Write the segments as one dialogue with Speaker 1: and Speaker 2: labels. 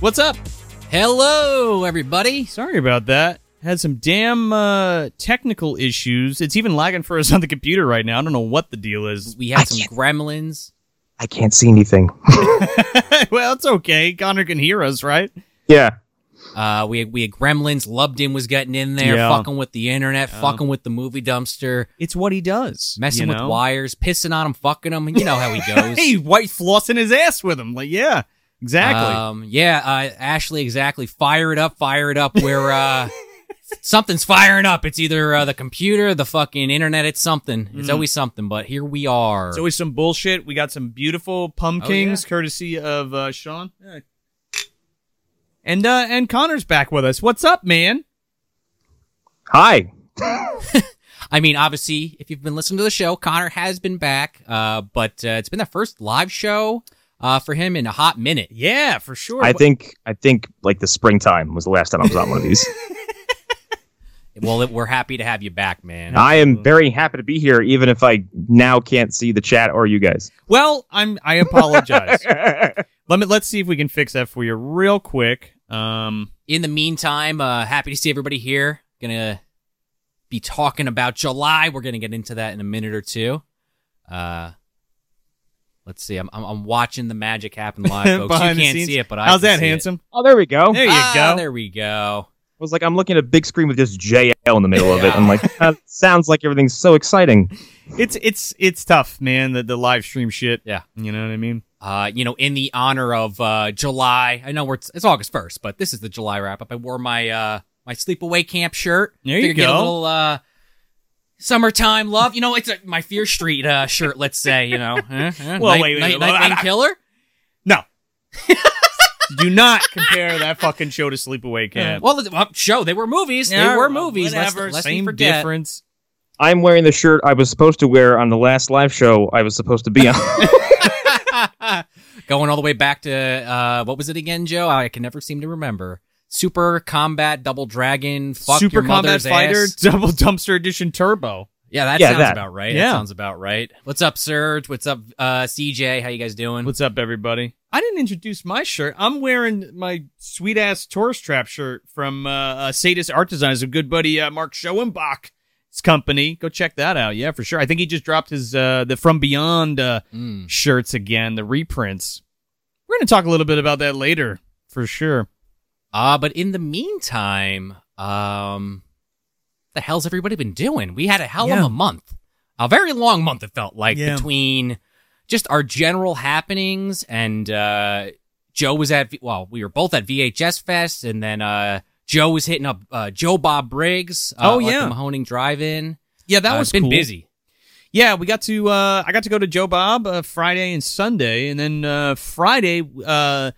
Speaker 1: What's up? Hello, everybody.
Speaker 2: Sorry about that. Had some damn uh, technical issues. It's even lagging for us on the computer right now. I don't know what the deal is.
Speaker 1: We had some gremlins.
Speaker 3: I can't see anything.
Speaker 2: well, it's okay. Connor can hear us, right?
Speaker 3: yeah.
Speaker 1: Uh, we had, we had gremlins. Lubden was getting in there,
Speaker 2: Yeah.
Speaker 1: fucking with the internet, fucking with the movie dumpster,
Speaker 2: It's what he does.
Speaker 1: messing
Speaker 2: you
Speaker 1: with
Speaker 2: know?
Speaker 1: wires, pissing on him, fucking him. You know how he goes.
Speaker 2: Hey, white flossing his ass with him. Like, yeah, exactly.
Speaker 1: Um, yeah, uh, Ashley, exactly. Fire it up, fire it up. Where uh, something's firing up. It's either uh, the computer, the fucking internet. It's something.
Speaker 2: Mm-hmm.
Speaker 1: It's always something. But here we are.
Speaker 2: it's always some bullshit. We got some beautiful pumpkins, courtesy of uh, Sean. Oh, Yeah. And uh, and Connor's back with us. What's up, man?
Speaker 3: Hi.
Speaker 1: I mean, obviously, if you've been listening to the show, Connor has been back. Uh, but uh, it's been the first live show uh, for him in a hot minute.
Speaker 2: Yeah, for sure.
Speaker 3: I think I think like the springtime was the last time I was on one of these.
Speaker 1: Well, it, we're happy to have you back, man.
Speaker 3: I am very happy to be here, even if I now can't see the chat or you guys.
Speaker 2: Well, I'm I apologize.
Speaker 3: Oh,
Speaker 2: Let me let's see if we can fix that for you real quick. Um
Speaker 1: in the meantime, uh, happy to see everybody here. Gonna be talking about July. We're gonna get into that in a minute or two. Uh, let's see. I'm, I'm I'm watching the magic happen live, folks. you
Speaker 2: behind the
Speaker 1: can't
Speaker 2: scenes.
Speaker 1: see it, but I
Speaker 2: How's
Speaker 1: can
Speaker 2: that
Speaker 1: see it.
Speaker 2: handsome?
Speaker 3: Oh, there we go.
Speaker 2: There you
Speaker 1: Ah,
Speaker 2: go.
Speaker 1: There we go.
Speaker 3: I was like, I'm looking at a big screen with just JL in the middle of it. I'm like, that sounds like everything's so exciting.
Speaker 2: It's it's it's tough, man, the the live stream shit.
Speaker 1: Yeah.
Speaker 2: You know what I mean?
Speaker 1: Uh, you know, in the honor of uh, July. I know we're it's August first, but this is the July wrap up. I wore my uh my sleepaway camp shirt.
Speaker 2: There you
Speaker 1: Figured Get a
Speaker 2: go.
Speaker 1: little uh summertime love. You know, it's a, my Fear Street uh shirt. Let's say you know. Eh, eh,
Speaker 2: Well, wait, wait,
Speaker 1: night, night,
Speaker 2: wait,
Speaker 1: Night
Speaker 2: wait,
Speaker 1: Rain
Speaker 2: I-
Speaker 1: killer.
Speaker 2: No. Do not compare that fucking show to Sleepaway Camp.
Speaker 1: Uh, Well, the, well, show they were movies.
Speaker 2: Yeah,
Speaker 1: they were movies. Let's-
Speaker 2: Whatever,
Speaker 1: let's not
Speaker 2: same
Speaker 1: forget.
Speaker 2: difference.
Speaker 3: I'm wearing the shirt I was supposed to wear on the last live show I was supposed to be on.
Speaker 1: Going all the way back to uh what was it again, Joe? I can never seem to remember. Super Combat Double Dragon. Fuck
Speaker 2: Super
Speaker 1: your
Speaker 2: Combat
Speaker 1: mother's
Speaker 2: Fighter
Speaker 1: ass.
Speaker 2: Double Dumpster Edition Turbo.
Speaker 1: Yeah, that
Speaker 3: Yeah,
Speaker 1: sounds
Speaker 3: that.
Speaker 1: about right. That
Speaker 2: Yeah.
Speaker 1: sounds about right. What's up, Serge? What's up, uh, CJ? How you guys doing?
Speaker 2: What's up, everybody? I didn't introduce my shirt. I'm wearing my sweet ass tourist trap shirt from uh, uh, Sadist Art Designers, a good buddy uh, Mark Schoenbach's company. Go check that out. Yeah, for sure. I think he just dropped his uh, the From Beyond uh,
Speaker 1: Mm.
Speaker 2: shirts again, the reprints. We're gonna talk a little bit about that later, for sure.
Speaker 1: Uh, but in the meantime, um, the hell's everybody been doing? We had a hell of
Speaker 2: Yeah.
Speaker 1: a month, a very long month. It felt like
Speaker 2: Yeah.
Speaker 1: between just our general happenings and uh, Joe was at V- well, we were both at VHS Fest, and then uh, Joe was hitting up uh, Joe Bob Briggs. Uh,
Speaker 2: Oh,
Speaker 1: at
Speaker 2: yeah.
Speaker 1: the Mahoning Drive-In.
Speaker 2: Yeah, that
Speaker 1: Uh,
Speaker 2: was
Speaker 1: it's been
Speaker 2: cool.
Speaker 1: busy.
Speaker 2: Yeah, we got to. Uh, I got to go to Joe Bob uh, Friday and Sunday, and then uh, Friday, uh,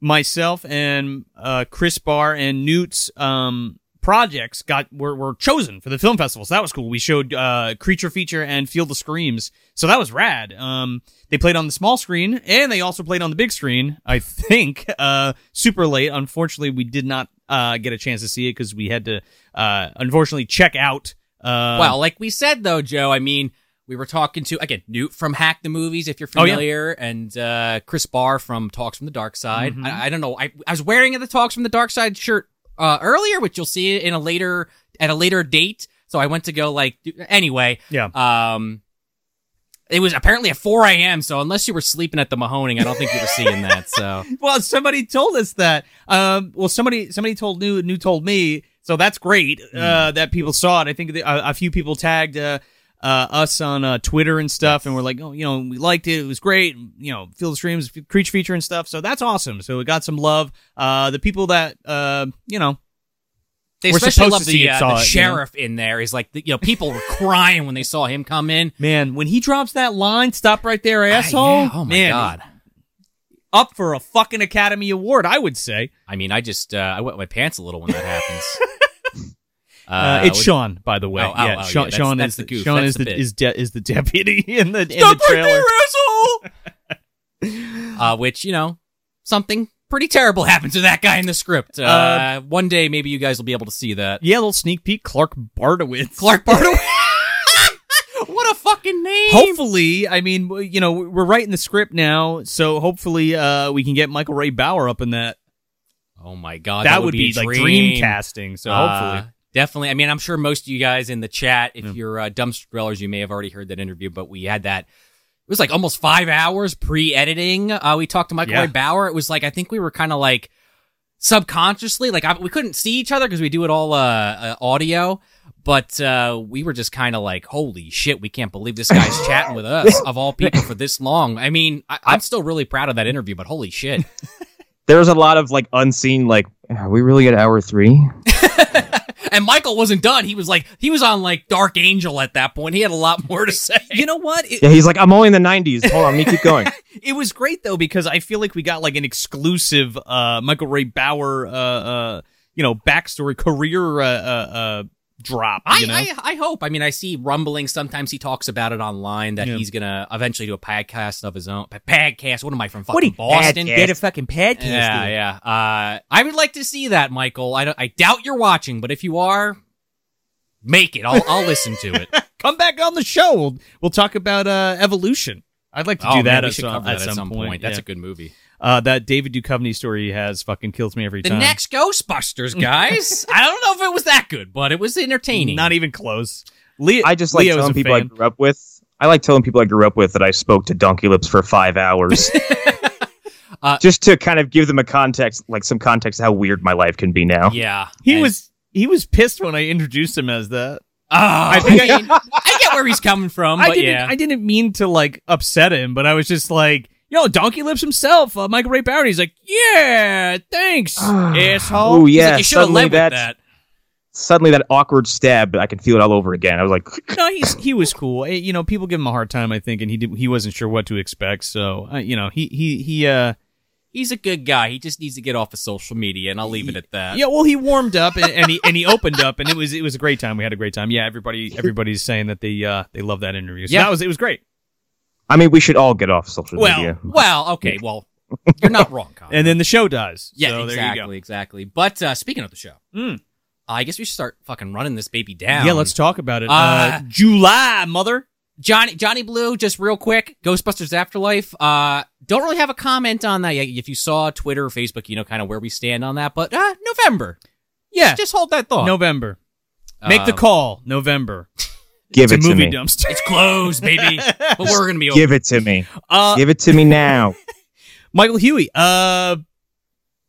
Speaker 2: myself and uh, Chris Barr and Newt's um, projects got were, were chosen for the film festival. So that was cool. We showed uh, Creature Feature and Field of Screams, so that was rad. Um, they played on the small screen and they also played on the big screen. I think uh, super late. Unfortunately, we did not uh, get a chance to see it because we had to uh, unfortunately check out. Uh,
Speaker 1: well, like we said though, Joe, I mean, we were talking to again Newt from Hack the Movies, if you're
Speaker 2: Oh, yeah.
Speaker 1: familiar, and uh, Chris Barr from Talks from the Dark Side.
Speaker 2: Mhm.
Speaker 1: I, I don't know. I, I was wearing the Talks from the Dark Side shirt uh, earlier, which you'll see in a later at a later date. So I went to go like do- anyway.
Speaker 2: Yeah.
Speaker 1: Um, it was apparently at 4 a.m. So unless you were sleeping at the Mahoning, I don't think you were seeing that. So
Speaker 2: well, somebody told us that. Um, well, somebody somebody told new new told me, so that's great
Speaker 1: Mm.
Speaker 2: uh, that people saw it. I think the, a, a few people tagged uh, uh, us on uh, Twitter and stuff, and we're like, oh, you know, we liked it. It was great. You know, Field of Streams, Creature Feature, and stuff. So that's awesome. So it got some love. Uh, the people that uh, you know,
Speaker 1: they
Speaker 2: We're
Speaker 1: especially
Speaker 2: supposed
Speaker 1: love
Speaker 2: to see
Speaker 1: the,
Speaker 2: it,
Speaker 1: uh,
Speaker 2: saw
Speaker 1: the
Speaker 2: it, you know?
Speaker 1: sheriff in there. Is like the, you know people were crying when they saw him come in.
Speaker 2: man, when he drops that line, stop right there, asshole.
Speaker 1: Ah, yeah. Oh my
Speaker 2: man,
Speaker 1: god.
Speaker 2: Up for a fucking Academy Award, I would say.
Speaker 1: I mean, I just uh, I wet my pants a little when that happens. uh,
Speaker 2: Uh, it's
Speaker 1: with-
Speaker 2: Sean, by the way.
Speaker 1: Oh, oh,
Speaker 2: yeah,
Speaker 1: oh,
Speaker 2: Sean,
Speaker 1: yeah, that's-
Speaker 2: Sean
Speaker 1: that's
Speaker 2: is
Speaker 1: the goof.
Speaker 2: Sean
Speaker 1: That's
Speaker 2: is
Speaker 1: the
Speaker 2: the,
Speaker 1: bit.
Speaker 2: is, de- is the deputy in the in
Speaker 1: Stop
Speaker 2: the
Speaker 1: right
Speaker 2: trailer.
Speaker 1: there, asshole! uh, which you know, something pretty terrible happened to that guy in the script. Uh,
Speaker 2: Uh,
Speaker 1: one day, maybe you guys will be able to see that.
Speaker 2: Yeah, little sneak peek. Clark Bartowitz.
Speaker 1: Clark Bartowitz. what a fucking name!
Speaker 2: Hopefully, I mean, w- you know, we're writing the script now, so hopefully, uh, we can get Michael Ray Bauer up in that.
Speaker 1: Oh my god,
Speaker 2: that, would be,
Speaker 1: a
Speaker 2: like
Speaker 1: dream.
Speaker 2: dreamcasting. So
Speaker 1: Uh,
Speaker 2: hopefully,
Speaker 1: definitely. I mean, I'm sure most of you guys in the chat, if
Speaker 2: Yeah.
Speaker 1: you're uh, dumpster dwellers, you may have already heard that interview, but we had that. It was like almost five hours pre-editing. Uh, we talked to Michael
Speaker 2: Yeah.
Speaker 1: Lloyd Bauer. It was like I think we were kind of like subconsciously, like I, we couldn't see each other because we do it all uh, uh, audio. But uh, we were just kind of like, holy shit, we can't believe this guy's chatting with us of all people for this long. I mean, I, I'm still really proud of that interview, but holy shit.
Speaker 3: There was a lot of like unseen, like, are we really at hour three?
Speaker 1: and Michael wasn't done. He was like, he was on like Dark Angel at that point. He had a lot more to say.
Speaker 2: you know what? It,
Speaker 3: Yeah, he's like, I'm only in the 90s. Hold on, let me keep going.
Speaker 2: it was great though because I feel like we got like an exclusive uh, Michael Ray Bauer, uh, uh, you know, backstory career uh, uh, uh, drop.
Speaker 1: I,
Speaker 2: you know?
Speaker 1: I, I hope. I mean, I see rumblings. Sometimes he talks about it online that
Speaker 2: Yeah.
Speaker 1: he's gonna eventually do a podcast of his own. pa- Podcast. What am I from fucking
Speaker 2: What do you-
Speaker 1: Boston?
Speaker 3: Podcast. Get
Speaker 2: a fucking podcast.
Speaker 1: Yeah, yeah. Uh, I would like to see that, Michael. I, don't, I doubt you're watching, but if you are, make it. I'll, I'll listen to it.
Speaker 2: Come back on the show. We'll, we'll talk about uh, evolution. I'd like to
Speaker 1: oh,
Speaker 2: do that,
Speaker 1: man, we
Speaker 2: at,
Speaker 1: should
Speaker 2: some,
Speaker 1: cover that
Speaker 2: at some, point.
Speaker 1: That's
Speaker 2: yeah.
Speaker 1: a good movie.
Speaker 2: uh, that David Duchovny story he has fucking kills me every
Speaker 1: The
Speaker 2: time.
Speaker 1: next Ghostbusters, guys. I don't know if it was that good, but it was entertaining.
Speaker 2: Not even close. Leo,
Speaker 3: I just like
Speaker 2: Leo's
Speaker 3: telling
Speaker 2: a
Speaker 3: people I
Speaker 2: fan.
Speaker 3: grew up with. I like telling people I grew up with that I spoke to Donkey Lips for five hours.
Speaker 1: Uh,
Speaker 3: just to kind of give them a context, like some context, how weird my life can be now.
Speaker 1: Yeah,
Speaker 2: he
Speaker 1: And-
Speaker 2: was he was pissed when I introduced him as that.
Speaker 1: Oh, I,
Speaker 2: think I-
Speaker 1: mean, I get where he's coming from,
Speaker 2: I
Speaker 1: Um, but
Speaker 2: didn't.
Speaker 1: yeah.
Speaker 2: I didn't mean to like upset him, but I was just like, "Yo, Donkey Lips himself, uh, Michael Ray Bauer." He's like, "Yeah, thanks, asshole."
Speaker 3: Oh
Speaker 1: He's
Speaker 3: yeah,
Speaker 1: like, you should have
Speaker 3: suddenly
Speaker 1: led with
Speaker 3: that,
Speaker 1: that.
Speaker 3: suddenly that awkward stab. I can feel it all over again. I was like,
Speaker 2: No, he's he was cool. Eh, You know, people give him a hard time, I think, and he did, he wasn't sure what to expect. So, uh, you know, he he he. Uh,
Speaker 1: He's a good guy. He just needs to get off of social media, and I'll leave it at that.
Speaker 2: yeah, well, he warmed up and, and he and he opened up, and it was it was a great time. We had a great time. Yeah, everybody everybody's saying that they uh they love that interview. So
Speaker 1: Yeah.
Speaker 2: that was it was great.
Speaker 3: I mean, we should all get off social
Speaker 1: well,
Speaker 3: media.
Speaker 1: well, okay, well, you're not wrong, Colin.
Speaker 2: And then the show dies.
Speaker 1: yeah,
Speaker 2: so
Speaker 1: exactly,
Speaker 2: there you go.
Speaker 1: exactly. But uh, speaking of the show,
Speaker 2: Mm.
Speaker 1: I guess we should start fucking running this baby down.
Speaker 2: Yeah, let's talk about it. Uh,
Speaker 1: Uh,
Speaker 2: July, mother.
Speaker 1: Johnny Johnny Blue, just real quick, Ghostbusters Afterlife. Uh, don't really have a comment on that yet. If you saw Twitter or Facebook, you know kind of where we stand on that. But uh, November,
Speaker 2: Yeah,
Speaker 1: just hold that thought.
Speaker 2: November. Make the
Speaker 1: Um,
Speaker 2: call, November.
Speaker 3: Give
Speaker 2: It's a
Speaker 3: it to
Speaker 2: movie
Speaker 3: me.
Speaker 2: dumpster.
Speaker 1: It's closed, baby. but we're gonna be over.
Speaker 3: Give it to me.
Speaker 2: Uh,
Speaker 3: Give it to me now.
Speaker 2: Michael Huey. Uh,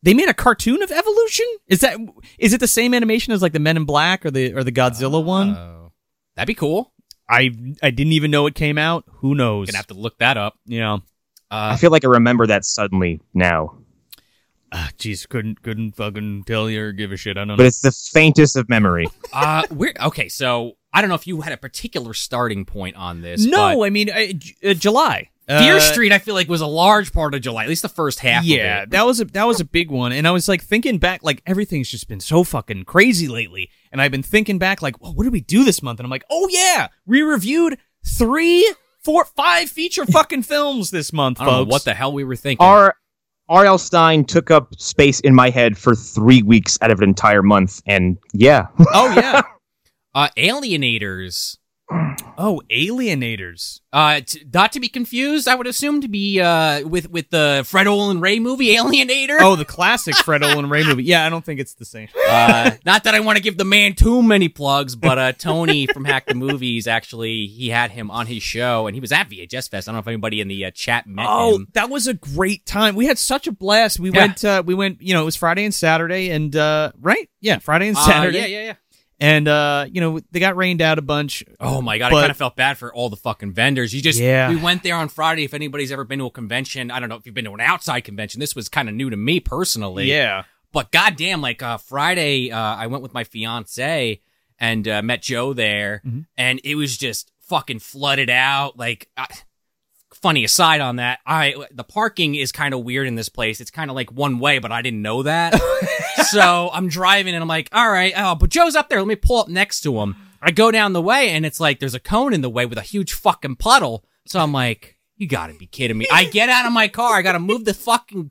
Speaker 2: they made a cartoon of evolution. Is that is it the same animation as like the Men in Black or the or the Godzilla one?
Speaker 1: Oh. that'd be cool.
Speaker 2: I I didn't even know it came out. Who knows?
Speaker 1: Gonna have to look that up.
Speaker 2: yeah.
Speaker 1: Uh,
Speaker 3: I feel like I remember that suddenly now,
Speaker 2: Ah, Jeez, couldn't couldn't fucking tell you or give a shit. I don't
Speaker 3: but
Speaker 2: know.
Speaker 3: it's the faintest of memory.
Speaker 1: uh, we're okay. So I don't know if you had a particular starting point on this.
Speaker 2: No, I mean I, uh, July.
Speaker 1: but Deer
Speaker 2: Uh,
Speaker 1: Street. I feel like was a large part of July, at least the first half.
Speaker 2: Yeah,
Speaker 1: of it.
Speaker 2: that was a that was a big one, and I was like thinking back, like everything's just been so fucking crazy lately, and I've been thinking back, like, well, what did we do this month? And I'm like, oh yeah, we reviewed three, four, five feature fucking films this month,
Speaker 1: I don't
Speaker 2: folks.
Speaker 1: know what the hell we were thinking.
Speaker 3: R. R.L. Stein took up space in my head for three weeks out of an entire month, and yeah,
Speaker 2: oh yeah,
Speaker 1: uh, Alienators.
Speaker 2: oh Alienators.
Speaker 1: Uh, t- not to be confused, I would assume to be uh with with the Fred Olin Ray movie Alienator.
Speaker 2: Oh, the classic Fred Olin Ray movie. Yeah, I don't think it's the same.
Speaker 1: Uh, not that I want to give the man too many plugs, but uh, Tony from Hack the Movies actually he had him on his show, and he was at VHS Fest. I don't know if anybody in the uh, chat met
Speaker 2: Oh,
Speaker 1: him.
Speaker 2: that was a great time. We had such a blast. We
Speaker 1: Yeah.
Speaker 2: went, uh, we went. You know, it was Friday and Saturday, and uh, right, yeah, Friday and
Speaker 1: Uh,
Speaker 2: Saturday.
Speaker 1: yeah, yeah, yeah.
Speaker 2: and uh, you know they got rained out a bunch.
Speaker 1: Oh my god,
Speaker 2: But-
Speaker 1: I kind of felt bad for all the fucking vendors. You just
Speaker 2: Yeah.
Speaker 1: we went there on Friday. If anybody's ever been to a convention, I don't know if you've been to an outside convention. This was kind of new to me personally.
Speaker 2: Yeah,
Speaker 1: But goddamn, like uh, Friday, uh, I went with my fiance and uh, met Joe there,
Speaker 2: Mhm.
Speaker 1: and it was just fucking flooded out. Like, I, funny aside on that, I the parking is kind of weird in this place. It's kind of like one way, but I didn't know that. so I'm driving and I'm like, all right, oh, but Joe's up there. Let me pull up next to him. I go down the way and it's like there's a cone in the way with a huge fucking puddle. So I'm like, You gotta be kidding me. I get out of my car. I gotta move the fucking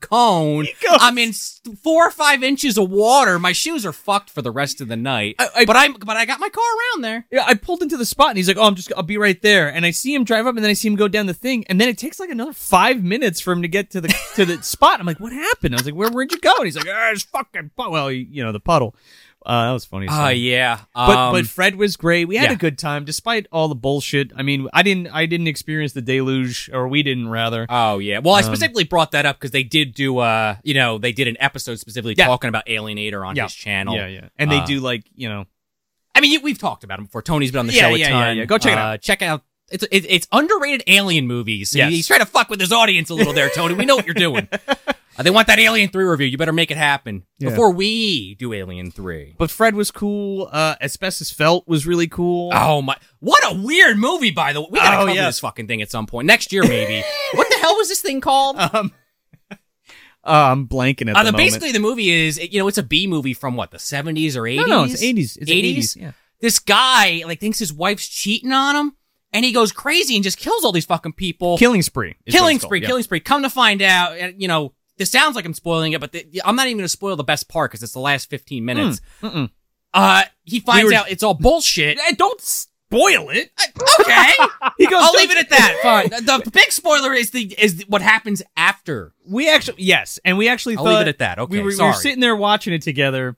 Speaker 1: cone. I'm in s- four or five inches of water. My shoes are fucked for the rest of the night.
Speaker 2: I- I-
Speaker 1: but I'm, but I got my car around there.
Speaker 2: Yeah, I pulled into the spot and he's like, "Oh, I'm just I'll be right there." And I see him drive up and then I see him go down the thing and then it takes like another 5 minutes for him to get to the to the spot. I'm like, "What happened?" I was like, "Where where'd you go?" And he's like, "Ah, it's fucking pu-" well, you know, the puddle." Uh, that was funny. as
Speaker 1: Oh
Speaker 2: hell.
Speaker 1: yeah.
Speaker 2: But
Speaker 1: Um,
Speaker 2: but Fred was great. We had
Speaker 1: yeah.
Speaker 2: a good time despite all the bullshit. I mean, I didn't I didn't experience the deluge or we didn't rather.
Speaker 1: Oh yeah. Well,
Speaker 2: Um,
Speaker 1: I specifically brought that up because they did do uh, you know, they did an episode specifically
Speaker 2: Yeah.
Speaker 1: talking about Alienator on
Speaker 2: Yeah.
Speaker 1: his channel.
Speaker 2: Yeah, yeah. And they
Speaker 1: Uh,
Speaker 2: do like, you know,
Speaker 1: I mean, you- we've talked about him before. Tony's been on the
Speaker 2: Yeah,
Speaker 1: show a
Speaker 2: yeah, yeah,
Speaker 1: ton.
Speaker 2: yeah. Go check it
Speaker 1: Uh, Check out. It's, it, it's underrated alien movies.
Speaker 2: Yes.
Speaker 1: He's trying to fuck with his audience a little there, Tony. We know what you're doing. Uh, they want that Alien 3 review. You better make it happen
Speaker 2: Yeah.
Speaker 1: before we do Alien 3.
Speaker 2: but Fred was cool. Uh Asbestos Felt was really cool.
Speaker 1: Oh my! What a weird movie, by the way. We gotta
Speaker 2: Oh,
Speaker 1: cover
Speaker 2: yeah.
Speaker 1: this fucking thing at some point next year, maybe. what the hell was this thing called?
Speaker 2: Um, uh, I'm blanking at
Speaker 1: Uh,
Speaker 2: the
Speaker 1: the,
Speaker 2: moment.
Speaker 1: basically, the movie is you know it's a B movie from what the seventies or
Speaker 2: No,
Speaker 1: eighties.
Speaker 2: no, it's 80s. It's 80s.
Speaker 1: 80s?
Speaker 2: Yeah.
Speaker 1: This guy like thinks his wife's cheating on him, and he goes crazy and just kills all these fucking people.
Speaker 2: Killing Spree. is what
Speaker 1: killing
Speaker 2: it's called,
Speaker 1: spree,
Speaker 2: yeah.
Speaker 1: killing spree. Come to find out, uh, you know this sounds like I'm spoiling it, but the, I'm not even gonna spoil the best part because it's the last fifteen minutes.
Speaker 2: Hmm, Mm-mm.
Speaker 1: Uh, he finds
Speaker 2: were-
Speaker 1: out it's all bullshit.
Speaker 2: Hey, don't spoil it.
Speaker 1: okay,
Speaker 2: He goes,
Speaker 1: I'll leave it at that. Fine. The the big spoiler is the is what happens after.
Speaker 2: We actually, yes, and we actually
Speaker 1: I'll
Speaker 2: thought
Speaker 1: leave it at that. Okay,
Speaker 2: we, were, we
Speaker 1: sorry.
Speaker 2: were sitting there watching it together,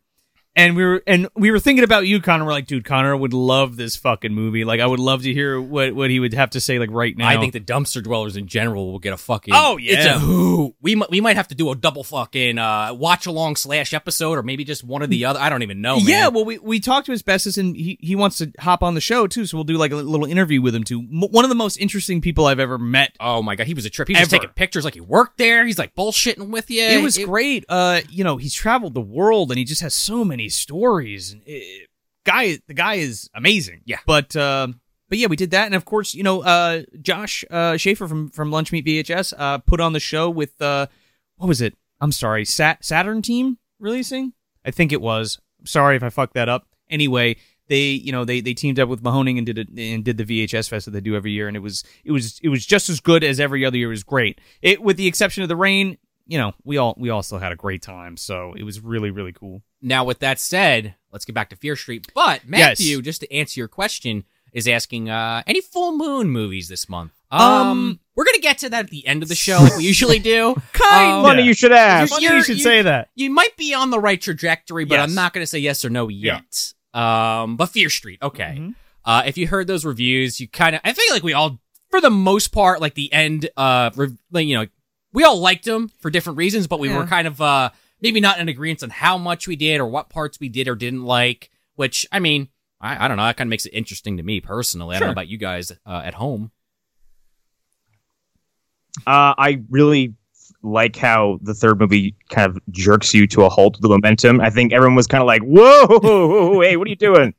Speaker 2: and we were and we were thinking about you, Connor. We're like, dude, Connor would love this fucking movie. Like, I would love to hear what what he would have to say like right now.
Speaker 1: I think the dumpster dwellers in general will get a fucking.
Speaker 2: Oh, yeah.
Speaker 1: it's a who. We mi- we might have to do a double fucking uh, watch along slash episode, or maybe just one or the other. I don't even know. Man.
Speaker 2: Yeah, well, we, we talked to Asbestos, and he, he wants to hop on the show too. So we'll do like a little interview with him too. M- one of the most interesting people I've ever met.
Speaker 1: Oh my god, he was a trip. He was
Speaker 2: Ever.
Speaker 1: taking pictures like he worked there. He's like bullshitting with you.
Speaker 2: it was great. Uh, you know, he's traveled the world, and he just has so many stories. And it, guy, the guy is amazing.
Speaker 1: Yeah.
Speaker 2: but um, but yeah, we did that, and of course, you know, uh, Josh uh, Schaefer from from Lunch Meat VHS uh, put on the show with uh, what was it? I'm sorry, Sat- Saturn team releasing. I think it was. Sorry if I fucked that up. Anyway, they you know they they teamed up with Mahoning and did it and did the VHS fest that they do every year, and it was it was it was just as good as every other year. It was great. It with the exception of the rain. You know, we all we all still had a great time, so it was really really cool.
Speaker 1: Now, with that said, let's get back to Fear Street. But Matthew, just to answer your question, is asking uh, any full moon movies this month. Um,
Speaker 2: Um,
Speaker 1: we're gonna get to that at the end of the show, like we usually do.
Speaker 2: Kind
Speaker 1: Um,
Speaker 3: Funny you should ask.
Speaker 1: Funny you You're- should you- say
Speaker 2: that.
Speaker 1: you might be on the right trajectory, but
Speaker 2: Yes.
Speaker 1: I'm not going to say yes or no yet. Um, but Fear Street, okay.
Speaker 2: Mhm.
Speaker 1: Uh, if you heard those reviews, you kind of, I feel like we all, for the most part, like the end, uh, re- like, you know, we all liked them for different reasons, but we were
Speaker 2: Yeah.
Speaker 1: kind of, uh, maybe not in agreement on how much we did or what parts we did or didn't like, which, I mean, I, I don't know. That kind of makes it interesting to me personally. I don't
Speaker 2: Sure.
Speaker 1: know about you guys uh, at home.
Speaker 3: Uh, I really like how the third movie kind of jerks you to a halt with the momentum. I think everyone was kind of like, "Whoa, whoa, whoa, whoa, hey, what are you doing?"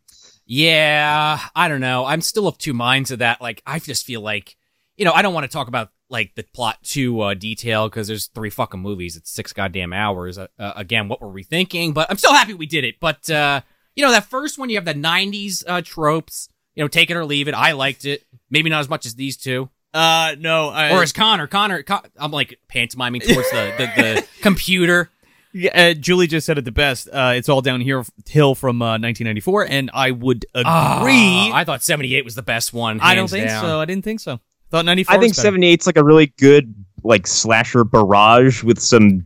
Speaker 1: Yeah, I don't know. I'm still of two minds of that. Like, I just feel like, you know, I don't want to talk about like the plot too uh, detail because there's three fucking movies. It's six goddamn hours. Uh, uh, again, what were we thinking? But I'm still happy we did it. But uh, you know, that first one, you have the '90s uh, tropes. You know, take it or leave it. I liked it. Maybe not as much as these two,
Speaker 2: Uh, no, I,
Speaker 1: or as Connor. Connor, Con- I'm like pantomiming towards the the, the computer.
Speaker 2: Yeah, uh, Julie just said it the best. Uh, it's all down here hill from uh, 1994, and I would agree.
Speaker 1: Ah,
Speaker 2: I,
Speaker 1: I thought '78 was the best one.
Speaker 2: don't
Speaker 1: hands
Speaker 2: think
Speaker 1: down.
Speaker 2: so. I didn't think so. Thought 94.
Speaker 3: I think
Speaker 2: was better.
Speaker 3: seventy eight's like a really good like slasher barrage with some,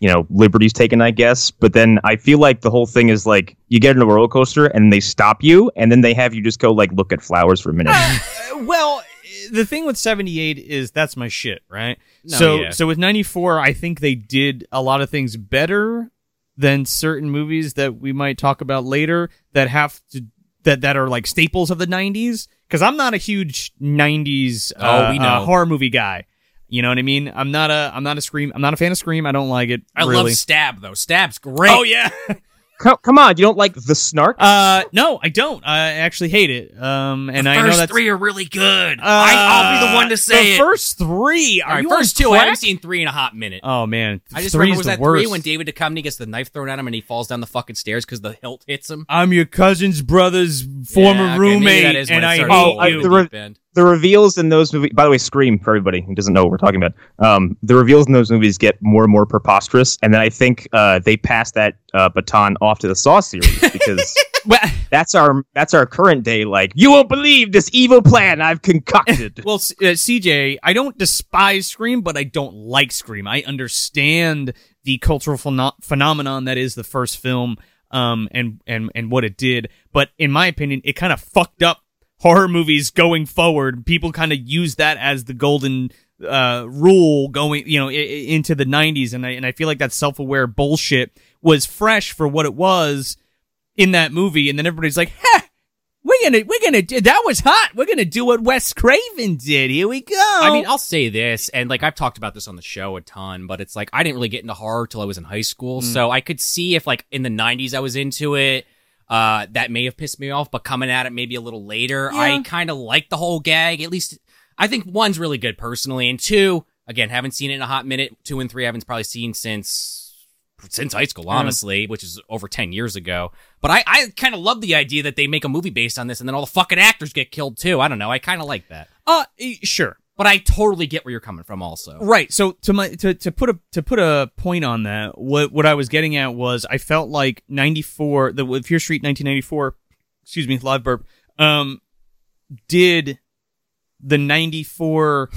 Speaker 3: you know, liberties taken, I guess. But then I feel like the whole thing is like you get in a roller coaster and they stop you, and then they have you just go like look at flowers for a minute.
Speaker 2: Uh, well, the thing with 78 is that's my shit, right?
Speaker 1: No,
Speaker 2: so
Speaker 1: yeah.
Speaker 2: so with 94, I think they did a lot of things better than certain movies that we might talk about later that have to that that are like staples of the 90s cuz I'm not a huge 90s uh,
Speaker 1: Oh, we
Speaker 2: uh,
Speaker 1: know.
Speaker 2: horror movie guy. You know what I mean? I'm not a I'm not a scream I'm not a fan of scream. I don't like it.
Speaker 1: I
Speaker 2: really.
Speaker 1: love Stab though. Stab's great.
Speaker 2: Oh yeah.
Speaker 3: Co- come on, you don't like the snark?
Speaker 2: Uh no, I don't. I actually hate it. Um and I know
Speaker 1: first
Speaker 2: that's uh,
Speaker 1: three are really good. I, I'll be the one to say
Speaker 2: the
Speaker 1: it.
Speaker 2: first three. Are
Speaker 1: All right,
Speaker 2: you
Speaker 1: first
Speaker 2: on
Speaker 1: two, I
Speaker 2: crack?
Speaker 1: haven't seen three in a hot minute.
Speaker 2: Oh man,
Speaker 1: I just
Speaker 2: three
Speaker 1: remember
Speaker 2: is
Speaker 1: was
Speaker 2: the
Speaker 1: that
Speaker 2: worst.
Speaker 1: three when David Duchovny gets the knife thrown at him and he falls down the fucking stairs because the hilt hits him.
Speaker 2: I'm your cousin's brother's former
Speaker 1: Yeah, okay, maybe
Speaker 2: roommate,
Speaker 1: that is
Speaker 2: and
Speaker 1: when it
Speaker 2: I hate
Speaker 1: started to go
Speaker 3: I-
Speaker 1: off
Speaker 2: you.
Speaker 3: the
Speaker 1: the
Speaker 3: re-
Speaker 1: deep end.
Speaker 3: the reveals in those movies. By the way, Scream for everybody who doesn't know what we're talking about. Um, the reveals in those movies get more and more preposterous, and then I think uh, they pass that uh, baton off to the Saw series because
Speaker 1: Well,
Speaker 3: that's our that's our current day. Like you won't believe this evil plan I've concocted.
Speaker 2: Well, C- uh, CJ, I don't despise Scream, but I don't like Scream. I understand the cultural pheno- phenomenon that is the first film, um, and and and what it did. But in my opinion, it kind of fucked up horror movies going forward. People kind of use that as the golden uh rule going you know I- I- into the 90s and I, and I feel like that self-aware bullshit was fresh for what it was in that movie and then everybody's like ha we're gonna we're gonna do that was hot we're gonna do what wes craven did here we go
Speaker 1: I mean, I'll say this, and like I've talked about this on the show a ton, but it's like I didn't really get into horror till I was in high school, so I could see if like in the '90s I was into it, uh, that may have pissed me off. But coming at it maybe a little later, I kind of like the whole gag. At least I think one's really good personally, and two, again, haven't seen it in a hot minute. Two and three, I haven't probably seen since since high school, honestly, which is over ten years ago. But I, I kind of love the idea that they make a movie based on this, and then all the fucking actors get killed too. I don't know. I kind of like that.
Speaker 2: uh e- sure
Speaker 1: But I totally get where you're coming from, also.
Speaker 2: Right. So to my to, to put a to put a point on that, what what I was getting at was I felt like ninety four the with Fear Street nineteen ninety four, excuse me, live burp, um, did the ninety four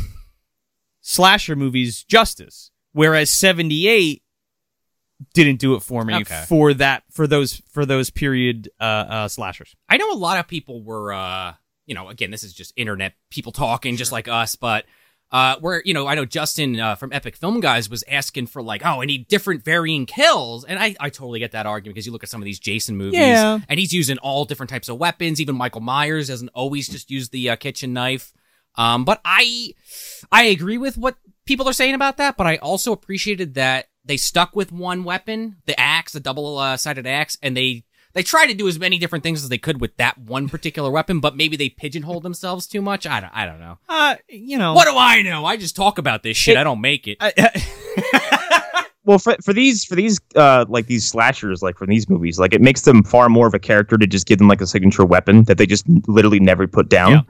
Speaker 2: slasher movies justice, whereas seventy eight didn't do it for me
Speaker 1: Okay.
Speaker 2: for that for those for those period uh, uh slashers.
Speaker 1: I know a lot of people were, uh, you know, again, this is just internet people talking, just like us, but uh, where, you know, I know Justin uh, from Epic Film Guys was asking for, like, oh, I need different varying kills. And I, I totally get that argument because you look at some of these Jason movies
Speaker 2: Yeah.
Speaker 1: and he's using all different types of weapons. Even Michael Myers doesn't always just use the uh, kitchen knife. Um, but I, I agree with what people are saying about that, but I also appreciated that they stuck with one weapon, the axe, the double uh, sided axe, and they they tried to do as many different things as they could with that one particular weapon, but maybe they pigeonholed themselves too much. I don't, I don't know.
Speaker 2: Uh, you know
Speaker 1: What do I know? I just talk about this shit. I don't make it.
Speaker 2: I,
Speaker 3: well, for, for these for these uh, like these slashers, like from these movies, like it makes them far more of a character to just give them like a signature weapon that they just literally never put down.
Speaker 2: Yeah.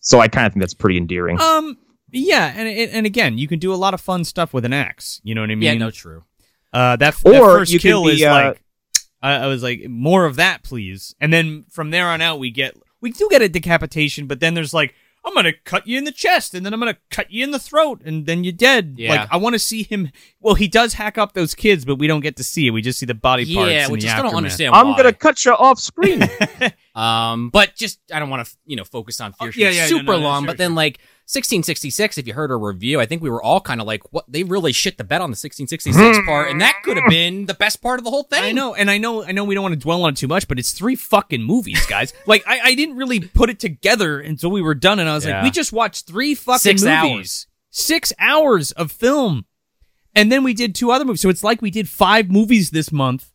Speaker 3: So I kind of think that's pretty endearing.
Speaker 2: um. Yeah, and and- and again, you can do a lot of fun stuff with an axe. You know what I mean?
Speaker 1: yeah, no, true.
Speaker 2: Uh, that,
Speaker 3: Or
Speaker 2: that first
Speaker 3: you could
Speaker 2: kill
Speaker 3: be,
Speaker 2: is
Speaker 3: uh,
Speaker 2: like I, I was like more of that, please. And then from there on out, we get we do get a decapitation, but then there's like I'm gonna cut you in the chest, and then I'm gonna cut you in the throat, and then you're dead.
Speaker 1: Yeah.
Speaker 2: Like I want to see him. Well, he does hack up those kids, but we don't get to see it. We just see the body parts.
Speaker 1: Yeah,
Speaker 2: and
Speaker 1: which
Speaker 2: the
Speaker 1: I still don't
Speaker 2: aftermath.
Speaker 1: understand.
Speaker 3: I'm
Speaker 1: why.
Speaker 3: gonna cut you off screen.
Speaker 1: Um, but just I don't want to you know focus on
Speaker 2: Oh,
Speaker 1: Fear Street
Speaker 2: yeah, yeah, no,
Speaker 1: super
Speaker 2: no, no,
Speaker 1: long.
Speaker 2: sure,
Speaker 1: but then like 1666, if you heard a review, I think we were all kind of like, what they really shit the bed on the 1666 part, and that could have been the best part of the whole thing.
Speaker 2: I know, and I know, I know. We don't want to dwell on it too much, but it's three fucking movies, guys. like I, I didn't really put it together until we were done, and I was
Speaker 1: Yeah.
Speaker 2: like, we just watched three fucking
Speaker 1: Six
Speaker 2: movies,
Speaker 1: hours.
Speaker 2: six hours of film, and then we did two other movies. So it's like we did five movies this month.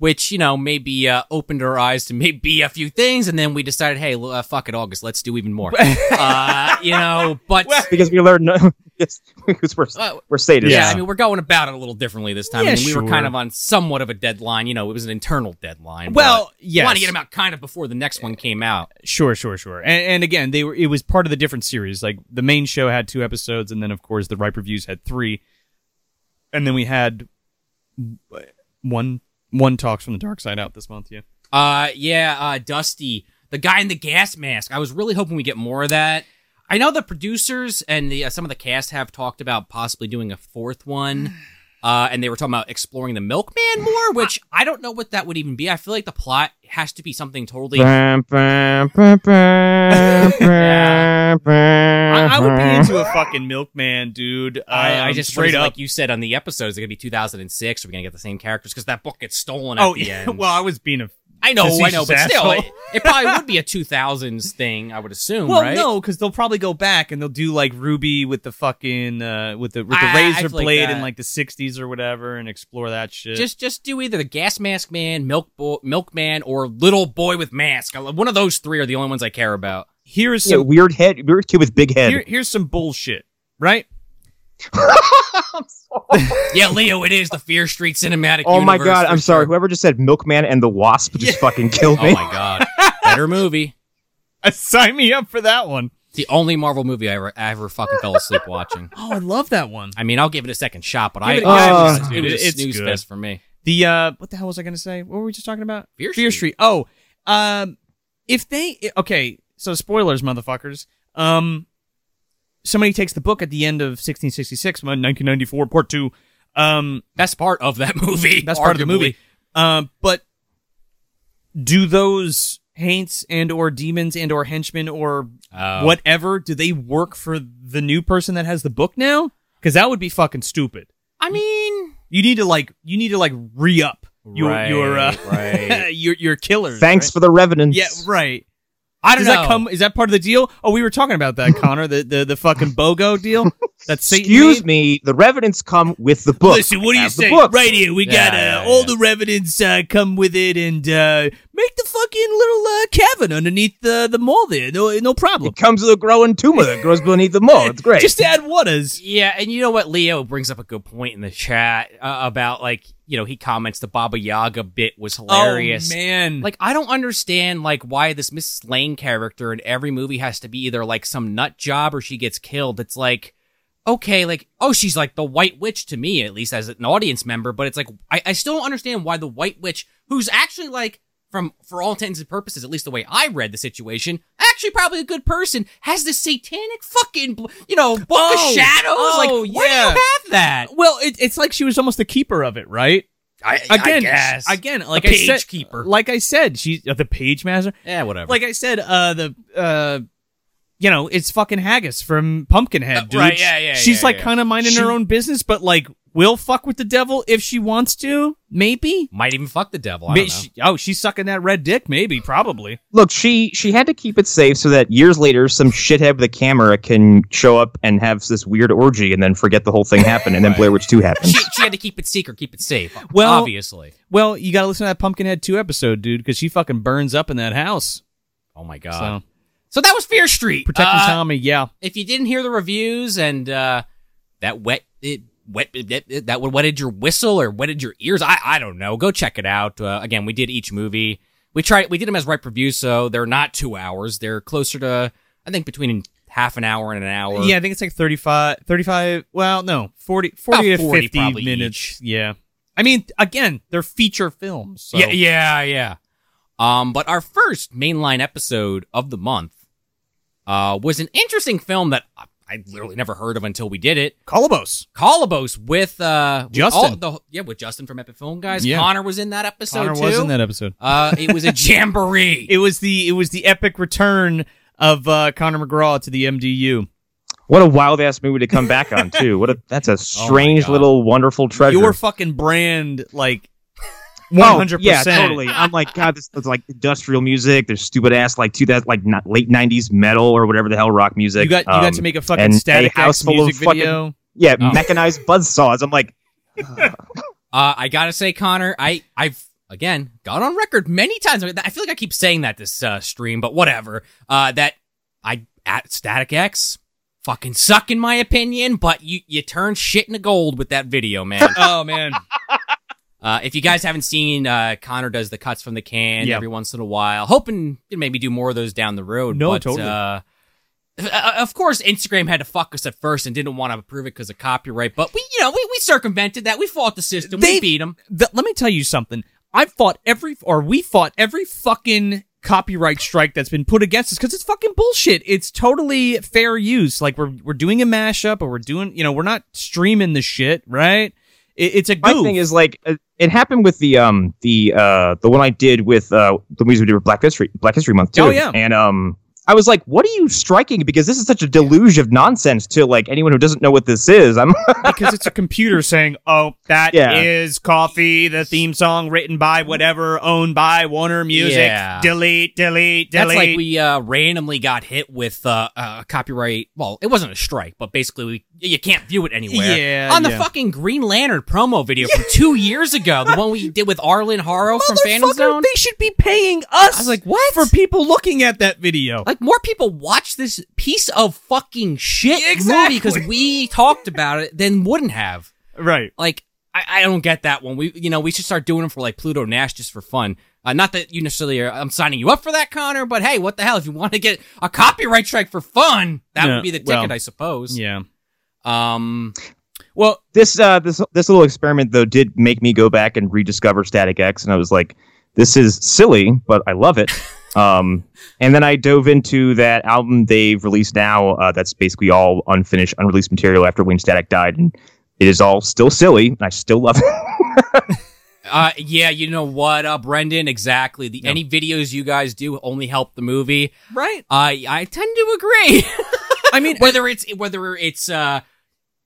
Speaker 1: which you know maybe uh, opened our eyes to maybe a few things, and then we decided, hey, l- uh, fuck it, August, let's do even more. uh, you know, but
Speaker 3: because we learned no, yes, because we're
Speaker 1: Uh,
Speaker 3: we're sadists.
Speaker 1: yeah, I mean, we're going about it a little differently this time.
Speaker 2: Yeah,
Speaker 1: I mean, we were
Speaker 2: sure.
Speaker 1: kind of on somewhat of a deadline. You know, it was an internal deadline.
Speaker 2: Well, yes.
Speaker 1: yeah,
Speaker 2: Eh,
Speaker 1: want to get them out kind of before the next one came out.
Speaker 2: Sure, sure, sure. And, and again, they were. It was part of the different series. Like the main show had two episodes, and then of course the Ripe Reviews had three, and then we had one one talks from the dark side out this month. Yeah.
Speaker 1: Uh, yeah, uh, Dusty, the guy in the gas mask. I was really hoping we get more of that. I know the producers and the, uh, some of the cast have talked about possibly doing a fourth one. Uh, and they were talking about exploring the milkman more, which I don't know what that would even be. I feel like the plot has to be something totally.
Speaker 2: I, I would be into a fucking milkman, dude.
Speaker 1: I, I
Speaker 2: Um,
Speaker 1: just
Speaker 2: straight up.
Speaker 1: like you said on the episode, it's gonna be 2006. Are we gonna get the same characters? Because that book gets stolen at
Speaker 2: oh
Speaker 1: the
Speaker 2: yeah.
Speaker 1: end.
Speaker 2: Well, I was being a.
Speaker 1: I know, I know, but
Speaker 2: facetious
Speaker 1: still, it,
Speaker 2: asshole.
Speaker 1: it probably would be a 2000s thing. I would assume,
Speaker 2: Well,
Speaker 1: right?
Speaker 2: no, because they'll probably go back and they'll do like Ruby with the fucking uh, with the with the
Speaker 1: I- I
Speaker 2: razor
Speaker 1: feel like
Speaker 2: blade
Speaker 1: that.
Speaker 2: in like the '60s or whatever, and explore that shit.
Speaker 1: Just just do either the gas mask man, milk bo- milkman, or little boy with mask. I love- One of those three are the only ones I care about.
Speaker 2: here is
Speaker 3: Yeah,
Speaker 2: some
Speaker 3: weird head, weird kid with big head.
Speaker 2: here, here's some bullshit, right?
Speaker 1: Yeah, Leo, it is the Fear Street cinematic.
Speaker 3: oh my
Speaker 1: universe
Speaker 3: god,
Speaker 1: for
Speaker 3: I'm sorry.
Speaker 1: sure.
Speaker 3: Whoever just said Milkman and the Wasp just fucking killed
Speaker 1: Oh
Speaker 3: me.
Speaker 1: my god, better movie.
Speaker 2: Uh, sign me up for that one.
Speaker 1: the only Marvel movie I ever, I ever fucking fell asleep watching.
Speaker 2: Oh, I love that one.
Speaker 1: I mean, I'll give it a second shot, but I,
Speaker 2: Give it a-
Speaker 1: I
Speaker 3: Uh,
Speaker 1: was, it was a
Speaker 2: it's
Speaker 1: snooze
Speaker 2: good.
Speaker 1: fest for me.
Speaker 2: The uh, what the hell was I going to say? What were we just talking about?
Speaker 1: Fear
Speaker 2: Fear
Speaker 1: Street.
Speaker 2: Street. Oh, um, if they i- okay, so spoilers, motherfuckers. Um, somebody takes the book at the end of 1666, my 1994, part two. Um,
Speaker 1: Best part of that movie.
Speaker 2: that's part of the
Speaker 1: arguably.
Speaker 2: movie. Um, but do those haints and or demons and or henchmen or
Speaker 1: Uh,
Speaker 2: whatever do they work for the new person that has the book now? Because that would be fucking stupid.
Speaker 1: I mean,
Speaker 2: You need to like you need to like re up your
Speaker 1: right,
Speaker 2: your uh,
Speaker 1: right.
Speaker 2: your your killers.
Speaker 3: Thanks for the revenants.
Speaker 2: Right? Yeah, right.
Speaker 1: I don't
Speaker 2: Does
Speaker 1: know.
Speaker 2: that come? Is that part of the deal? Oh, we were talking about that, Connor. The the, the fucking bogo deal. That's Satan
Speaker 3: Excuse
Speaker 2: made?
Speaker 3: me. The revenants come with the book.
Speaker 2: Listen, what do you
Speaker 3: Have the
Speaker 2: say?
Speaker 3: book.
Speaker 2: Right here, we
Speaker 1: Yeah,
Speaker 2: got uh,
Speaker 1: yeah,
Speaker 2: all
Speaker 1: yeah.
Speaker 2: the revenants uh, come with it, and uh, make the fucking little uh, cavern underneath the the mall there. No, no problem.
Speaker 3: It comes with a growing tumor that grows beneath the mole. It's great.
Speaker 2: Just add waters.
Speaker 1: Yeah, and you know what? Leo brings up a good point in the chat uh, about like you know he comments the Baba Yaga bit was hilarious.
Speaker 2: Oh man,
Speaker 1: Like I don't understand like why this Miss Lane character in every movie has to be either like some nut job or she gets killed. It's like okay, like oh she's like the White Witch to me at least as an audience member, but it's like I, I still don't understand why the White Witch, who's actually like from for all intents and purposes, at least the way I read the situation, actually probably a good person, has this satanic fucking bl- you know book
Speaker 2: Oh,
Speaker 1: of shadows.
Speaker 2: oh,
Speaker 1: like why
Speaker 2: yeah.
Speaker 1: do you have that?
Speaker 2: well, it, it's like she was almost the keeper of it, right?
Speaker 1: I,
Speaker 2: Again,
Speaker 1: guess.
Speaker 2: again, like
Speaker 1: The
Speaker 2: I said,
Speaker 1: page keeper.
Speaker 2: Like I said, she's uh, the page master.
Speaker 1: yeah, whatever.
Speaker 2: like I said, uh, the uh, you know, it's fucking Haggis from Pumpkinhead,
Speaker 1: Uh,
Speaker 2: dude.
Speaker 1: right, yeah, yeah,
Speaker 2: She's
Speaker 1: yeah,
Speaker 2: like
Speaker 1: yeah.
Speaker 2: kind of minding her
Speaker 3: She-
Speaker 2: own business, but like will fuck with the devil if she wants to, maybe.
Speaker 1: might even fuck the devil. I
Speaker 2: May-
Speaker 1: don't know.
Speaker 2: she- oh, she's sucking that red dick, maybe, probably.
Speaker 3: Look, she she had to keep it safe so that years later, some shithead with a camera can show up and have this weird orgy, and then forget the whole thing happened, and then Blair Witch Two happened.
Speaker 1: she, she had to keep it secret, keep it safe.
Speaker 2: Well-
Speaker 1: obviously.
Speaker 2: Well, you gotta listen to that Pumpkinhead two episode, dude, because she fucking burns up in that house.
Speaker 1: Oh my
Speaker 2: So
Speaker 1: god. So, that was Fear Street.
Speaker 2: protecting
Speaker 1: Uh,
Speaker 2: Tommy, yeah.
Speaker 1: If you didn't hear the reviews and uh, that wet it wet it, it- that would wetted your whistle or wetted your ears, I I don't know. Go check it out. Uh, again, we did each movie. We tried we did them as ripe reviews, so they're not two hours. They're closer to I think between half an hour and an hour.
Speaker 2: Yeah, I think it's like 35, 35 well, no, 40, 40
Speaker 1: About
Speaker 2: to
Speaker 1: 40
Speaker 2: 50
Speaker 1: probably
Speaker 2: minutes. Yeah. I mean, again, they're feature films. So.
Speaker 1: Yeah, yeah, yeah. Um, but our first mainline episode of the month uh, was an interesting film that I, I literally never heard of until we did it.
Speaker 2: Colobos.
Speaker 1: Colobos with uh, with
Speaker 2: Justin.
Speaker 1: all the, yeah, with Justin from Epic Film Guys.
Speaker 2: Yeah.
Speaker 1: Connor was in that episode
Speaker 2: Connor
Speaker 1: too.
Speaker 2: was in that episode.
Speaker 1: Uh, it was a jamboree.
Speaker 2: It was the it was the epic return of uh, Conor McGraw to the MDU.
Speaker 3: What a wild ass movie to come back on too. What a that's
Speaker 2: Oh
Speaker 3: a strange
Speaker 1: God.
Speaker 3: little wonderful treasure.
Speaker 2: Your fucking brand, like one
Speaker 3: Whoa,
Speaker 2: hundred
Speaker 3: yeah,
Speaker 2: percent.
Speaker 3: totally. I'm like, God, this is like industrial music. There's stupid ass like 2000 like not, late 90s metal or whatever the hell rock music.
Speaker 2: You got you
Speaker 3: Um,
Speaker 2: got to make a fucking
Speaker 3: and a
Speaker 2: static
Speaker 3: house
Speaker 2: house
Speaker 3: full of
Speaker 2: music
Speaker 3: fucking-
Speaker 2: video.
Speaker 3: yeah
Speaker 1: Oh.
Speaker 3: mechanized buzz saws. I'm like,
Speaker 1: Uh, I gotta say, Connor, I I've again got on record many times. I feel like I keep saying that this uh, stream, but whatever. Uh, that I at Static X fucking suck in my opinion, but you you turn shit into gold with that video, man.
Speaker 2: Oh man,
Speaker 1: uh, if you guys haven't seen, uh, Connor does the cuts from the can
Speaker 2: Yeah.
Speaker 1: every once in a while, hoping to maybe do more of those down the road.
Speaker 2: No,
Speaker 1: but,
Speaker 2: totally.
Speaker 1: Uh, uh, of course, Instagram had to fuck us at first and didn't want to approve it because of copyright. But we, you know, we, we circumvented that. We fought the system.
Speaker 2: They-
Speaker 1: we beat them.
Speaker 2: Th- let me tell you something. I fought every or we fought every fucking copyright strike that's been put against us because it's fucking bullshit. It's totally fair use. Like we're we're doing a mashup or we're doing you know we're not streaming the shit right. It, it's a
Speaker 3: my
Speaker 2: goof.
Speaker 3: thing is like, uh, it happened with the um the uh the one I did with uh the movies we did with Black History Black History Month too.
Speaker 2: Oh, yeah.
Speaker 3: and um. I was like, "What are you striking?" Because this is such a deluge of nonsense to like anyone who doesn't know what this is. I'm
Speaker 2: because it's a computer saying, "Oh, that is
Speaker 3: Yeah.
Speaker 2: coffee." The theme song written by whatever, owned by Warner Music.
Speaker 1: Yeah.
Speaker 2: Delete, delete, delete.
Speaker 1: That's like we uh, randomly got hit with uh, uh, copyright. Well, it wasn't a strike, but basically, we, you can't view it anywhere.
Speaker 2: Yeah,
Speaker 1: On the
Speaker 2: yeah.
Speaker 1: fucking Green Lantern promo video from two years ago, the one we did with Arlen Haro from Phantom
Speaker 2: Motherfucker,
Speaker 1: Zone.
Speaker 2: They should be paying us.
Speaker 1: I was like, what?
Speaker 2: for people looking at that video?
Speaker 1: like more people watch this piece of fucking shit
Speaker 2: Exactly.
Speaker 1: movie because we talked about it than wouldn't have.
Speaker 2: right.
Speaker 1: Like, I, I don't get that one. We, you know, we should start doing them for like Pluto Nash just for fun. Uh, not that you necessarily are, I'm signing you up for that, Connor, but hey, what the hell? If you want to get a copyright strike for fun, that
Speaker 2: Yeah,
Speaker 1: would be the ticket,
Speaker 2: well,
Speaker 1: I suppose.
Speaker 2: Yeah.
Speaker 1: Um,
Speaker 2: Well,
Speaker 3: This uh, this this little experiment though did make me go back and rediscover Static X, and I was like, "This is silly, but I love it." um, and then I dove into that album they've released now. Uh, that's basically all unfinished, unreleased material after Wayne Static died, and it is all still silly, and I still love it.
Speaker 1: Uh, yeah, you know what, uh, Brendan? Exactly. The any videos you guys do only help the movie.
Speaker 2: right.
Speaker 1: I I tend to agree.
Speaker 2: I mean,
Speaker 1: whether it's whether it's uh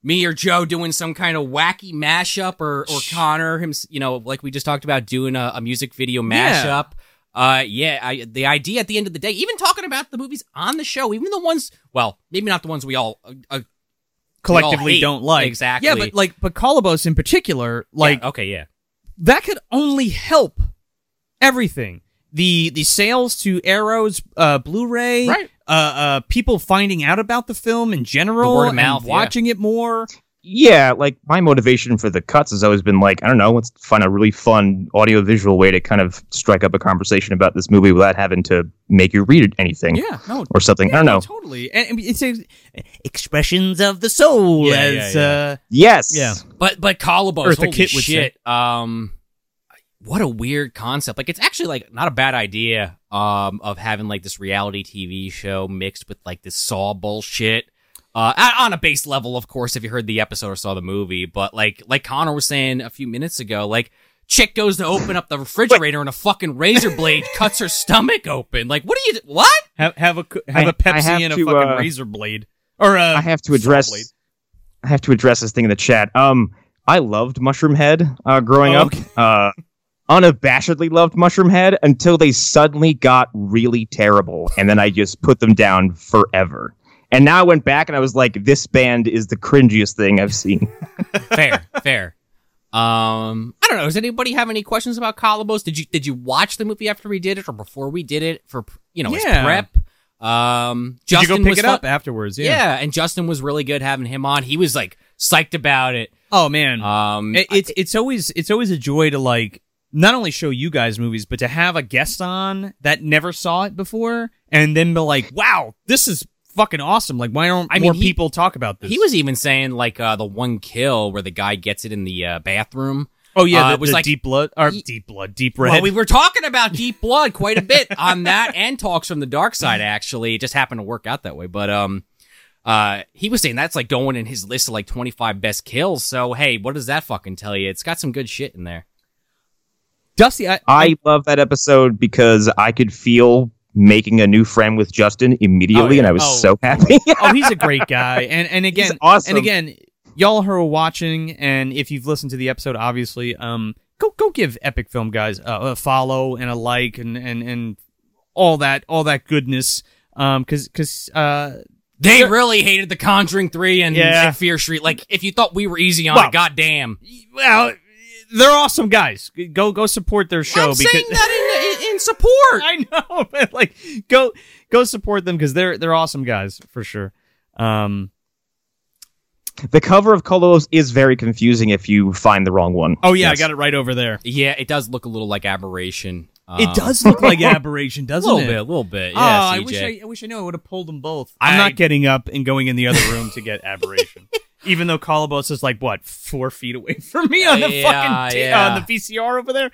Speaker 1: me or Joe doing some kind of wacky mashup, or or Connor him, you know, like we just talked about doing a, a music video
Speaker 2: Yeah.
Speaker 1: mashup. Uh, yeah, I, the idea at the end of the day, even talking about the movies on the show, even the ones, well, maybe not the ones we all uh, uh,
Speaker 2: collectively
Speaker 1: hate.
Speaker 2: don't like
Speaker 1: Exactly.
Speaker 2: Yeah, but like, but Colobos in particular, like
Speaker 1: yeah, okay, yeah,
Speaker 2: that could only help everything. The the sales to Arrow's uh, Blu-ray,
Speaker 1: Right.
Speaker 2: Uh, uh, people finding out about the film in general,
Speaker 1: The word of
Speaker 2: and
Speaker 1: mouth, yeah.
Speaker 2: watching it more.
Speaker 3: yeah, like my motivation for the cuts has always been like, I don't know, let's find a really fun audiovisual way to kind of strike up a conversation about this movie without having to make you read anything
Speaker 2: Yeah, no,
Speaker 3: or something. I don't know.
Speaker 2: totally. And, and it's it's expressions of the soul
Speaker 1: Yeah,
Speaker 2: as
Speaker 1: yeah, yeah.
Speaker 2: uh,
Speaker 3: Yes.
Speaker 2: Yeah.
Speaker 1: but but Colobos,
Speaker 2: Eartha
Speaker 1: holy
Speaker 2: Kitt would
Speaker 1: shit. Um, what a weird concept. Like it's actually like not a bad idea. Um, of having like this reality TV show mixed with like this Saw bullshit. Uh, a- on a base level, of course, if you heard the episode or saw the movie, but like like Connor was saying a few minutes ago, like chick goes to open up the refrigerator and a fucking razor blade cuts her stomach open. Like, what are you? What?
Speaker 2: have have a have
Speaker 3: I-
Speaker 2: a
Speaker 3: I
Speaker 2: Pepsi
Speaker 3: have
Speaker 2: and a
Speaker 3: to,
Speaker 2: fucking
Speaker 3: uh,
Speaker 2: razor blade or uh,
Speaker 3: I have to address.
Speaker 2: Blade.
Speaker 3: I have to address this thing in the chat. Um, I loved Mushroom Head uh, growing
Speaker 2: Oh,
Speaker 3: up. Uh, unabashedly loved Mushroom Head until they suddenly got really terrible, and then I just put them down forever. And now I went back and I was like, this band is the cringiest thing I've seen.
Speaker 1: fair, fair. Um, I don't know. Does anybody have any questions about Colobos? Did you did you watch the movie after we did it or before we did it for you know
Speaker 2: Yeah.
Speaker 1: as prep? Um,
Speaker 2: Did you
Speaker 1: Justin
Speaker 2: go pick
Speaker 1: was
Speaker 2: it
Speaker 1: fun-
Speaker 2: up afterwards?
Speaker 1: Yeah. and Justin was really good having him on. He was like psyched about it.
Speaker 2: Oh man,
Speaker 1: Um,
Speaker 2: It- it's it's always it's always a joy to like not only show you guys movies, but to have a guest on that never saw it before, and then be like, "Wow, this is fucking awesome!" Like, why don't
Speaker 1: I mean,
Speaker 2: more
Speaker 1: he-
Speaker 2: people talk about this?
Speaker 1: he was even saying like uh, the one kill where the guy gets it in the uh, bathroom.
Speaker 2: oh yeah,
Speaker 1: uh,
Speaker 2: the,
Speaker 1: it was
Speaker 2: the
Speaker 1: like-
Speaker 2: deep blood or
Speaker 1: he-
Speaker 2: deep blood, deep red.
Speaker 1: Well, we were talking about Deep Blood quite a bit on that and Talks from the Dark Side, actually. It just happened to work out that way. But um uh he was saying that's like going in his list of like twenty five best kills. So hey, what does that fucking tell you? It's got some good shit in there.
Speaker 2: Dusty, I, oh,
Speaker 3: I love that episode because I could feel making a new friend with Justin immediately,
Speaker 2: yeah.
Speaker 3: and I was
Speaker 2: Oh.
Speaker 3: so happy.
Speaker 2: oh, he's a great guy, and and again,
Speaker 3: He's awesome.
Speaker 2: and again, y'all who are watching, and if you've listened to the episode, obviously, um, go go give Epic Film guys a, a follow and a like, and and and all that all that goodness, um, because because uh.
Speaker 1: They really hated the Conjuring Three and,
Speaker 2: Yeah.
Speaker 1: and Fear Street. Like if you thought we were easy on
Speaker 2: Well,
Speaker 1: it, goddamn.
Speaker 2: well, they're awesome guys. Go go support their show
Speaker 1: I'm
Speaker 2: because
Speaker 1: saying that in, in, in support.
Speaker 2: I know, but like go go support them because they're they're awesome guys for sure. Um,
Speaker 3: the cover of Colos is very confusing if you find the wrong one.
Speaker 2: oh yeah,
Speaker 3: Yes.
Speaker 2: I got it right over there.
Speaker 1: Yeah, it does look a little like aberration. Um,
Speaker 2: it does look like aberration,
Speaker 1: a
Speaker 2: doesn't
Speaker 1: little
Speaker 2: it?
Speaker 1: bit, a little bit. Yeah,
Speaker 2: oh, I
Speaker 1: CJ.
Speaker 2: wish I, I wish I know I would have pulled them both. I'm
Speaker 1: I-
Speaker 2: not getting up and going in the other room to get aberration. Even though Colobos is like what four feet away from me on the
Speaker 1: Yeah,
Speaker 2: fucking t-
Speaker 1: yeah.
Speaker 2: on the VCR over there,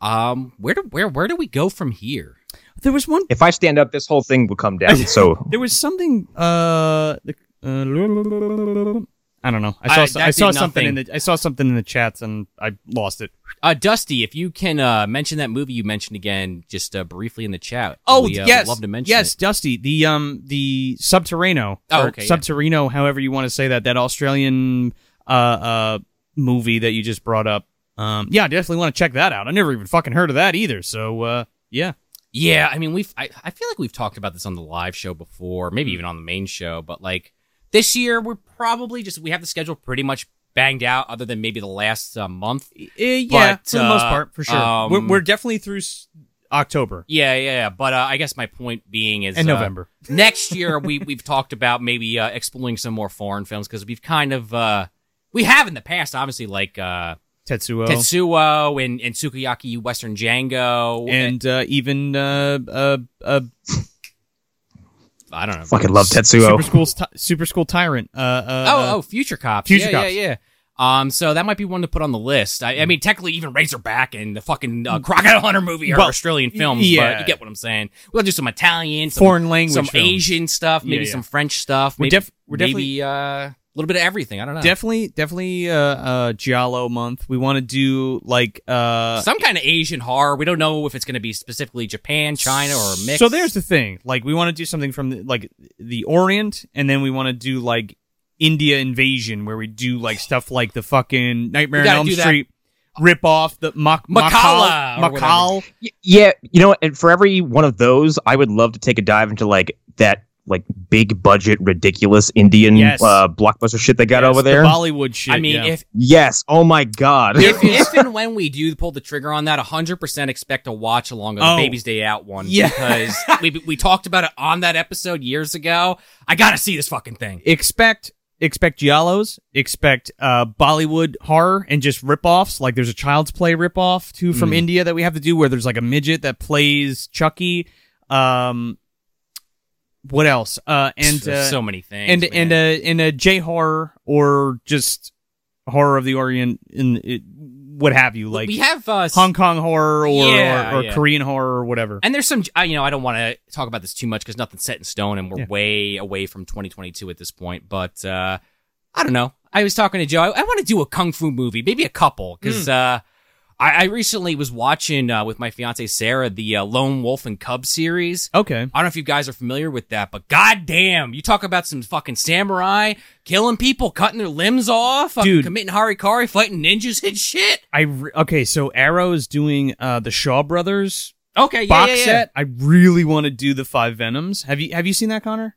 Speaker 1: um where do where where do we go from here?
Speaker 2: there was one
Speaker 3: If I stand up, this whole thing will come down. So
Speaker 2: There was something. Uh, the, uh I don't know. I saw.
Speaker 1: I-
Speaker 2: so-
Speaker 1: that
Speaker 2: I, saw
Speaker 1: did
Speaker 2: something in
Speaker 1: nothing.
Speaker 2: the. I saw something in the chats and I lost it.
Speaker 1: Uh, Dusty, if you can uh, mention that movie you mentioned again, just uh, briefly in the chat. we, uh, would love to mention
Speaker 2: Oh, yes,
Speaker 1: it.
Speaker 2: Dusty. The um, the Subterrano.
Speaker 1: Oh,
Speaker 2: or
Speaker 1: okay, yeah.
Speaker 2: Subterrano, however you want to say that. That Australian uh uh movie that you just brought up. Um, yeah, I definitely want to check that out. I never even fucking heard of that either. So uh, yeah.
Speaker 1: Yeah, I mean we've. I, I feel like we've talked about this on the live show before, maybe
Speaker 2: Hmm.
Speaker 1: even on the main show. But like this year, we're probably just we have the schedule pretty much banged out, other than maybe the last uh, month.
Speaker 2: Eh, yeah,
Speaker 1: But,
Speaker 2: for the most
Speaker 1: uh,
Speaker 2: part, for sure.
Speaker 1: um,
Speaker 2: we're, we're definitely through s- October
Speaker 1: Yeah, yeah. yeah. But uh, I guess my point being is
Speaker 2: and
Speaker 1: uh,
Speaker 2: November.
Speaker 1: next year we we've talked about maybe uh, exploring some more foreign films because we've kind of uh, we have in the past obviously like uh,
Speaker 2: Tetsuo.
Speaker 1: Tetsuo and, and Sukiyaki Western Django.
Speaker 2: and uh, even uh, uh, uh,
Speaker 1: I don't know.
Speaker 3: Fucking love
Speaker 2: super
Speaker 3: Tetsuo.
Speaker 2: school super school tyrant. Uh, uh,
Speaker 1: oh, oh, Future Cops.
Speaker 2: Future
Speaker 1: yeah,
Speaker 2: Cops.
Speaker 1: yeah, yeah. Um, so that might be one to put on the list. I, I mean, technically, even Razorback and the fucking uh, Crocodile Hunter movie are
Speaker 2: Mm. Well,
Speaker 1: Australian
Speaker 2: y-
Speaker 1: films, but
Speaker 2: yeah.
Speaker 1: you get what I'm saying. We'll do some Italian, some,
Speaker 2: foreign language,
Speaker 1: some
Speaker 2: films.
Speaker 1: Asian stuff, maybe
Speaker 2: Yeah, yeah.
Speaker 1: some French stuff,
Speaker 2: We're
Speaker 1: maybe,
Speaker 2: def- we're
Speaker 1: maybe uh, a little bit of everything. I don't know.
Speaker 2: Definitely, definitely, uh, uh, Giallo month. We want to do like uh,
Speaker 1: some kind of Asian horror. We don't know if it's going to be specifically Japan, China, or a mix.
Speaker 2: So there's the thing. Like we want to do something from the, like the Orient, and then we want to do like India invasion, where we do like stuff like the fucking Nightmare on
Speaker 1: We gotta
Speaker 2: Elm
Speaker 1: do that.
Speaker 2: Street, rip off the Mak-
Speaker 1: Makala or
Speaker 2: Makal, Makal.
Speaker 3: Y- Yeah, you know, what, and for every one of those, I would love to take a dive into like that like big budget ridiculous Indian
Speaker 2: Yes.
Speaker 3: uh, blockbuster shit they got
Speaker 2: Yes,
Speaker 3: over
Speaker 2: the
Speaker 3: there.
Speaker 2: Bollywood shit.
Speaker 1: I mean,
Speaker 2: yeah.
Speaker 1: if
Speaker 3: yes. Oh my god.
Speaker 1: if, if and when we do pull the trigger on that, 100% expect to watch along of the
Speaker 2: Oh.
Speaker 1: Baby's Day Out one.
Speaker 2: Yeah.
Speaker 1: Because we, we talked about it on that episode years ago. I got to see this fucking thing.
Speaker 2: expect expect giallos, expect uh, Bollywood horror, and just ripoffs. Like there's a Child's Play ripoff too from
Speaker 1: Mm.
Speaker 2: India that we have to do, where there's like a midget that plays Chucky. Um, what else? Uh, and
Speaker 1: There's
Speaker 2: uh,
Speaker 1: so many things.
Speaker 2: and
Speaker 1: man.
Speaker 2: and uh, a and a J horror or just horror of the Orient and it, what have you, like
Speaker 1: we have. Uh, s-
Speaker 2: Hong Kong horror or
Speaker 1: Yeah,
Speaker 2: or, or
Speaker 1: yeah.
Speaker 2: Korean horror or whatever.
Speaker 1: and there's some, I you know, I don't want to talk about this too much because nothing's set in stone and we're
Speaker 2: Yeah.
Speaker 1: way away from 2022 at this point. But uh, I don't know. I was talking to Joe. I, I want to do a kung fu movie, maybe a couple,
Speaker 2: Hmm.
Speaker 1: because uh, I, I recently was watching uh, with my fiance Sarah the uh, Lone Wolf and Cub series.
Speaker 2: Okay.
Speaker 1: I don't know if you guys are familiar with that, but goddamn, you talk about some fucking samurai killing people, cutting their limbs off, fucking
Speaker 2: Dude.
Speaker 1: committing harikari, fighting ninjas and shit.
Speaker 2: I re- okay, so Arrow's doing uh the Shaw Brothers
Speaker 1: Okay, yeah,
Speaker 2: box
Speaker 1: yeah, yeah.
Speaker 2: set. I really want to do the Five Venoms. Have you have you seen that, Connor?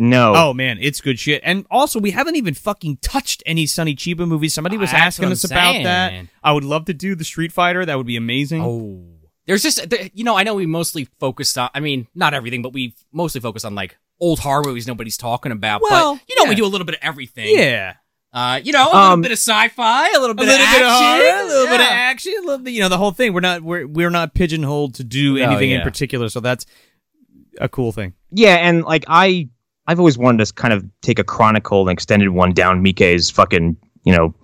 Speaker 3: no.
Speaker 2: Oh. man, it's good shit. And also, we haven't even fucking touched any Sonny Chiba movies. Somebody was
Speaker 1: Ah, That's
Speaker 2: asking
Speaker 1: what
Speaker 2: us
Speaker 1: I'm
Speaker 2: about that.
Speaker 1: saying.
Speaker 2: I would love to do the Street Fighter. That would be amazing.
Speaker 1: Oh, there's just th- you know, I know we mostly focused on. I mean, not everything, but we mostly focus on like old horror movies nobody's talking about.
Speaker 2: Well,
Speaker 1: but you know, we
Speaker 2: yeah.
Speaker 1: do a little bit of everything.
Speaker 2: yeah.
Speaker 1: uh, you know, a little
Speaker 3: Um,
Speaker 1: bit of sci-fi, a little
Speaker 2: a
Speaker 1: bit
Speaker 2: little
Speaker 1: of
Speaker 2: bit of
Speaker 1: action,
Speaker 2: horror, a little bit of
Speaker 1: yeah.
Speaker 2: action, a little bit, you know, the whole thing. We're not we're we're not pigeonholed to do
Speaker 1: No,
Speaker 2: anything in
Speaker 1: Oh, yeah.
Speaker 2: particular, so that's a cool thing.
Speaker 3: Yeah, and like I, I've always wanted to kind of take a chronicle, an extended one down Mike's fucking you know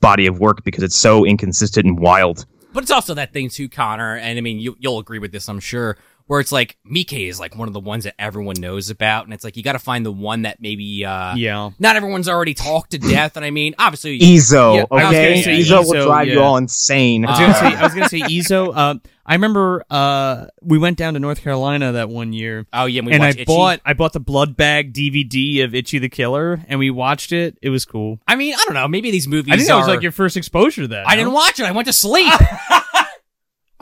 Speaker 3: body of work because it's so inconsistent and wild.
Speaker 1: But it's also that thing too, Connor, and I mean you you'll agree with this, I'm sure, where it's like Mike is like one of the ones that everyone knows about, and it's like you gotta find the one that maybe uh
Speaker 2: yeah. E
Speaker 1: not everyone's already talked to death, and I mean obviously
Speaker 3: Izzo,
Speaker 2: Yeah, I was
Speaker 3: okay,
Speaker 1: gonna say
Speaker 3: Izzo will
Speaker 2: Izzo,
Speaker 3: drive you
Speaker 2: yeah.
Speaker 3: all insane.
Speaker 2: I was gonna say I was gonna say Ezo. Uh, I remember uh, we went down to North Carolina that one year,
Speaker 1: Oh yeah, and we
Speaker 2: and I
Speaker 1: watched Itchy.
Speaker 2: bought I bought the Blood Bag DVD of Itchy the Killer, and we watched it. It was cool.
Speaker 1: I mean, I don't know, maybe these movies
Speaker 2: I think that was
Speaker 1: are-
Speaker 2: like your first exposure to that.
Speaker 1: I
Speaker 2: huh?
Speaker 1: didn't watch it, I went to sleep.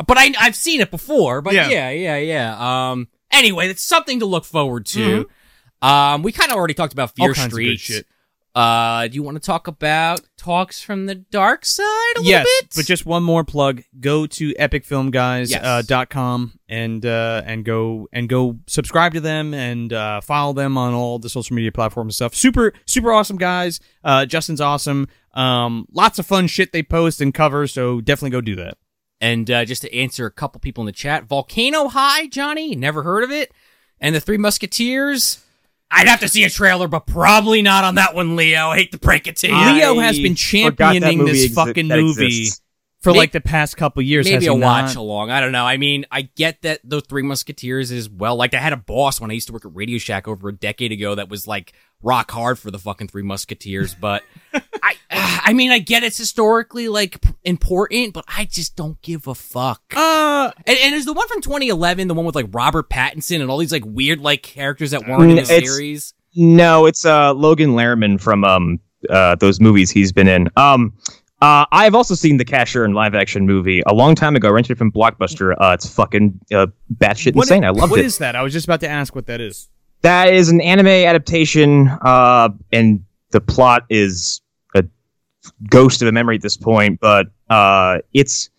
Speaker 1: but I I've seen it before, but yeah,
Speaker 2: Yeah.
Speaker 1: yeah, yeah. Um anyway, that's something to look forward to. Um we kinda already talked about
Speaker 2: Mm-hmm. All
Speaker 1: Fear
Speaker 2: kinds of good
Speaker 1: Street.
Speaker 2: shit.
Speaker 1: Uh do you want to talk about talks from the dark side a
Speaker 2: yes,
Speaker 1: little bit?
Speaker 2: but just one more plug. Go to epicfilmguys.com
Speaker 1: Yes.
Speaker 2: uh, dot com and uh, and go and go subscribe to them and uh, follow them on all the social media platforms and stuff. Super super awesome guys. Uh, Justin's awesome. Um, lots of fun shit they post and cover. So definitely go do that.
Speaker 1: And uh, just to answer a couple people in the chat, Volcano High, Johnny, never heard of it. And the Three Musketeers, I'd have to see a trailer, but probably not on that one, Leo. I hate to break it to you.
Speaker 2: I- Leo has been
Speaker 3: Uh, forgot that
Speaker 2: championing
Speaker 3: movie
Speaker 2: this
Speaker 3: exi-
Speaker 2: fucking
Speaker 3: that
Speaker 2: movie.
Speaker 3: exists.
Speaker 2: For
Speaker 1: May-
Speaker 2: like the past couple years, has
Speaker 1: Maybe
Speaker 2: he
Speaker 1: a
Speaker 2: not?
Speaker 1: watch along. I don't know. I mean, I get that the Three Musketeers is well. Like, I had a boss when I used to work at Radio Shack over a decade ago that was like rock hard for the fucking Three Musketeers. But I, I mean, I get it's historically like p- important, but I just don't give a fuck.
Speaker 2: Uh,
Speaker 1: And, and is the one from 2011 the one with like Robert Pattinson and all these like weird like characters that weren't in the
Speaker 3: Mm, it's-
Speaker 1: series?
Speaker 3: No, it's uh, Logan Lerman from um, uh, those movies he's been in. Um, uh, I've also seen the Casher in live action movie a long time ago. I rented it from Blockbuster. Uh, it's fucking uh, batshit
Speaker 2: what
Speaker 3: insane. I loved
Speaker 2: what
Speaker 3: it.
Speaker 2: is that? I was just about to ask what that is.
Speaker 3: that is an anime adaptation, uh, and the plot is a ghost of a memory at this point, but uh, it's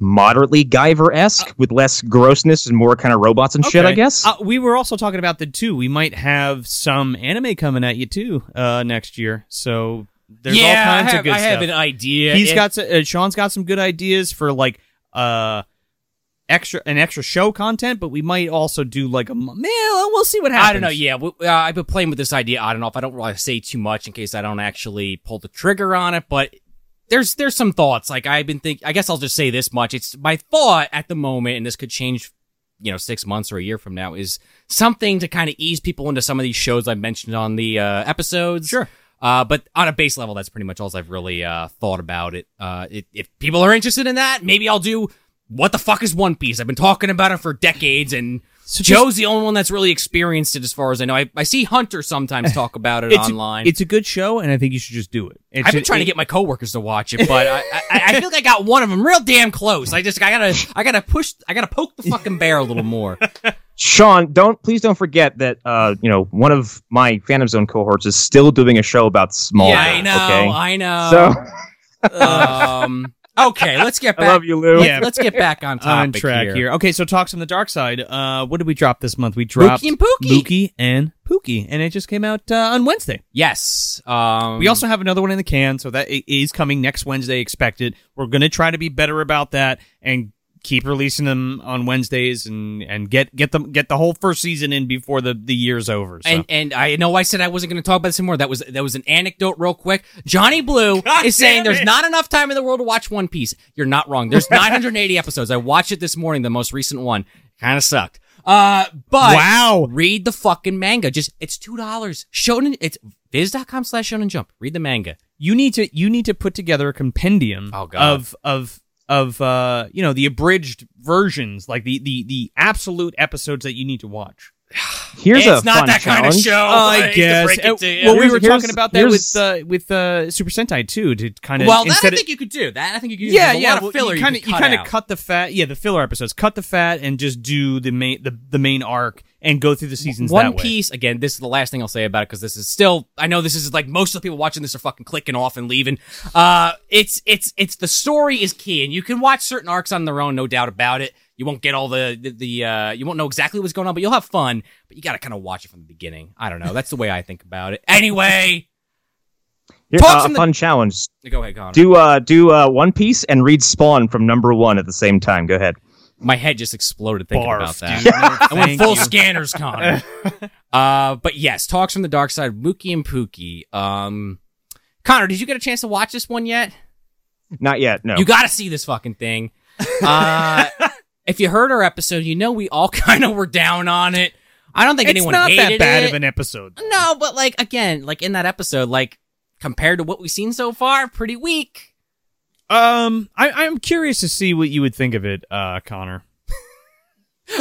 Speaker 3: moderately Guyver esque with less grossness and more kind of robots and shit. I
Speaker 2: Okay.
Speaker 3: guess.
Speaker 2: Uh, we were also talking about the two. We might have some anime coming at you too uh, next year. So There's
Speaker 1: yeah,
Speaker 2: all kinds
Speaker 1: I have,
Speaker 2: of good
Speaker 1: I
Speaker 2: stuff.
Speaker 1: have an idea.
Speaker 2: He's
Speaker 1: It-
Speaker 2: got s- uh, Sean's got some good ideas for like uh extra an extra show content, but we might also do like a mo- man. We'll we'll see what happens.
Speaker 1: I don't know. Yeah, we, uh, I've been playing with this idea on and off. I don't want to say too much in case I don't actually pull the trigger on it, but there's there's some thoughts. Like I've been think. I guess I'll just say this much. It's my thought at the moment, and this could change, you know, six months or a year from now. Is something to kind of ease people into some of these shows I mentioned on the uh, episodes.
Speaker 2: Sure.
Speaker 1: Uh, but on a base level, that's pretty much all I've really uh, thought about it. Uh, it. If people are interested in that, maybe I'll do. What the fuck is One Piece? I've been talking about it for decades, and
Speaker 2: So just-
Speaker 1: Joe's the only one that's really experienced it, as far as I know. I, I see Hunter sometimes talk about it
Speaker 2: It's-
Speaker 1: online.
Speaker 2: It's a good show, and I think you should just do it. It's
Speaker 1: I've been
Speaker 2: ju-
Speaker 1: trying to
Speaker 2: it-
Speaker 1: get my coworkers to watch it, but I, I, I feel like I got one of them real damn close. I just I gotta I gotta push I gotta poke the fucking bear a little more.
Speaker 3: Sean, don't please don't forget that uh, you know one of my Phantom Zone cohorts is still doing a show about small.
Speaker 1: yeah, I know, Uh,
Speaker 3: Okay?
Speaker 1: I know.
Speaker 3: so
Speaker 1: um, okay, let's get
Speaker 3: I
Speaker 1: back.
Speaker 3: love you, Lou.
Speaker 1: Let's, let's get back on topic
Speaker 2: on track here. Okay, so talks from the dark side. Uh, what did we drop this month? We dropped
Speaker 1: and Pookie.
Speaker 2: Mookie and Pookie, and it just came out uh, on Wednesday.
Speaker 1: Yes. Um,
Speaker 2: We also have another one in the can, so that i- is coming next Wednesday. Expect it. We're gonna try to be better about that and keep releasing them on Wednesdays and and get get them get the whole first season in before the the year's over. So.
Speaker 1: And and I know I said I wasn't going to talk about this anymore. That was that was an anecdote, real quick. Johnny Blue is saying there's not enough time in the world to watch One Piece. You're not wrong. There's 980 episodes. I watched it this morning, the most recent one. Kind of sucked. Uh, but
Speaker 2: wow,
Speaker 1: read the fucking manga. Just it's two dollars. Shonen. It's viz.com slash Shonen Jump. Read the manga.
Speaker 2: you need to you need to put together a compendium
Speaker 1: Oh, God.
Speaker 2: of of of uh you know the abridged versions like the the the absolute episodes that you need to watch.
Speaker 3: Here's a
Speaker 1: it's not
Speaker 3: fun
Speaker 1: that kind of
Speaker 3: challenge.
Speaker 1: show. hate
Speaker 2: Oh, I
Speaker 1: Oh, to
Speaker 2: guess.
Speaker 1: break it
Speaker 2: Uh,
Speaker 1: to you.
Speaker 2: well, we
Speaker 3: Here's-
Speaker 2: were
Speaker 3: here's-
Speaker 2: talking about that with
Speaker 3: here's-
Speaker 2: uh, with uh, Super Sentai too, to kind of
Speaker 1: well, that I
Speaker 2: instead of-
Speaker 1: think you could do. That I think you could. do.
Speaker 2: yeah,
Speaker 1: There's a
Speaker 2: yeah.
Speaker 1: lot of
Speaker 2: well,
Speaker 1: filler
Speaker 2: you kind of
Speaker 1: could
Speaker 2: you
Speaker 1: cut
Speaker 2: kind of
Speaker 1: out.
Speaker 2: cut the fat. Yeah, the filler episodes. Cut the fat and just do the main the, the main arc and go through the seasons.
Speaker 1: One
Speaker 2: that way.
Speaker 1: Piece again. This is the last thing I'll say about it because this is still. I know this is like most of the people watching this are fucking clicking off and leaving. Uh, it's it's it's the story is key, and you can watch certain arcs on their own, no doubt about it. You won't get all the the, the uh, you won't know exactly what's going on, but you'll have fun. But you got to kind of watch it from the beginning. I don't know. That's the way I think about it. Anyway,
Speaker 3: Here's
Speaker 1: Talks
Speaker 3: uh,
Speaker 1: in
Speaker 3: a
Speaker 1: the-
Speaker 3: fun challenge.
Speaker 1: go ahead, Connor.
Speaker 3: Do uh do uh One Piece and read Spawn from number one at the same time. Go ahead.
Speaker 1: My head just exploded thinking
Speaker 2: Barf,
Speaker 1: about that.
Speaker 2: dude. No,
Speaker 1: I went
Speaker 2: thank
Speaker 1: full
Speaker 2: you.
Speaker 1: scanners, Connor. uh, but yes, talks from the dark side, Mookie and Pookie. Um, Connor, did you get a chance to watch this one yet?
Speaker 3: Not yet. No.
Speaker 1: You got to see this fucking thing. Uh, if you heard our episode, you know we all kind of were down on it. I don't think
Speaker 2: It's
Speaker 1: anyone
Speaker 2: not
Speaker 1: hated
Speaker 2: that bad
Speaker 1: it.
Speaker 2: of an episode.
Speaker 1: no, but like again, like in that episode, like compared to what we've seen so far, pretty weak.
Speaker 2: Um, I, I'm curious to see what you would think of it, uh, Connor.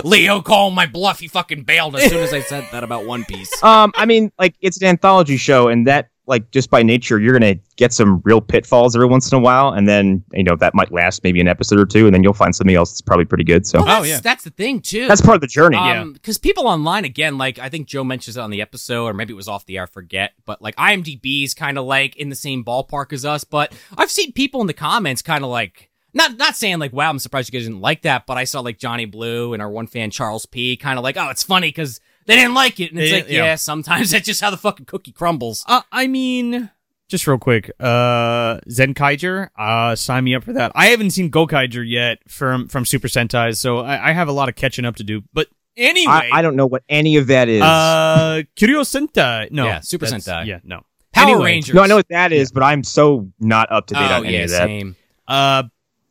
Speaker 1: Leo called my bluff. He fucking bailed as soon as I said that about One Piece.
Speaker 3: um, I mean, like it's an anthology show, and that like just by nature, you're gonna get some real pitfalls every once in a while, and then you know that might last maybe an episode or two, and then you'll find something else that's probably pretty good. So
Speaker 1: Well, that's,
Speaker 2: Oh, yeah.
Speaker 1: that's the thing too.
Speaker 3: that's part of the journey.
Speaker 1: Um 'cause
Speaker 2: yeah.
Speaker 1: Because people online, again, like I think Joe mentions it on the episode, or maybe it was off the air, I forget. But like IMDb is kind of like in the same ballpark as us. But I've seen people in the comments kind of like not not saying like, "Wow, I'm surprised you guys didn't like that." But I saw like Johnny Blue and our one fan Charles P. kind of like, "Oh, it's funny because they didn't like it," and it's
Speaker 2: Yeah,
Speaker 1: like, yeah.
Speaker 2: yeah.
Speaker 1: sometimes that's just how the fucking cookie crumbles.
Speaker 2: Uh, I mean, just real quick, uh, Zenkaiger, uh, sign me up for that. I haven't seen Gokaiger yet from from Super Sentai, so I, I have a lot of catching up to do. But
Speaker 1: uh,
Speaker 2: anyway,
Speaker 3: I, I don't know what any of that is.
Speaker 2: uh, Curio Sentai, no,
Speaker 1: Yeah, Super
Speaker 2: that's-
Speaker 1: Sentai.
Speaker 2: yeah, no,
Speaker 1: Power
Speaker 2: Anyway,
Speaker 1: Rangers.
Speaker 3: no, I know what that is, but I'm so not up to date
Speaker 1: Oh
Speaker 3: on any
Speaker 1: yeah,
Speaker 3: of that.
Speaker 1: same.
Speaker 2: Uh,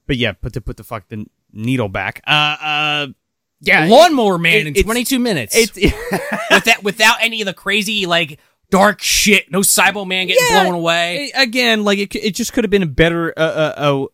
Speaker 2: but yeah, put the put the fuck the needle back. Uh, uh, yeah,
Speaker 1: Lawnmower Man
Speaker 2: it-
Speaker 1: in
Speaker 2: it's-
Speaker 1: 22 minutes.
Speaker 2: it's
Speaker 1: with that without any of the crazy like dark shit. No Cyberman getting
Speaker 2: Yeah,
Speaker 1: blown away.
Speaker 2: again like it, c- it just could have been a better uh, uh, uh,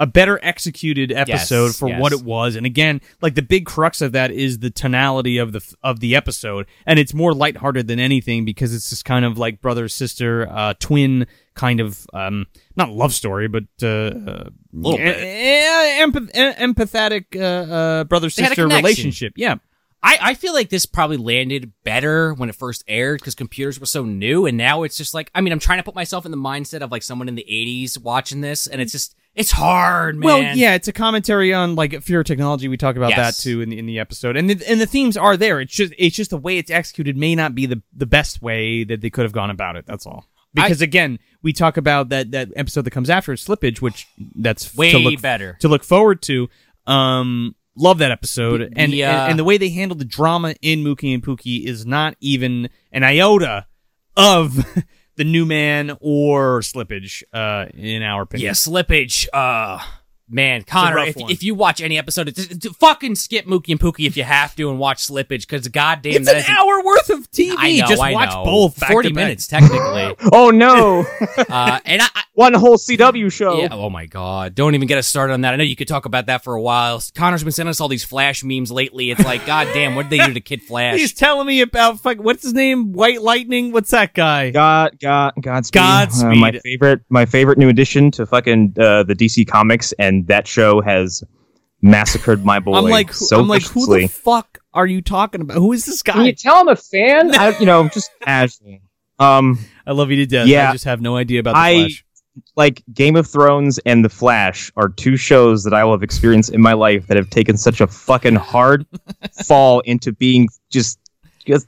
Speaker 2: a better executed episode
Speaker 1: Yes,
Speaker 2: for
Speaker 1: yes.
Speaker 2: what it was. And again, like the big crux of that is the tonality of the f- of the episode, and it's more lighthearted than anything because it's this kind of like brother sister uh, twin kind of um not love story, but uh, uh,
Speaker 1: Little bit.
Speaker 2: eh, empath- eh, empathetic uh, uh, brother
Speaker 1: They had a
Speaker 2: sister
Speaker 1: connection.
Speaker 2: relationship. Yeah.
Speaker 1: I, I feel like this probably landed better when it first aired because computers were so new, and now it's just like I mean I'm trying to put myself in the mindset of like someone in the 80s watching this, and it's just it's hard, man.
Speaker 2: Well, yeah, it's a commentary on like fear of technology. We talk about
Speaker 1: Yes.
Speaker 2: that too in the, in the episode, and the, and the themes are there. It's just it's just the way it's executed may not be the the best way that they could have gone about it. That's all. because again, we talk about that that episode that comes after slippage, which that's
Speaker 1: Way
Speaker 2: to look,
Speaker 1: better.
Speaker 2: to look forward to. Um, love that episode,
Speaker 1: The-
Speaker 2: and,
Speaker 1: the,
Speaker 2: and
Speaker 1: uh,
Speaker 2: and the way they handled the drama in Mookie and Pookie is not even an iota of the new man or slippage. Uh, in our opinion,
Speaker 1: Yeah, slippage. Uh, man, Connor,
Speaker 2: rough
Speaker 1: if,
Speaker 2: one.
Speaker 1: if you watch any episode, it's- it's- fucking skip Mookie and Pookie if you have to and watch slippage because goddamn,
Speaker 2: It's
Speaker 1: that
Speaker 2: an
Speaker 1: is
Speaker 2: hour worth of TV.
Speaker 1: I know,
Speaker 2: Just
Speaker 1: I
Speaker 2: watch
Speaker 1: know.
Speaker 2: both. back
Speaker 1: Forty
Speaker 2: to back.
Speaker 1: minutes technically.
Speaker 3: Oh no,
Speaker 1: uh, and I, I
Speaker 3: one whole CW show.
Speaker 1: Yeah, oh my god. Don't even get us started on that. I know you could talk about that for a while. Connor's been sending us all these Flash memes lately. It's like, god damn, what did they do to Kid Flash?
Speaker 2: He's telling me about fuck. What's his name? White Lightning. What's that guy?
Speaker 3: God, God, Godspeed.
Speaker 2: Godspeed.
Speaker 3: Uh, my favorite, my favorite new addition to fucking uh, the DC Comics, and that show has massacred my boy.
Speaker 2: I'm like, who-
Speaker 3: so
Speaker 2: I'm like, who
Speaker 3: viciously.
Speaker 2: the fuck are you talking about? Who is this
Speaker 3: Can you
Speaker 2: guy?
Speaker 3: tell I'm a fan? I, you know, just casually. Um,
Speaker 2: I love you to death.
Speaker 3: Yeah.
Speaker 2: I just have no idea about the
Speaker 3: I-
Speaker 2: Flash.
Speaker 3: like Game of Thrones and The Flash are two shows that I will have experienced in my life that have taken such a fucking hard fall into being just, just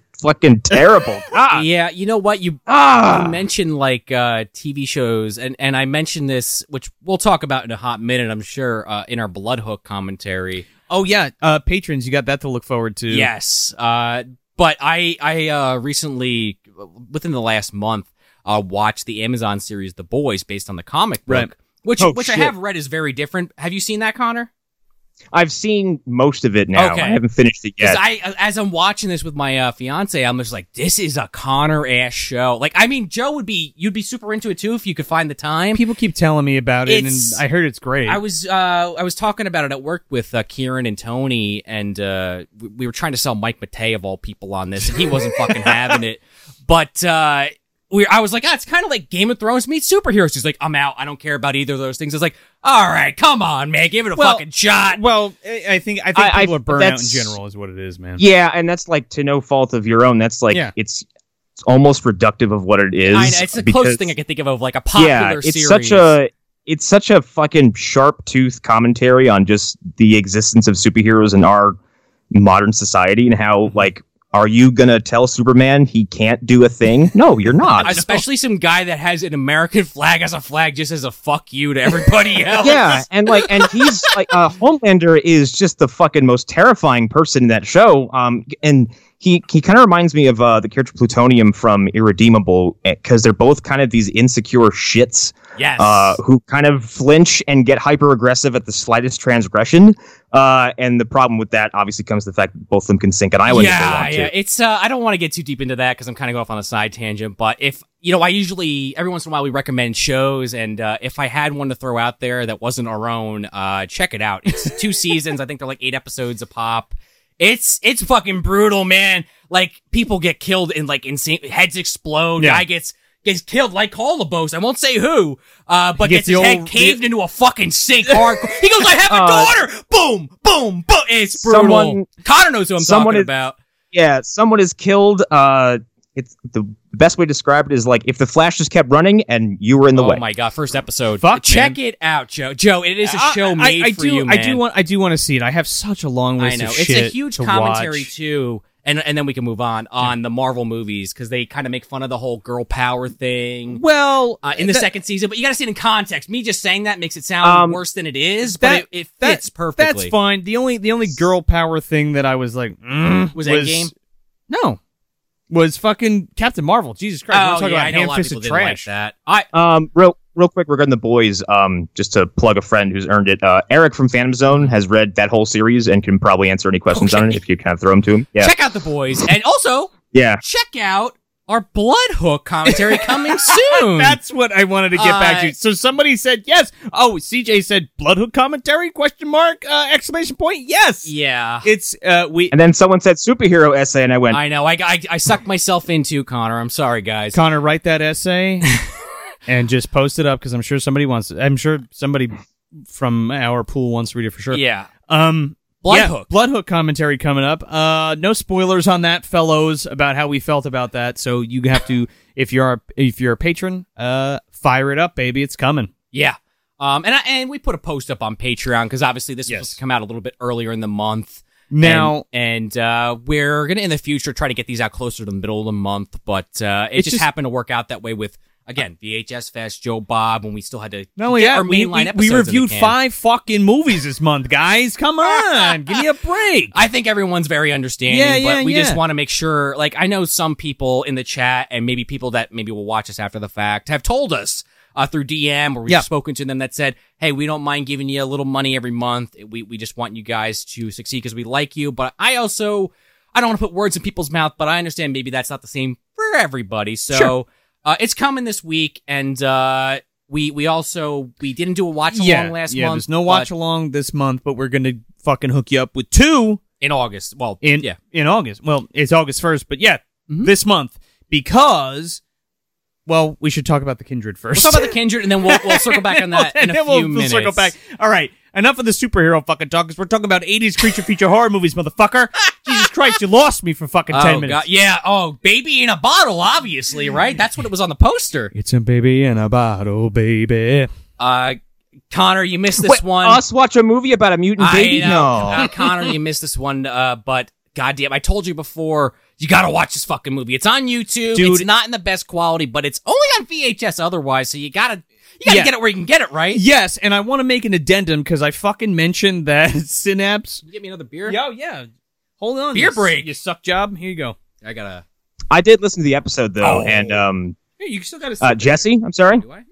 Speaker 3: fucking terrible. God.
Speaker 1: yeah, you know what? You you
Speaker 3: Ah.
Speaker 1: mentioned like uh, TV shows, and and I mentioned this, which we'll talk about in a hot minute, I'm sure, uh, in our Blood Hook commentary.
Speaker 2: Oh yeah, uh, patrons, you got that to look forward to.
Speaker 1: Yes, uh, but I I uh, recently, within the last month, uh, watched the Amazon series The Boys, based on the comic book,
Speaker 2: Right.
Speaker 1: which
Speaker 3: Oh,
Speaker 1: which I
Speaker 3: shit.
Speaker 1: have read is very different. Have you seen that, Connor?
Speaker 3: I've seen most of it now.
Speaker 1: Okay.
Speaker 3: I haven't finished it
Speaker 1: Because
Speaker 3: yet.
Speaker 1: I, as I'm watching this with my uh, fiance, I'm just like, this is a Connor ass show. Like, I mean, Joe would be, you'd be super into it too if you could find the time.
Speaker 2: People keep telling me about it,
Speaker 1: It's-
Speaker 2: and I heard it's great.
Speaker 1: I was, uh, I was talking about it at work with uh, Kieran and Tony, and uh, we, we were trying to sell Mike Matei of all people on this, and he wasn't fucking having it. But uh, we, I was like, ah, it's kind of like Game of Thrones meets superheroes. He's like, I'm out. I don't care about either of those things. It's like, all right, come on, man, give it a
Speaker 2: Well,
Speaker 1: fucking shot.
Speaker 2: Uh, well, I I think I think
Speaker 3: I- I-
Speaker 2: people are burnt out in
Speaker 3: that's-
Speaker 2: general, is what it is, man.
Speaker 3: yeah, and that's like to no fault of your own. That's like
Speaker 2: Yeah.
Speaker 3: it's, it's almost reductive of what it is.
Speaker 1: I know, it's the
Speaker 3: because-
Speaker 1: closest thing I can think of of like a popular
Speaker 3: yeah, it's
Speaker 1: series.
Speaker 3: such a it's such a fucking sharp tooth commentary on just the existence of superheroes in our modern society and
Speaker 1: Mm-hmm.
Speaker 3: how like are you gonna tell Superman he can't do a thing? No, you're not.
Speaker 1: especially some guy that has an American flag as a flag just as a fuck you to everybody else.
Speaker 3: yeah, and like, and he's like, uh, Homelander is just the fucking most terrifying person in that show. Um, and he he kind of reminds me of uh the character Plutonium from Irredeemable because they're both kind of these insecure shits
Speaker 1: Yes.
Speaker 3: uh, who kind of flinch and get hyper aggressive at the slightest transgression. Uh, and the problem with that obviously comes the fact that both of them can sink an island if they
Speaker 1: yeah,
Speaker 3: want
Speaker 1: yeah.
Speaker 3: to.
Speaker 1: It's uh, I don't want to get too deep into that because I'm kind of going off on a side tangent. But if you know, I usually every once in a while we recommend shows, and uh, if I had one to throw out there that wasn't our own, uh, check it out. It's two seasons. I think they're like eight episodes a pop. It's it's fucking brutal, man. Like people get killed in like insane heads explode.
Speaker 2: Yeah.
Speaker 1: Guy gets gets killed like Colobos. I won't say who, uh, but
Speaker 2: He gets
Speaker 1: gets, his
Speaker 2: the
Speaker 1: head
Speaker 2: old-
Speaker 1: caved into a fucking sink. Hardcore. he goes, "I have a
Speaker 3: Uh,
Speaker 1: daughter." Boom, boom, boom. It's brutal.
Speaker 3: Someone-
Speaker 1: Connor knows who I'm
Speaker 3: someone
Speaker 1: talking
Speaker 3: is-
Speaker 1: about.
Speaker 3: Yeah, someone is killed. Uh, it's the best way to describe it is like if the flash just kept running and you were in the
Speaker 1: oh
Speaker 3: way.
Speaker 1: my god, first episode.
Speaker 2: Fuck,
Speaker 1: Check it out, Joe. Joe, it is a
Speaker 2: I-
Speaker 1: show
Speaker 2: I,
Speaker 1: made
Speaker 2: I,
Speaker 1: for
Speaker 2: do,
Speaker 1: you,
Speaker 2: I
Speaker 1: man.
Speaker 2: do want. I do want to see it. I have such a long
Speaker 1: I
Speaker 2: list
Speaker 1: know
Speaker 2: of
Speaker 1: it's
Speaker 2: shit.
Speaker 1: a huge
Speaker 2: to
Speaker 1: commentary
Speaker 2: watch.
Speaker 1: too, and and then we can move on on the Marvel movies because they kind of make fun of the whole girl power thing
Speaker 2: Well,
Speaker 1: uh, in the
Speaker 2: that-
Speaker 1: second season. But you got to see it in context. Me just saying that makes it sound
Speaker 3: Um,
Speaker 1: worse than it is,
Speaker 2: that-
Speaker 1: but it, it
Speaker 2: that-
Speaker 1: fits perfectly.
Speaker 2: That's fine. The only the only girl power thing that I was like mm,
Speaker 1: Was Endgame?
Speaker 2: No, was fucking Captain Marvel. Jesus Christ,
Speaker 1: Oh
Speaker 2: we're talking
Speaker 1: yeah, I
Speaker 2: about
Speaker 1: know a
Speaker 2: ham
Speaker 1: lot of
Speaker 2: fisted
Speaker 1: people didn't like
Speaker 2: trash.
Speaker 1: that. I
Speaker 3: Um, real real quick regarding the boys. Um, just to plug a friend who's earned it. Uh, Eric from Phantom Zone has read that whole series and can probably answer any questions on it
Speaker 1: Okay.
Speaker 3: if you kind of throw them to him. Yeah,
Speaker 1: check out the boys, and also
Speaker 3: yeah.
Speaker 1: check out our Blood Hook commentary coming soon.
Speaker 2: That's what I wanted to get back
Speaker 1: Hmm. Uh,
Speaker 2: to. So somebody said yes. Oh, CJ said Bloodhook commentary? Question mark? Uh, exclamation point? Yes.
Speaker 1: yeah.
Speaker 2: It's uh we
Speaker 3: And then someone said superhero essay, and I went,
Speaker 1: I know. I, I, I sucked myself into Connor. I'm sorry, guys.
Speaker 2: Connor write that essay and just post it up because I'm sure somebody wants. I'm sure somebody from our pool wants to read it for sure.
Speaker 1: Yeah.
Speaker 2: Um.
Speaker 1: Blood
Speaker 2: yeah,
Speaker 1: Hook.
Speaker 2: Bloodhook commentary coming up. Uh, no spoilers on that, fellows, about how we felt about that. So you have to, if you're a, if you're a patron, uh, fire it up, baby. It's coming.
Speaker 1: Yeah. Um, and I, and we put a post up on Patreon because obviously this was
Speaker 2: Yes.
Speaker 1: supposed to come out a little bit earlier in the month.
Speaker 2: Now,
Speaker 1: and, and, uh, we're gonna in the future try to get these out closer to the middle of the month, but uh, it
Speaker 2: It's
Speaker 1: just,
Speaker 2: just-
Speaker 1: happened to work out that way with. Again, VHS Fest, Joe Bob, when we still had to
Speaker 2: Not only
Speaker 1: get
Speaker 2: that,
Speaker 1: our
Speaker 2: we,
Speaker 1: mainline
Speaker 2: we, we
Speaker 1: episodes in the
Speaker 2: reviewed
Speaker 1: can.
Speaker 2: five fucking movies this month, guys. Come on, give me a break.
Speaker 1: I think everyone's very understanding,
Speaker 2: Yeah, yeah,
Speaker 1: but we
Speaker 2: yeah.
Speaker 1: just want to make sure. Like, I know some people in the chat, and maybe people that maybe will watch us after the fact, have told us uh, through DM or we've
Speaker 2: Yeah.
Speaker 1: spoken to them that said, "Hey, we don't mind giving you a little money every month. We we just want you guys to succeed because we like you." But I also I don't want to put words in people's mouth, but I understand maybe that's not the same for everybody. So
Speaker 2: Sure.
Speaker 1: uh, it's coming this week, and uh, we we also we didn't do a watch along last
Speaker 2: yeah.
Speaker 1: month.
Speaker 2: There's no
Speaker 1: but
Speaker 2: watch along this month, but we're gonna fucking hook you up with two
Speaker 1: in August. Well,
Speaker 2: in
Speaker 1: yeah,
Speaker 2: in August. Well, it's August first, but yeah,
Speaker 1: Mhm.
Speaker 2: this month because well, we should talk about the kindred 1st
Speaker 1: We'll talk about the kindred, and then we'll, we'll circle back on that
Speaker 2: and
Speaker 1: in a
Speaker 2: then
Speaker 1: few
Speaker 2: we'll, we'll
Speaker 1: minutes.
Speaker 2: circle back. All right, enough of the superhero fucking talk because we're talking about 80s creature feature horror movies, motherfucker. Jesus Christ, you lost me for fucking
Speaker 1: Oh,
Speaker 2: 10 minutes.
Speaker 1: God. Yeah. Oh, baby in a bottle, obviously, right? That's what it was on the poster.
Speaker 2: It's a baby in a bottle, baby.
Speaker 1: Uh, Connor, you missed this
Speaker 3: Wait,
Speaker 1: one.
Speaker 3: Us watch a movie about a mutant
Speaker 1: I
Speaker 3: baby?
Speaker 1: know.
Speaker 3: No.
Speaker 1: Uh, Connor, you missed this one. Uh, but goddamn, I told you before, you gotta watch this fucking movie. It's on YouTube.
Speaker 2: Dude.
Speaker 1: It's not in the best quality, but it's only on VHS otherwise. So you gotta, you gotta
Speaker 2: Yeah.
Speaker 1: get it where you can get it, right?
Speaker 2: Yes, and I want to make an addendum because I fucking mentioned that Synapse.
Speaker 1: Can you Get me another beer.
Speaker 2: Yo, yeah. Hold on.
Speaker 1: Beer
Speaker 2: you s-
Speaker 1: break.
Speaker 2: You suck job. Here you go.
Speaker 1: I gotta.
Speaker 3: I did listen to the episode though,
Speaker 1: Oh.
Speaker 3: and um,
Speaker 2: Hey, you still got to
Speaker 3: uh, Jesse, I'm sorry.
Speaker 1: Do I? Yeah.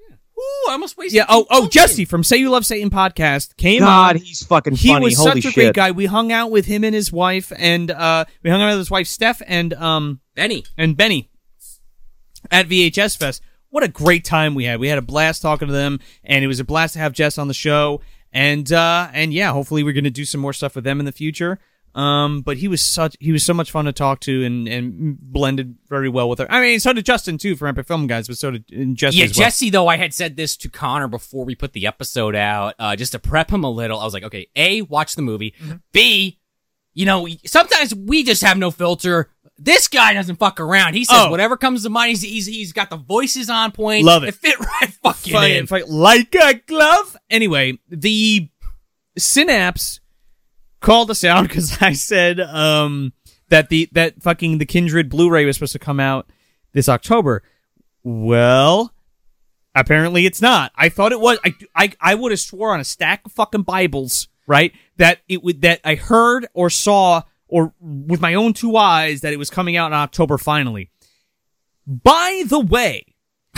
Speaker 1: Ooh, I almost wasted.
Speaker 2: Yeah. Oh, oh,
Speaker 1: something.
Speaker 2: Jesse from Say You Love Satan podcast came on.
Speaker 3: God, he's fucking
Speaker 2: he
Speaker 3: funny.
Speaker 2: was
Speaker 3: Holy
Speaker 2: such a
Speaker 3: shit!
Speaker 2: great guy. We hung out with him and his wife, and uh, we hung out with his wife Steph and um
Speaker 1: Benny.
Speaker 2: and Benny at VHS Fest. What a great time we had! We had a blast talking to them, and it was a blast to have Jess on the show. And uh, and yeah, hopefully we're gonna do some more stuff with them in the future. Um, but he was such he was so much fun to talk to, and and blended very well with her. I mean, so did Justin too from Epic Film Guys, but so did and Jess
Speaker 1: Yeah,
Speaker 2: as well.
Speaker 1: Jesse, though, I had said this to Connor before we put the episode out, uh, just to prep him a little. I was like, okay, A, watch the movie.
Speaker 2: Mm-hmm.
Speaker 1: B, you know, sometimes we just have no filter. This guy doesn't fuck around. He says
Speaker 2: Oh.
Speaker 1: whatever comes to mind. He's, he's, he's got the voices on point.
Speaker 2: Love it.
Speaker 1: They fit right fucking
Speaker 2: Fight-
Speaker 1: in.
Speaker 2: fight like a glove. Anyway, the synapse called us out because I said um, that the that fucking the Kindred Blu-ray was supposed to come out this October. Well, apparently it's not. I thought it was. I I, I would have swore on a stack of fucking Bibles, right? That it would that I heard or saw or with my own two eyes that it was coming out in October finally. By the way,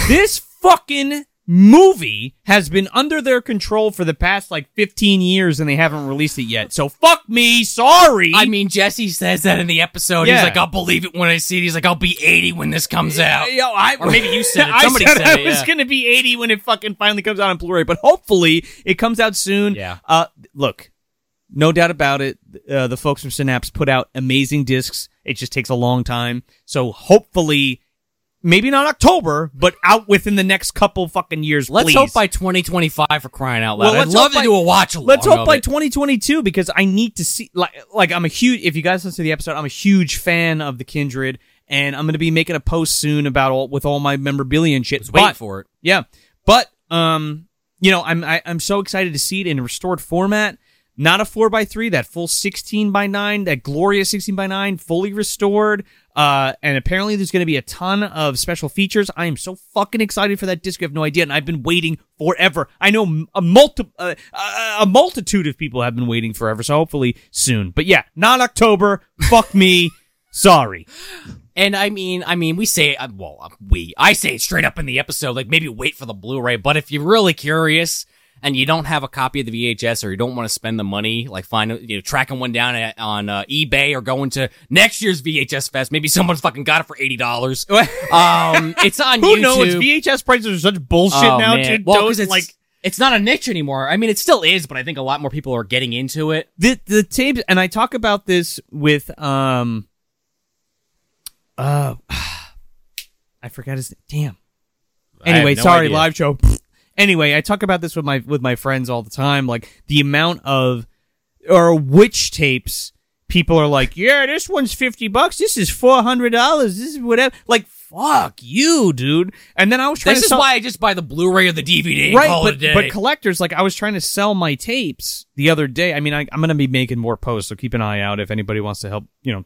Speaker 2: this fucking movie has been under their control for the past like 15 years and they haven't released it yet. So fuck me, sorry.
Speaker 1: I mean, Jesse says that in the episode.
Speaker 2: Yeah.
Speaker 1: He's like, I'll believe it when I see it. He's like, I'll be 80 when this comes out.
Speaker 2: Yo, I,
Speaker 1: Or maybe you said it. Somebody
Speaker 2: I said,
Speaker 1: said
Speaker 2: I
Speaker 1: it,
Speaker 2: was
Speaker 1: yeah.
Speaker 2: going to be 80 when it fucking finally comes out on Blu-ray, but hopefully it comes out soon.
Speaker 1: Yeah.
Speaker 2: Uh, look, no doubt about it. Uh, the folks from Synapse put out amazing discs. It just takes a long time. So hopefully, maybe not October, but out within the next couple fucking years.
Speaker 1: Let's
Speaker 2: please.
Speaker 1: hope by 2025 for crying out loud.
Speaker 2: Well,
Speaker 1: I'd
Speaker 2: let's
Speaker 1: love
Speaker 2: hope
Speaker 1: to
Speaker 2: by-
Speaker 1: do a watch along.
Speaker 2: Let's hope
Speaker 1: of
Speaker 2: by
Speaker 1: it.
Speaker 2: 2022 because I need to see like like I'm a huge if you guys listen to the episode I'm a huge fan of the Kindred and I'm going to be making a post soon about all with all my memorabilia and shit.
Speaker 1: Just wait
Speaker 2: But-
Speaker 1: for it.
Speaker 2: yeah, but um, you know, I'm I, I'm so excited to see it in a restored format, not a four by three, that full sixteen by nine, that glorious sixteen by nine, fully restored. Uh, and apparently there's going to be a ton of special features. I am so fucking excited for that disc. You have no idea, and I've been waiting forever. I know m- a multi uh, a a multitude of people have been waiting forever. So hopefully soon. But yeah, not October. Fuck me. Sorry.
Speaker 1: And I mean, I mean, we say, uh, well, uh, we, I say it straight up in the episode, like maybe wait for the Blu-ray. But if you're really curious and you don't have a copy of the VHS or you don't want to spend the money, like find, you know, tracking one down at, on uh, eBay or going to next year's VHS Fest, maybe someone's fucking got it for eighty dollars. um, it's on
Speaker 2: Who
Speaker 1: YouTube.
Speaker 2: knows? VHS prices are such bullshit
Speaker 1: Oh,
Speaker 2: now.
Speaker 1: man.
Speaker 2: dude.
Speaker 1: Well, 'cause
Speaker 2: Those,
Speaker 1: it's
Speaker 2: like
Speaker 1: it's not a niche anymore. I mean, it still is, but I think a lot more people are getting into it.
Speaker 2: the the tapes and I talk about this with um uh I forgot his name.
Speaker 1: I
Speaker 2: Damn. Anyway,
Speaker 1: have no
Speaker 2: sorry,
Speaker 1: idea.
Speaker 2: live show. Anyway, I talk about this with my with my friends all the time like the amount of or which tapes people are like, "Yeah, this one's 50 bucks. This is $400. This is whatever." Like, fuck you, dude. And then I was trying
Speaker 1: This
Speaker 2: to
Speaker 1: is
Speaker 2: sell-
Speaker 1: why I just buy the Blu-ray or the DVD. and
Speaker 2: right
Speaker 1: call it
Speaker 2: but,
Speaker 1: a day.
Speaker 2: but collectors like i was trying to sell my tapes the other day i mean I, i'm gonna be making more posts so keep an eye out if anybody wants to help you know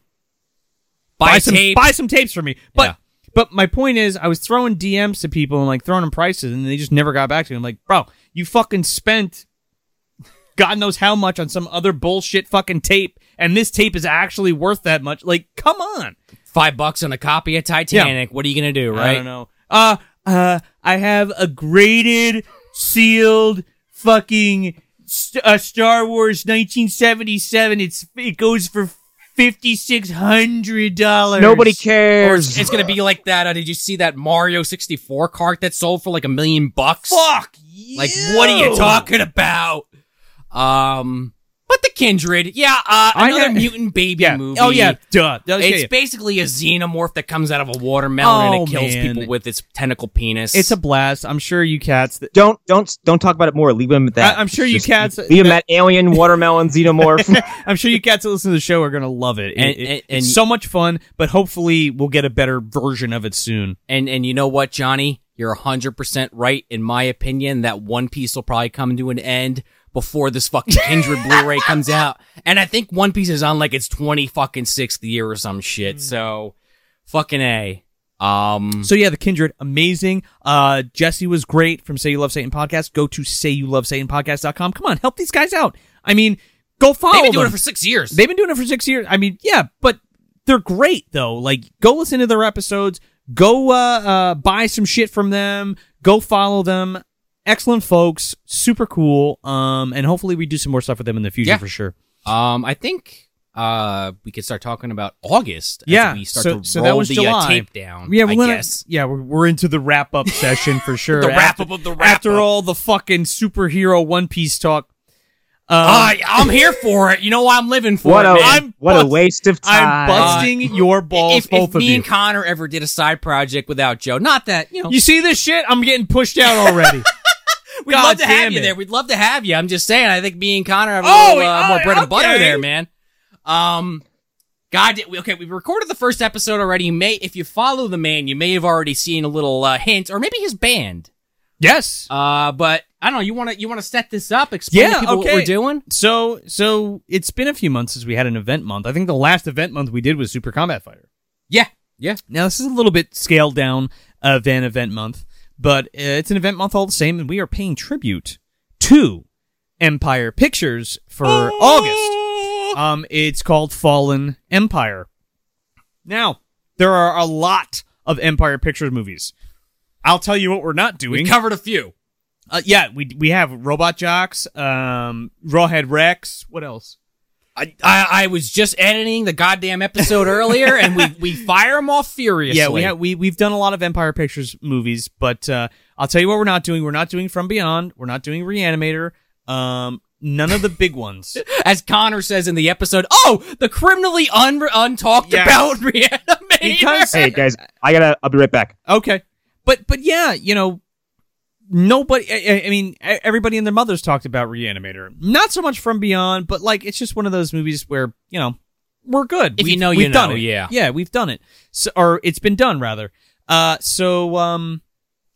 Speaker 1: buy,
Speaker 2: some
Speaker 1: tape.
Speaker 2: buy some tapes for me but
Speaker 1: Yeah.
Speaker 2: But my point is, I was throwing DMs to people and like throwing them prices, and they just never got back to me. I'm like, bro, you fucking spent God knows how much on some other bullshit fucking tape, and this tape is actually worth that much. Like, come on.
Speaker 1: Five bucks on a copy of Titanic. What are you gonna do, right?
Speaker 2: I don't know. Uh, uh, I have a graded, sealed, fucking st- uh, Star Wars 1977. It's it goes for fifty six hundred dollars.
Speaker 3: Nobody
Speaker 1: Or
Speaker 3: cares.
Speaker 1: it's, it's gonna be like that. Uh, did you see that Mario 64 cart that sold for like a million bucks?
Speaker 2: Fuck.
Speaker 1: Like, what are you
Speaker 2: you.
Speaker 1: talking about? Um, but the Kindred, yeah, uh,
Speaker 2: I
Speaker 1: another
Speaker 2: ha-
Speaker 1: mutant baby
Speaker 2: Yeah.
Speaker 1: movie.
Speaker 2: Oh yeah. Duh. Okay.
Speaker 1: It's basically a xenomorph that comes out of a watermelon
Speaker 2: Oh,
Speaker 1: and it kills
Speaker 2: man.
Speaker 1: people with its tentacle penis.
Speaker 2: It's a blast. I'm sure you cats. That,
Speaker 3: don't don't don't talk about it more. Leave him at that.
Speaker 2: I, am sure you
Speaker 3: Just
Speaker 2: cats.
Speaker 3: Leave him at alien watermelon xenomorph.
Speaker 2: I'm sure you cats that listen to the show are gonna love it. It-
Speaker 1: And-
Speaker 2: it-
Speaker 1: and- and-
Speaker 2: it's so much fun, but hopefully we'll get a better version of it soon.
Speaker 1: and and you know what, Johnny, you're 100% right in my opinion that One Piece will probably come to an end before this fucking Kindred Blu-ray comes out. And I think One Piece is on like its 20 fucking 6th year or some shit. So fucking A. Um
Speaker 2: Hmm. So yeah, the Kindred, amazing. Uh, Jesse was great from Say You Love Satan podcast. Go to sayyoulovesatanpodcast.com. Come on, help these guys out. I mean, go follow
Speaker 1: They've been doing
Speaker 2: them.
Speaker 1: it for six years.
Speaker 2: They've been doing it for six years. I mean, yeah, but they're great though. Like, go listen to their episodes. Go uh, uh, buy some shit from them. Go follow them. Excellent folks, super cool. Um, and hopefully we do some more stuff with them in the future
Speaker 1: Yeah.
Speaker 2: for sure.
Speaker 1: um, I think uh, we could start talking about August. as
Speaker 2: Yeah,
Speaker 1: we start
Speaker 2: so-
Speaker 1: to
Speaker 2: so
Speaker 1: roll
Speaker 2: that was
Speaker 1: the
Speaker 2: July.
Speaker 1: Uh, tape down.
Speaker 2: Yeah,
Speaker 1: Yeah,
Speaker 2: we're
Speaker 1: I
Speaker 2: gonna-
Speaker 1: guess
Speaker 2: yeah, we're, we're into the wrap up session for sure.
Speaker 1: the wrap
Speaker 2: After-
Speaker 1: up of the wrap
Speaker 2: after
Speaker 1: up.
Speaker 2: all the fucking superhero One Piece talk. Uh,
Speaker 1: I, I'm here for it. You know why I'm living for
Speaker 3: what
Speaker 1: it.
Speaker 3: a
Speaker 1: man.
Speaker 2: I'm
Speaker 3: what
Speaker 2: bust-
Speaker 3: a waste of time.
Speaker 2: I'm busting your balls,
Speaker 1: if,
Speaker 2: both
Speaker 1: if
Speaker 2: of
Speaker 1: me
Speaker 2: you.
Speaker 1: and Connor ever did a side project without Joe, not that you know,
Speaker 2: you see this shit? I'm getting pushed out already.
Speaker 1: we'd love
Speaker 2: God
Speaker 1: to have
Speaker 2: damn
Speaker 1: you
Speaker 2: it.
Speaker 1: there. We'd love to have you. I'm just saying, I think me and Connor have a
Speaker 2: Oh,
Speaker 1: little uh,
Speaker 2: oh,
Speaker 1: more bread and butter
Speaker 2: okay.
Speaker 1: there, man. Um, God, we- okay, we recorded the first episode already. You may, if you follow the man, you may have already seen a little uh, hint, or maybe his band.
Speaker 2: yes.
Speaker 1: Uh, but I don't know. You want to you want to set this up? Explain to
Speaker 2: Yeah,
Speaker 1: people what
Speaker 2: okay.
Speaker 1: we're doing.
Speaker 2: So, so it's been a few months since we had an event month. I think the last event month we did was Super Combat Fighter.
Speaker 1: Yeah, yeah.
Speaker 2: Now this is a little bit scaled down uh, than event month, but uh, it's an event month all the same, and we are paying tribute to Empire Pictures for August. Um, it's called Fallen Empire. Now, there are a lot of Empire Pictures movies. I'll tell you what we're not
Speaker 1: We
Speaker 2: doing.
Speaker 1: covered a few.
Speaker 2: uh, yeah, we we have Robot Jocks, um, Rawhead Rex. What else?
Speaker 1: I, I, I was just editing the goddamn episode earlier, and we, we fire them off furiously.
Speaker 2: Yeah, we have we we've done a lot of Empire Pictures movies, but uh, I'll tell you what we're not doing. We're not doing From Beyond. We're not doing Reanimator. Um, none of the big ones.
Speaker 1: as Connor says in the episode, oh, the criminally un- untalked
Speaker 2: Yeah.
Speaker 1: about reanimator.
Speaker 2: Because-
Speaker 3: hey guys, I gotta. I'll be right back.
Speaker 2: Okay, but but yeah, you know, nobody. I, I- I mean, e- everybody and their mothers talked about Reanimator. Not so much From Beyond, but like it's just one of those movies where you know we're good.
Speaker 1: If you
Speaker 2: We've-
Speaker 1: know, you
Speaker 2: we've done
Speaker 1: know,
Speaker 2: it.
Speaker 1: yeah.
Speaker 2: yeah, we've done it, so, or it's been done rather. Uh, so um,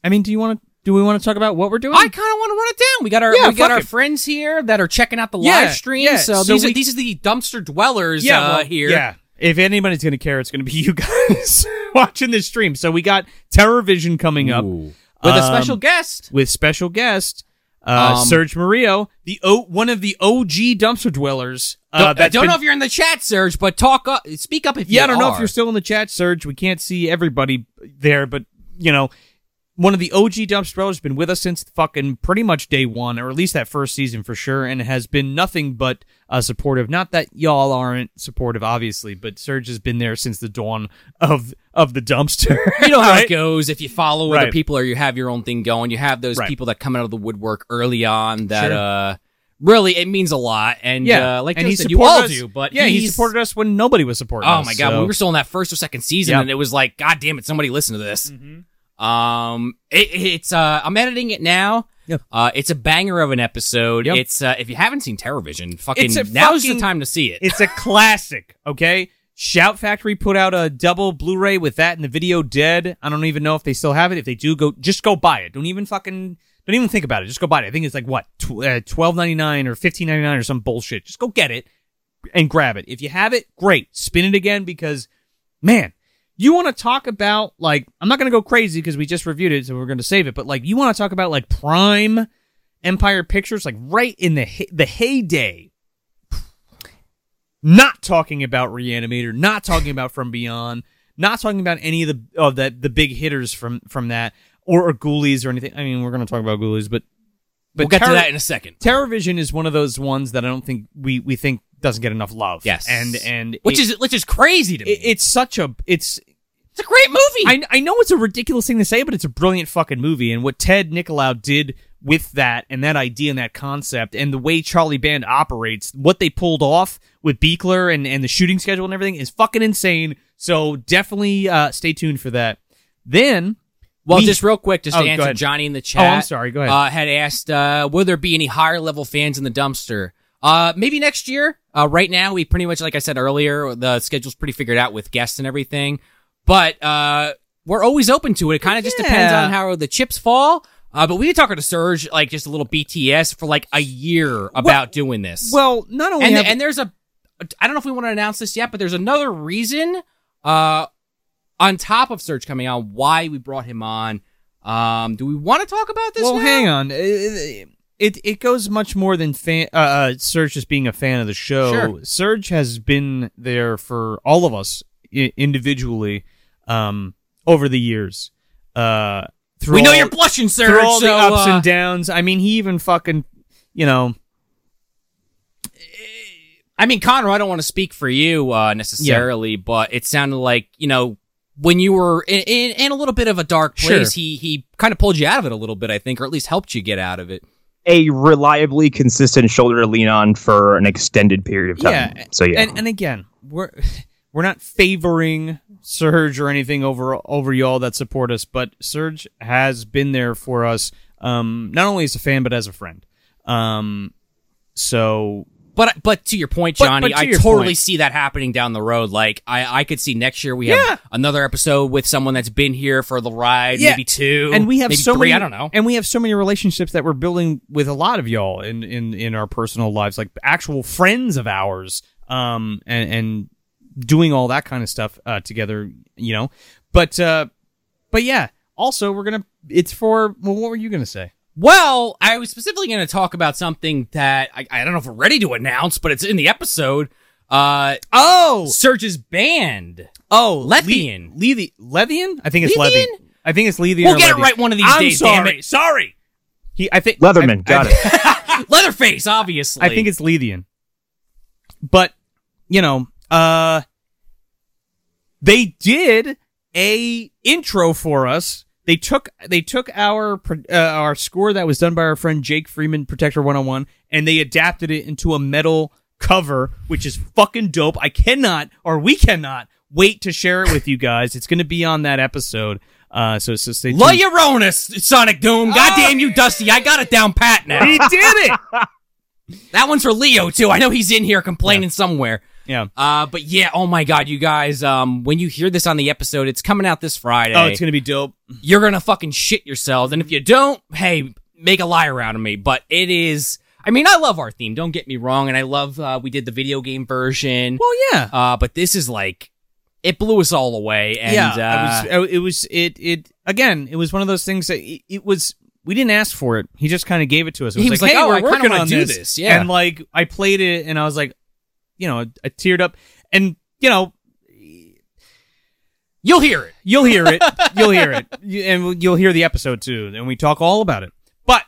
Speaker 2: I mean, do you want to? Do we want to talk about what we're doing?
Speaker 1: I kind of want to run it down. We got our
Speaker 2: "Hmm." Yeah,
Speaker 1: we got
Speaker 2: fuck
Speaker 1: our
Speaker 2: it.
Speaker 1: friends here that are checking out the
Speaker 2: Yeah,
Speaker 1: live stream.
Speaker 2: yeah,
Speaker 1: So,
Speaker 2: so
Speaker 1: these are
Speaker 2: we-
Speaker 1: these are the dumpster dwellers uh,
Speaker 2: well,
Speaker 1: here.
Speaker 2: Yeah. If anybody's going to care, it's going to be you guys watching this stream. So we got Terror Vision coming up
Speaker 1: Ooh. with a
Speaker 2: Um,
Speaker 1: special guest.
Speaker 2: with special guest uh,
Speaker 1: Um,
Speaker 2: Serge Murillo, the o- one of the OG dumpster dwellers.
Speaker 1: Don't,
Speaker 2: Uh,
Speaker 1: I
Speaker 2: that's
Speaker 1: don't
Speaker 2: been-
Speaker 1: know if you're in the chat, Serge, but talk up, speak up if
Speaker 2: yeah,
Speaker 1: you
Speaker 2: I don't know if
Speaker 1: are.
Speaker 2: you're still in the chat, Serge. We can't see everybody there, but you know, one of the OG dumpster dwellers has been with us since fucking pretty much day one, or at least that first season for sure, and has been nothing but uh, supportive. Not that y'all aren't supportive, obviously, but Serge has been there since the dawn of of the dumpster.
Speaker 1: you know how
Speaker 2: Right?
Speaker 1: it goes if you follow other
Speaker 2: Right.
Speaker 1: people or you have your own thing going. You have those
Speaker 2: Right.
Speaker 1: people that come out of the woodwork early on that
Speaker 2: Sure.
Speaker 1: uh really it means a lot. And
Speaker 2: Yeah,
Speaker 1: uh, like
Speaker 2: and
Speaker 1: Joe
Speaker 2: he
Speaker 1: said, you
Speaker 2: supported
Speaker 1: all
Speaker 2: us-
Speaker 1: do, but
Speaker 2: yeah, he
Speaker 1: he's-
Speaker 2: supported us when nobody was supporting.
Speaker 1: Oh
Speaker 2: us,
Speaker 1: my god,
Speaker 2: so-
Speaker 1: we were still in that first or second season,
Speaker 2: Yeah.
Speaker 1: and it was like, god damn it, somebody listen to this. Um, it, it's uh, I'm editing it now.
Speaker 2: Yeah.
Speaker 1: Uh, it's a banger of an episode.
Speaker 2: Yep.
Speaker 1: It's uh, if you haven't seen Terrorvision, fucking
Speaker 2: It's a
Speaker 1: now's the
Speaker 2: fucking-
Speaker 1: time to see it.
Speaker 2: It's a classic, okay? Shout Factory put out a double Blu-ray with that and the video dead. I don't even know if they still have it. If they do, go just go buy it. Don't even fucking don't even think about it. Just go buy it. I think it's like what tw- uh, twelve ninety nine or fifteen ninety nine or some bullshit. Just go get it and grab it. If you have it, great. Spin it again because man, you want to talk about like I'm not going to go crazy because we just reviewed it, so we're going to save it. But like, you want to talk about like prime Empire Pictures, like right in the hey- the heyday. Not talking about Reanimator, not talking about From Beyond, not talking about any of the of that the big hitters from from that or, or Ghoulies or anything. I mean, we're going to talk about Ghoulies, but but
Speaker 1: we'll get to
Speaker 2: Terror-
Speaker 1: that in a second.
Speaker 2: TerrorVision is one of those ones that I don't think we we think doesn't get enough love.
Speaker 1: Yes,
Speaker 2: and and
Speaker 1: which
Speaker 2: is
Speaker 1: is which is crazy to me.
Speaker 2: it's such a it's
Speaker 1: it's a great movie.
Speaker 2: I, I know it's a ridiculous thing to say, but it's a brilliant fucking movie. And what Ted Nicolau did with that and that idea and that concept and the way Charlie Band operates, what they pulled off with Beekler and, and the shooting schedule and everything is fucking insane. So definitely uh, stay tuned for that. Then,
Speaker 1: Well,
Speaker 2: We-
Speaker 1: just real quick, just
Speaker 2: Oh,
Speaker 1: to
Speaker 2: go
Speaker 1: answer
Speaker 2: ahead.
Speaker 1: Johnny in the chat.
Speaker 2: Oh, I'm sorry. Go ahead.
Speaker 1: Uh, had asked, uh, will there be any higher level fans in the dumpster? Uh, maybe next year. Uh, right now, we pretty much, like I said earlier, the schedule's pretty figured out with guests and everything. But uh, we're always open to it. It kind of just depends
Speaker 2: Yeah.
Speaker 1: on how the chips fall. Uh, but we can talk to Surge, like just a little BTS for like a year about doing this.
Speaker 2: well, not only
Speaker 1: and
Speaker 2: have-
Speaker 1: and there's a I don't know if we want to announce this yet, but there's another reason uh on top of Surge coming on why we brought him on. Um do we want to talk about this
Speaker 2: well,
Speaker 1: now?
Speaker 2: hang on. It, it it goes much more than fan, uh, uh, Serge just being a fan of the show.
Speaker 1: Sure.
Speaker 2: Serge has been there for all of us I- individually um, over the years. Uh, through
Speaker 1: We know
Speaker 2: all-
Speaker 1: you're blushing, Surge.
Speaker 2: through all
Speaker 1: so,
Speaker 2: the ups
Speaker 1: uh,
Speaker 2: and downs. I mean, he even fucking you know
Speaker 1: I mean, Connor, I don't want to speak for you uh, necessarily, but it sounded like you know when you were in, in, in a little bit of a dark place,
Speaker 2: Sure.
Speaker 1: he he kind of pulled you out of it a little bit, I think, or at least helped you get out of it.
Speaker 3: a reliably consistent shoulder to lean on for an extended period of time.
Speaker 2: Yeah,
Speaker 3: So yeah,
Speaker 2: And, and again, we're we're not favoring Surge or anything over over y'all that support us, but Surge has been there for us, um, not only as a fan but as a friend. Um, so
Speaker 1: But but to your point,
Speaker 2: But-
Speaker 1: Johnny,
Speaker 2: but to
Speaker 1: I
Speaker 2: your
Speaker 1: totally
Speaker 2: point.
Speaker 1: see that happening down the road. Like I, I could see next year we have
Speaker 2: Yeah.
Speaker 1: another episode with someone that's been here for the ride,
Speaker 2: Yeah.
Speaker 1: maybe two,
Speaker 2: and we have
Speaker 1: maybe
Speaker 2: so
Speaker 1: three.
Speaker 2: many,
Speaker 1: I don't know.
Speaker 2: and we have so many relationships that we're building with a lot of y'all in in in our personal lives, like actual friends of ours, um, and and doing all that kind of stuff uh, together, you know. But uh, but yeah, also we're gonna. It's for well, what were you gonna say?
Speaker 1: Well, I was specifically going to talk about something that I, I don't know if we're ready to announce, but it's in the episode. Uh,
Speaker 2: Oh,
Speaker 1: Surge's band.
Speaker 2: oh,
Speaker 1: Levian.
Speaker 2: Le- Levi- Levian. I think it's
Speaker 1: Levian?
Speaker 2: Levian. I think it's Levian.
Speaker 1: We'll
Speaker 2: or
Speaker 1: get it
Speaker 2: Levian.
Speaker 1: right one of these
Speaker 2: I'm
Speaker 1: days.
Speaker 2: Sorry.
Speaker 1: Damn it. Sorry,
Speaker 2: He, I think
Speaker 3: Leatherman,
Speaker 2: I-
Speaker 3: got
Speaker 2: I-
Speaker 3: it.
Speaker 1: Leatherface. Obviously,
Speaker 2: I think it's Levian. But, you know, uh they did a intro for us. They took they took our pro- uh, our score that was done by our friend Jake Freeman Protector 101 and they adapted it into a metal cover which is fucking dope. I cannot or we cannot wait to share it with you guys. It's going to be on that episode. Uh so so stay tuned.
Speaker 1: La Llorona, Sonic Doom.
Speaker 2: Ah.
Speaker 1: Goddamn you, Dusty. I got it down pat now.
Speaker 2: he did it.
Speaker 1: That one's for Leo too. I know he's in here complaining somewhere.
Speaker 2: Yeah.
Speaker 1: Uh, but yeah, oh my God, you guys, um, when you hear this on the episode, it's coming out this Friday.
Speaker 2: Oh, it's going to be dope.
Speaker 1: You're gonna fucking shit yourselves, and if you don't, hey, make a liar out of me. But it is, I mean, I love our theme. Don't get me wrong, and I love uh, we did the video game version.
Speaker 2: Well, yeah.
Speaker 1: Uh, but this is like, it blew us all away, and
Speaker 2: yeah, it
Speaker 1: uh,
Speaker 2: was it was it it again. It was one of those things that it, it was. We didn't ask for it. He just kind of gave it to us. It
Speaker 1: He was like,
Speaker 2: "Hey,
Speaker 1: oh,
Speaker 2: we're
Speaker 1: I kinda
Speaker 2: working
Speaker 1: wanna
Speaker 2: on
Speaker 1: do
Speaker 2: this."
Speaker 1: this, yeah.
Speaker 2: and like I played it, and I was like, you know, I teared up, and you know,
Speaker 1: you'll hear it.
Speaker 2: you'll hear it, you'll hear it, You- and you'll hear the episode too, and we talk all about it. But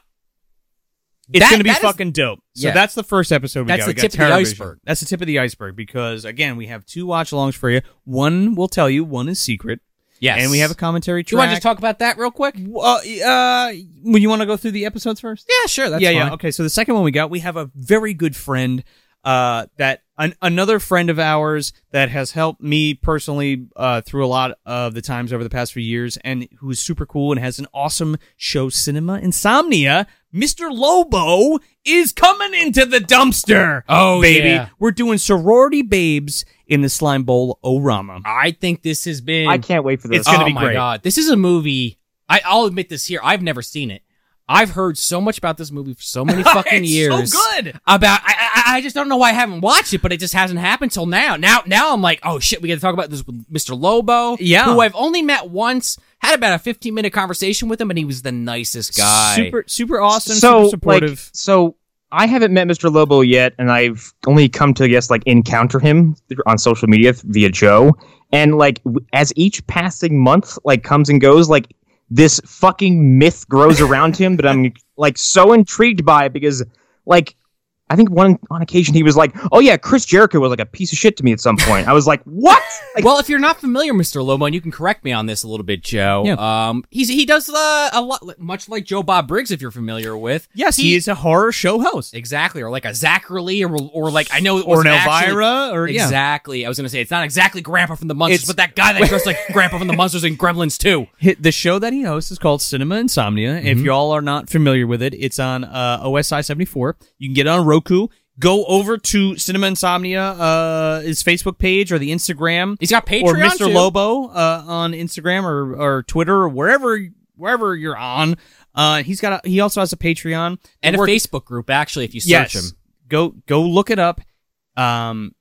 Speaker 2: it's
Speaker 1: That-
Speaker 2: going to be
Speaker 1: that is-
Speaker 2: fucking dope. So
Speaker 1: Yeah.
Speaker 2: that's the first episode. We
Speaker 1: That's
Speaker 2: got.
Speaker 1: the
Speaker 2: we got
Speaker 1: tip of the
Speaker 2: Terrorvision.
Speaker 1: iceberg.
Speaker 2: That's the tip of the iceberg because again, we have two watch alongs for you. One will tell you, one is secret,
Speaker 1: Yes,
Speaker 2: and we have a commentary
Speaker 1: Do you
Speaker 2: track.
Speaker 1: want to just talk about that real quick?
Speaker 2: Well, uh, when you want to go through the episodes first?
Speaker 1: Yeah, sure. That's
Speaker 2: yeah,
Speaker 1: fine.
Speaker 2: yeah. Okay, so the second one we got, we have a very good friend, uh, that an, another friend of ours that has helped me personally uh, through a lot of the times over the past few years, and who's super cool and has an awesome show, Cinema Insomnia. Mr. Lobo is coming into the dumpster.
Speaker 1: Oh,
Speaker 2: baby,
Speaker 1: yeah.
Speaker 2: we're doing sorority babes in the slime bowl. Orama.
Speaker 1: I think this has been.
Speaker 3: I can't wait for this.
Speaker 2: It's gonna
Speaker 1: oh
Speaker 2: be
Speaker 1: my
Speaker 2: great.
Speaker 1: god, this is a movie. I, I'll admit this here. I've never seen it. I've heard so much about this movie for so many fucking
Speaker 2: It's
Speaker 1: years.
Speaker 2: so good.
Speaker 1: About I, I, I just don't know why I haven't watched it, but it just hasn't happened till now. Now, now I'm like, oh shit, we got to talk about this with Mr. Lobo,
Speaker 2: Yeah.
Speaker 1: who I've only met once. Had about a 15 minute conversation with him, and he was the nicest guy.
Speaker 2: Super, super awesome.
Speaker 3: so
Speaker 2: super supportive.
Speaker 3: Like, so I haven't met Mr. Lobo yet, and I've only come to I guess like encounter him th- on social media th- via Joe. And like w- as each passing month like comes and goes, like this fucking myth grows around him that I'm like so intrigued by because like. I think one on occasion he was like, "Oh yeah, Chris Jericho was like a piece of shit to me at some point." I was like, "What?" Like,
Speaker 1: well, if you're not familiar, Mr. Lobo, and you can correct me on this a little bit, Joe.
Speaker 2: Yeah.
Speaker 1: Um, he's he does uh, a lot, much like Joe Bob Briggs, if you're familiar with.
Speaker 2: yes, he, is a horror show host.
Speaker 1: exactly, or like a Zachary, or or like I know it
Speaker 2: Or an
Speaker 1: wasn't actually-
Speaker 2: Elvira. or yeah.
Speaker 1: Exactly. I was gonna say it's not exactly Grandpa from the Munsters,
Speaker 2: It's-
Speaker 1: but that guy that dressed like Grandpa from the Munsters in Gremlins too.
Speaker 2: Hi- The show that he hosts is called Cinema Insomnia. If y'all are not familiar with it, it's on uh, OSI 74. You can get it on Roku. Go over to Cinema Insomnia, uh, his Facebook page or the Instagram.
Speaker 1: He's got Patreon
Speaker 2: or Mr.
Speaker 1: too.
Speaker 2: Lobo uh, on Instagram or, or Twitter or wherever wherever you're on. Uh, he's got a, he also has a Patreon
Speaker 1: and a
Speaker 2: We're-
Speaker 1: Facebook group. Actually, if you search
Speaker 2: yes.
Speaker 1: him,
Speaker 2: Go go look it up. Um,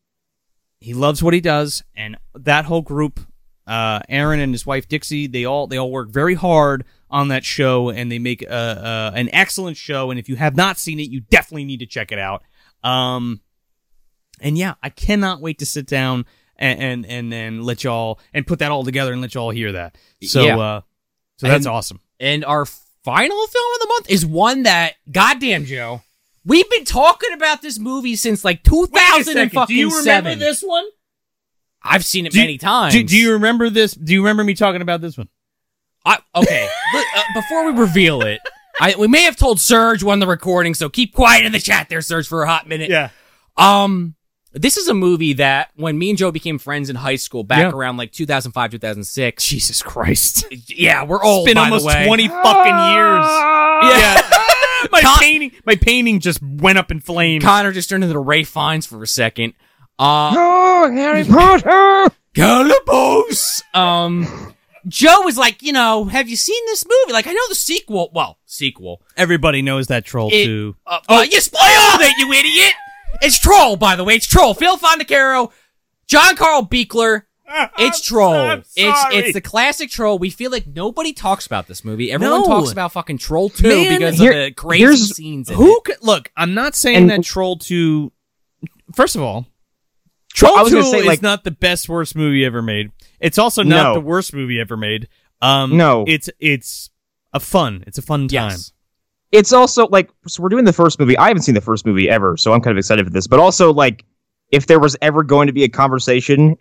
Speaker 2: he loves what he does, and that whole group, uh, Aaron and his wife Dixie, they all they all work very hard on that show, and they make uh, uh, an excellent show. And if you have not seen it, you definitely need to check it out. Um, and yeah, I cannot wait to sit down and and and, and let y'all and put that all together and let y'all hear that. So
Speaker 1: Yeah.
Speaker 2: uh, so that's
Speaker 1: And-
Speaker 2: awesome.
Speaker 1: and our final film of the month is one that, goddamn Joe, we've been talking about this movie since like 2007.
Speaker 2: this one?
Speaker 1: I've seen it
Speaker 2: Do-
Speaker 1: many times.
Speaker 2: Do, do you remember this? Do you remember me talking about this one?
Speaker 1: I, okay, Look, uh, before we reveal it, I, we may have told Serge when the recording, so keep quiet in the chat there, Serge, for a hot minute.
Speaker 2: Yeah.
Speaker 1: Um, this is a movie that when me and Joe became friends in high school
Speaker 2: Yeah.
Speaker 1: back around like 2005, 2006.
Speaker 2: Jesus Christ.
Speaker 1: Yeah, we're old.
Speaker 2: It's been
Speaker 1: by
Speaker 2: almost
Speaker 1: the way.
Speaker 2: 20 fucking years.
Speaker 1: Yeah.
Speaker 2: my
Speaker 1: Con-
Speaker 2: painting my painting just went up in flames.
Speaker 1: Connor just turned into Ray Fiennes for a second. Uh,
Speaker 3: oh, Harry Potter!
Speaker 1: Calibos. Um, Joe was like, you know, have you seen this movie? Like, I know the sequel. Well, sequel.
Speaker 2: Everybody knows that troll
Speaker 1: It-
Speaker 2: too.
Speaker 1: Uh, uh, you spoiled
Speaker 2: Ah!
Speaker 1: it, you idiot. It's Troll, by the way. It's Troll. Phil Fondacaro, John Carl Beekler. It's Troll.
Speaker 2: I'm
Speaker 1: it's
Speaker 2: sorry.
Speaker 1: it's the classic Troll. We feel like nobody talks about this movie. Everyone
Speaker 2: No.
Speaker 1: talks about fucking Troll 2
Speaker 2: Man,
Speaker 1: because
Speaker 3: here-
Speaker 1: of the crazy
Speaker 3: here's-
Speaker 1: scenes. in
Speaker 2: Who
Speaker 1: it.
Speaker 2: could look, I'm not saying
Speaker 3: And-
Speaker 2: that troll 2 First of all, troll
Speaker 3: I was
Speaker 2: 2
Speaker 3: gonna say,
Speaker 2: is
Speaker 3: like-
Speaker 2: not the best worst movie ever made. It's also not
Speaker 3: No.
Speaker 2: the worst movie ever made. Um
Speaker 3: No.
Speaker 2: it's it's a fun. It's a fun time.
Speaker 1: Yes.
Speaker 3: it's also like so we're doing the first movie. I haven't seen the first movie ever, so I'm kind of excited for this. But also like if there was ever going to be a conversation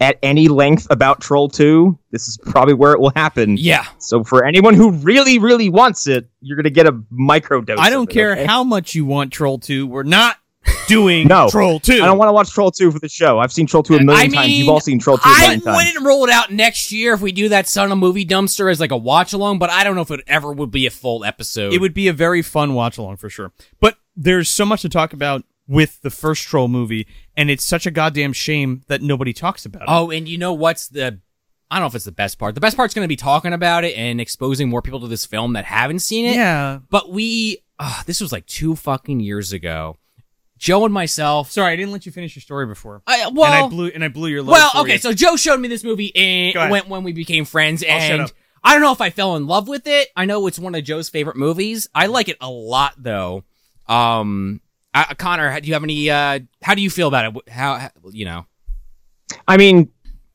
Speaker 3: at any length about Troll 2, this is probably where it will happen.
Speaker 1: Yeah.
Speaker 3: So for anyone who really really wants it, you're going to get a micro dose.
Speaker 2: I don't care how much you want Troll 2. We're not doing
Speaker 3: No.
Speaker 2: Troll 2.
Speaker 3: I don't want to watch Troll 2 for the show. I've seen Troll 2 a million
Speaker 1: I
Speaker 3: times.
Speaker 1: mean,
Speaker 3: You've all seen Troll 2 a
Speaker 1: I
Speaker 3: million times.
Speaker 1: wouldn't roll it out next year if we do that son of movie dumpster as like a watch along, but I don't know if it ever would be a full episode.
Speaker 2: It would be a very fun watch along for sure. But there's so much to talk about with the first troll movie, and it's such a goddamn shame that nobody talks about it.
Speaker 1: Oh, and you know what's the I don't know if it's the best part. The best part's going to be talking about it and exposing more people to this film that haven't seen it.
Speaker 2: yeah.
Speaker 1: But we uh, this was like 2 fucking years ago. Joe and myself
Speaker 2: Sorry, I didn't let you finish your story before.
Speaker 1: I, well,
Speaker 2: and I blew and I blew your load
Speaker 1: Well,
Speaker 2: for
Speaker 1: okay,
Speaker 2: you.
Speaker 1: so Joe showed me this movie
Speaker 2: Go
Speaker 1: and
Speaker 2: ahead.
Speaker 1: when when we became friends,
Speaker 2: I'll shut
Speaker 1: and
Speaker 2: up.
Speaker 1: I don't know if I fell in love with it. I know it's one of Joe's favorite movies. I like it a lot, though. Um, I, Connor, do you have any? Uh, how do you feel about it? How, how you know?
Speaker 3: I mean,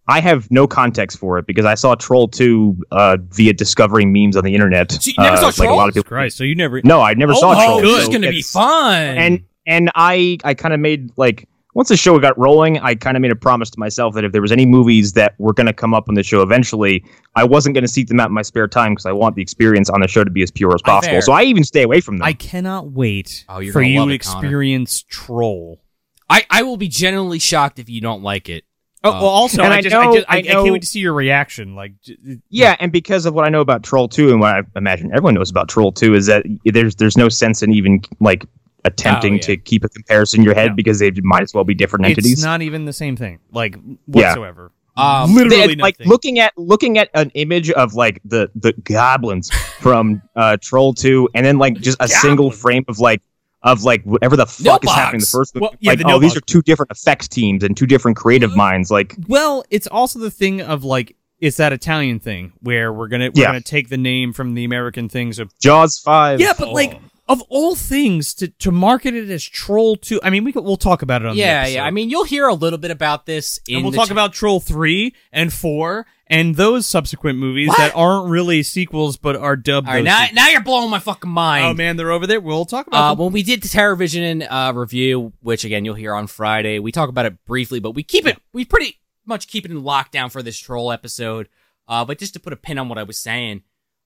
Speaker 3: I have no context for it because I saw Troll 2 uh, via discovering memes on the internet.
Speaker 1: So you never
Speaker 3: Uh,
Speaker 1: saw
Speaker 3: like a lot
Speaker 1: Trolls?
Speaker 3: of people.
Speaker 2: Christ, so you never
Speaker 3: No, I never saw
Speaker 1: oh,
Speaker 3: Troll.
Speaker 1: this is
Speaker 3: so
Speaker 1: gonna be
Speaker 3: it's-
Speaker 1: fun.
Speaker 3: and and I I kind of made like once the show got rolling, I kind of made a promise to myself that if there was any movies that were going to come up on the show eventually, I wasn't going to seek them out in my spare time because I want the experience on the show to be as pure as possible.
Speaker 1: fair.
Speaker 3: So I even stay away from them.
Speaker 2: I cannot wait
Speaker 1: Oh, you're
Speaker 2: for
Speaker 1: gonna
Speaker 2: you
Speaker 1: love
Speaker 2: to
Speaker 1: it, Connor.
Speaker 2: experience troll.
Speaker 1: I I will be genuinely shocked if you don't like it.
Speaker 2: Oh,
Speaker 1: Uh,
Speaker 2: well, also,
Speaker 3: and
Speaker 2: I,
Speaker 3: I
Speaker 2: just, I,
Speaker 3: know-
Speaker 2: just I,
Speaker 3: I
Speaker 2: I can't
Speaker 3: know-
Speaker 2: wait to see your reaction. Like, j-
Speaker 3: yeah, and because of what I know about Troll Two and what I imagine everyone knows about Troll Two is that there's there's no sense in even like attempting
Speaker 1: Oh, yeah.
Speaker 3: to keep a comparison in your head
Speaker 2: No.
Speaker 3: because they might as well be different
Speaker 2: it's
Speaker 3: entities.
Speaker 2: not even the same thing, like whatsoever.
Speaker 1: Um,
Speaker 2: Literally,
Speaker 3: They- like
Speaker 2: nothing.
Speaker 3: looking at looking at an image of like the the goblins from uh troll 2 and then like just a single frame of like of like whatever the fuck is
Speaker 1: Nilbox.
Speaker 3: happening in the first
Speaker 2: Well,
Speaker 3: movie.
Speaker 2: yeah,
Speaker 3: like,
Speaker 2: the Mm-hmm.
Speaker 3: oh, these
Speaker 2: Nilbox.
Speaker 3: are two different effects teams and two different creative minds. Like,
Speaker 2: Well, it's also the thing of like it's that Italian thing where we're gonna we're
Speaker 3: Yeah.
Speaker 2: gonna take the name from the American things of oh.
Speaker 3: Jaws 5.
Speaker 2: yeah, but like of all things to to market it as Troll Two. I mean, we could, we'll talk about it on the
Speaker 1: yeah,
Speaker 2: episode.
Speaker 1: yeah. I mean, you'll hear a little bit about this. In
Speaker 2: and we'll
Speaker 1: the
Speaker 2: talk
Speaker 1: ch-
Speaker 2: about Troll Three and Four and those subsequent movies
Speaker 1: What?
Speaker 2: that aren't really sequels but are dubbed.
Speaker 1: All right,
Speaker 2: those
Speaker 1: now,
Speaker 2: sequels.
Speaker 1: now you're blowing my fucking mind.
Speaker 2: oh man, they're over there. We'll talk about
Speaker 1: Uh,
Speaker 2: them.
Speaker 1: when we did the TerrorVision uh, review, which again you'll hear on Friday, we talk about it briefly, but we keep it, we pretty much keep it in lockdown for this troll episode. Uh, but just to put a pin on what I was saying,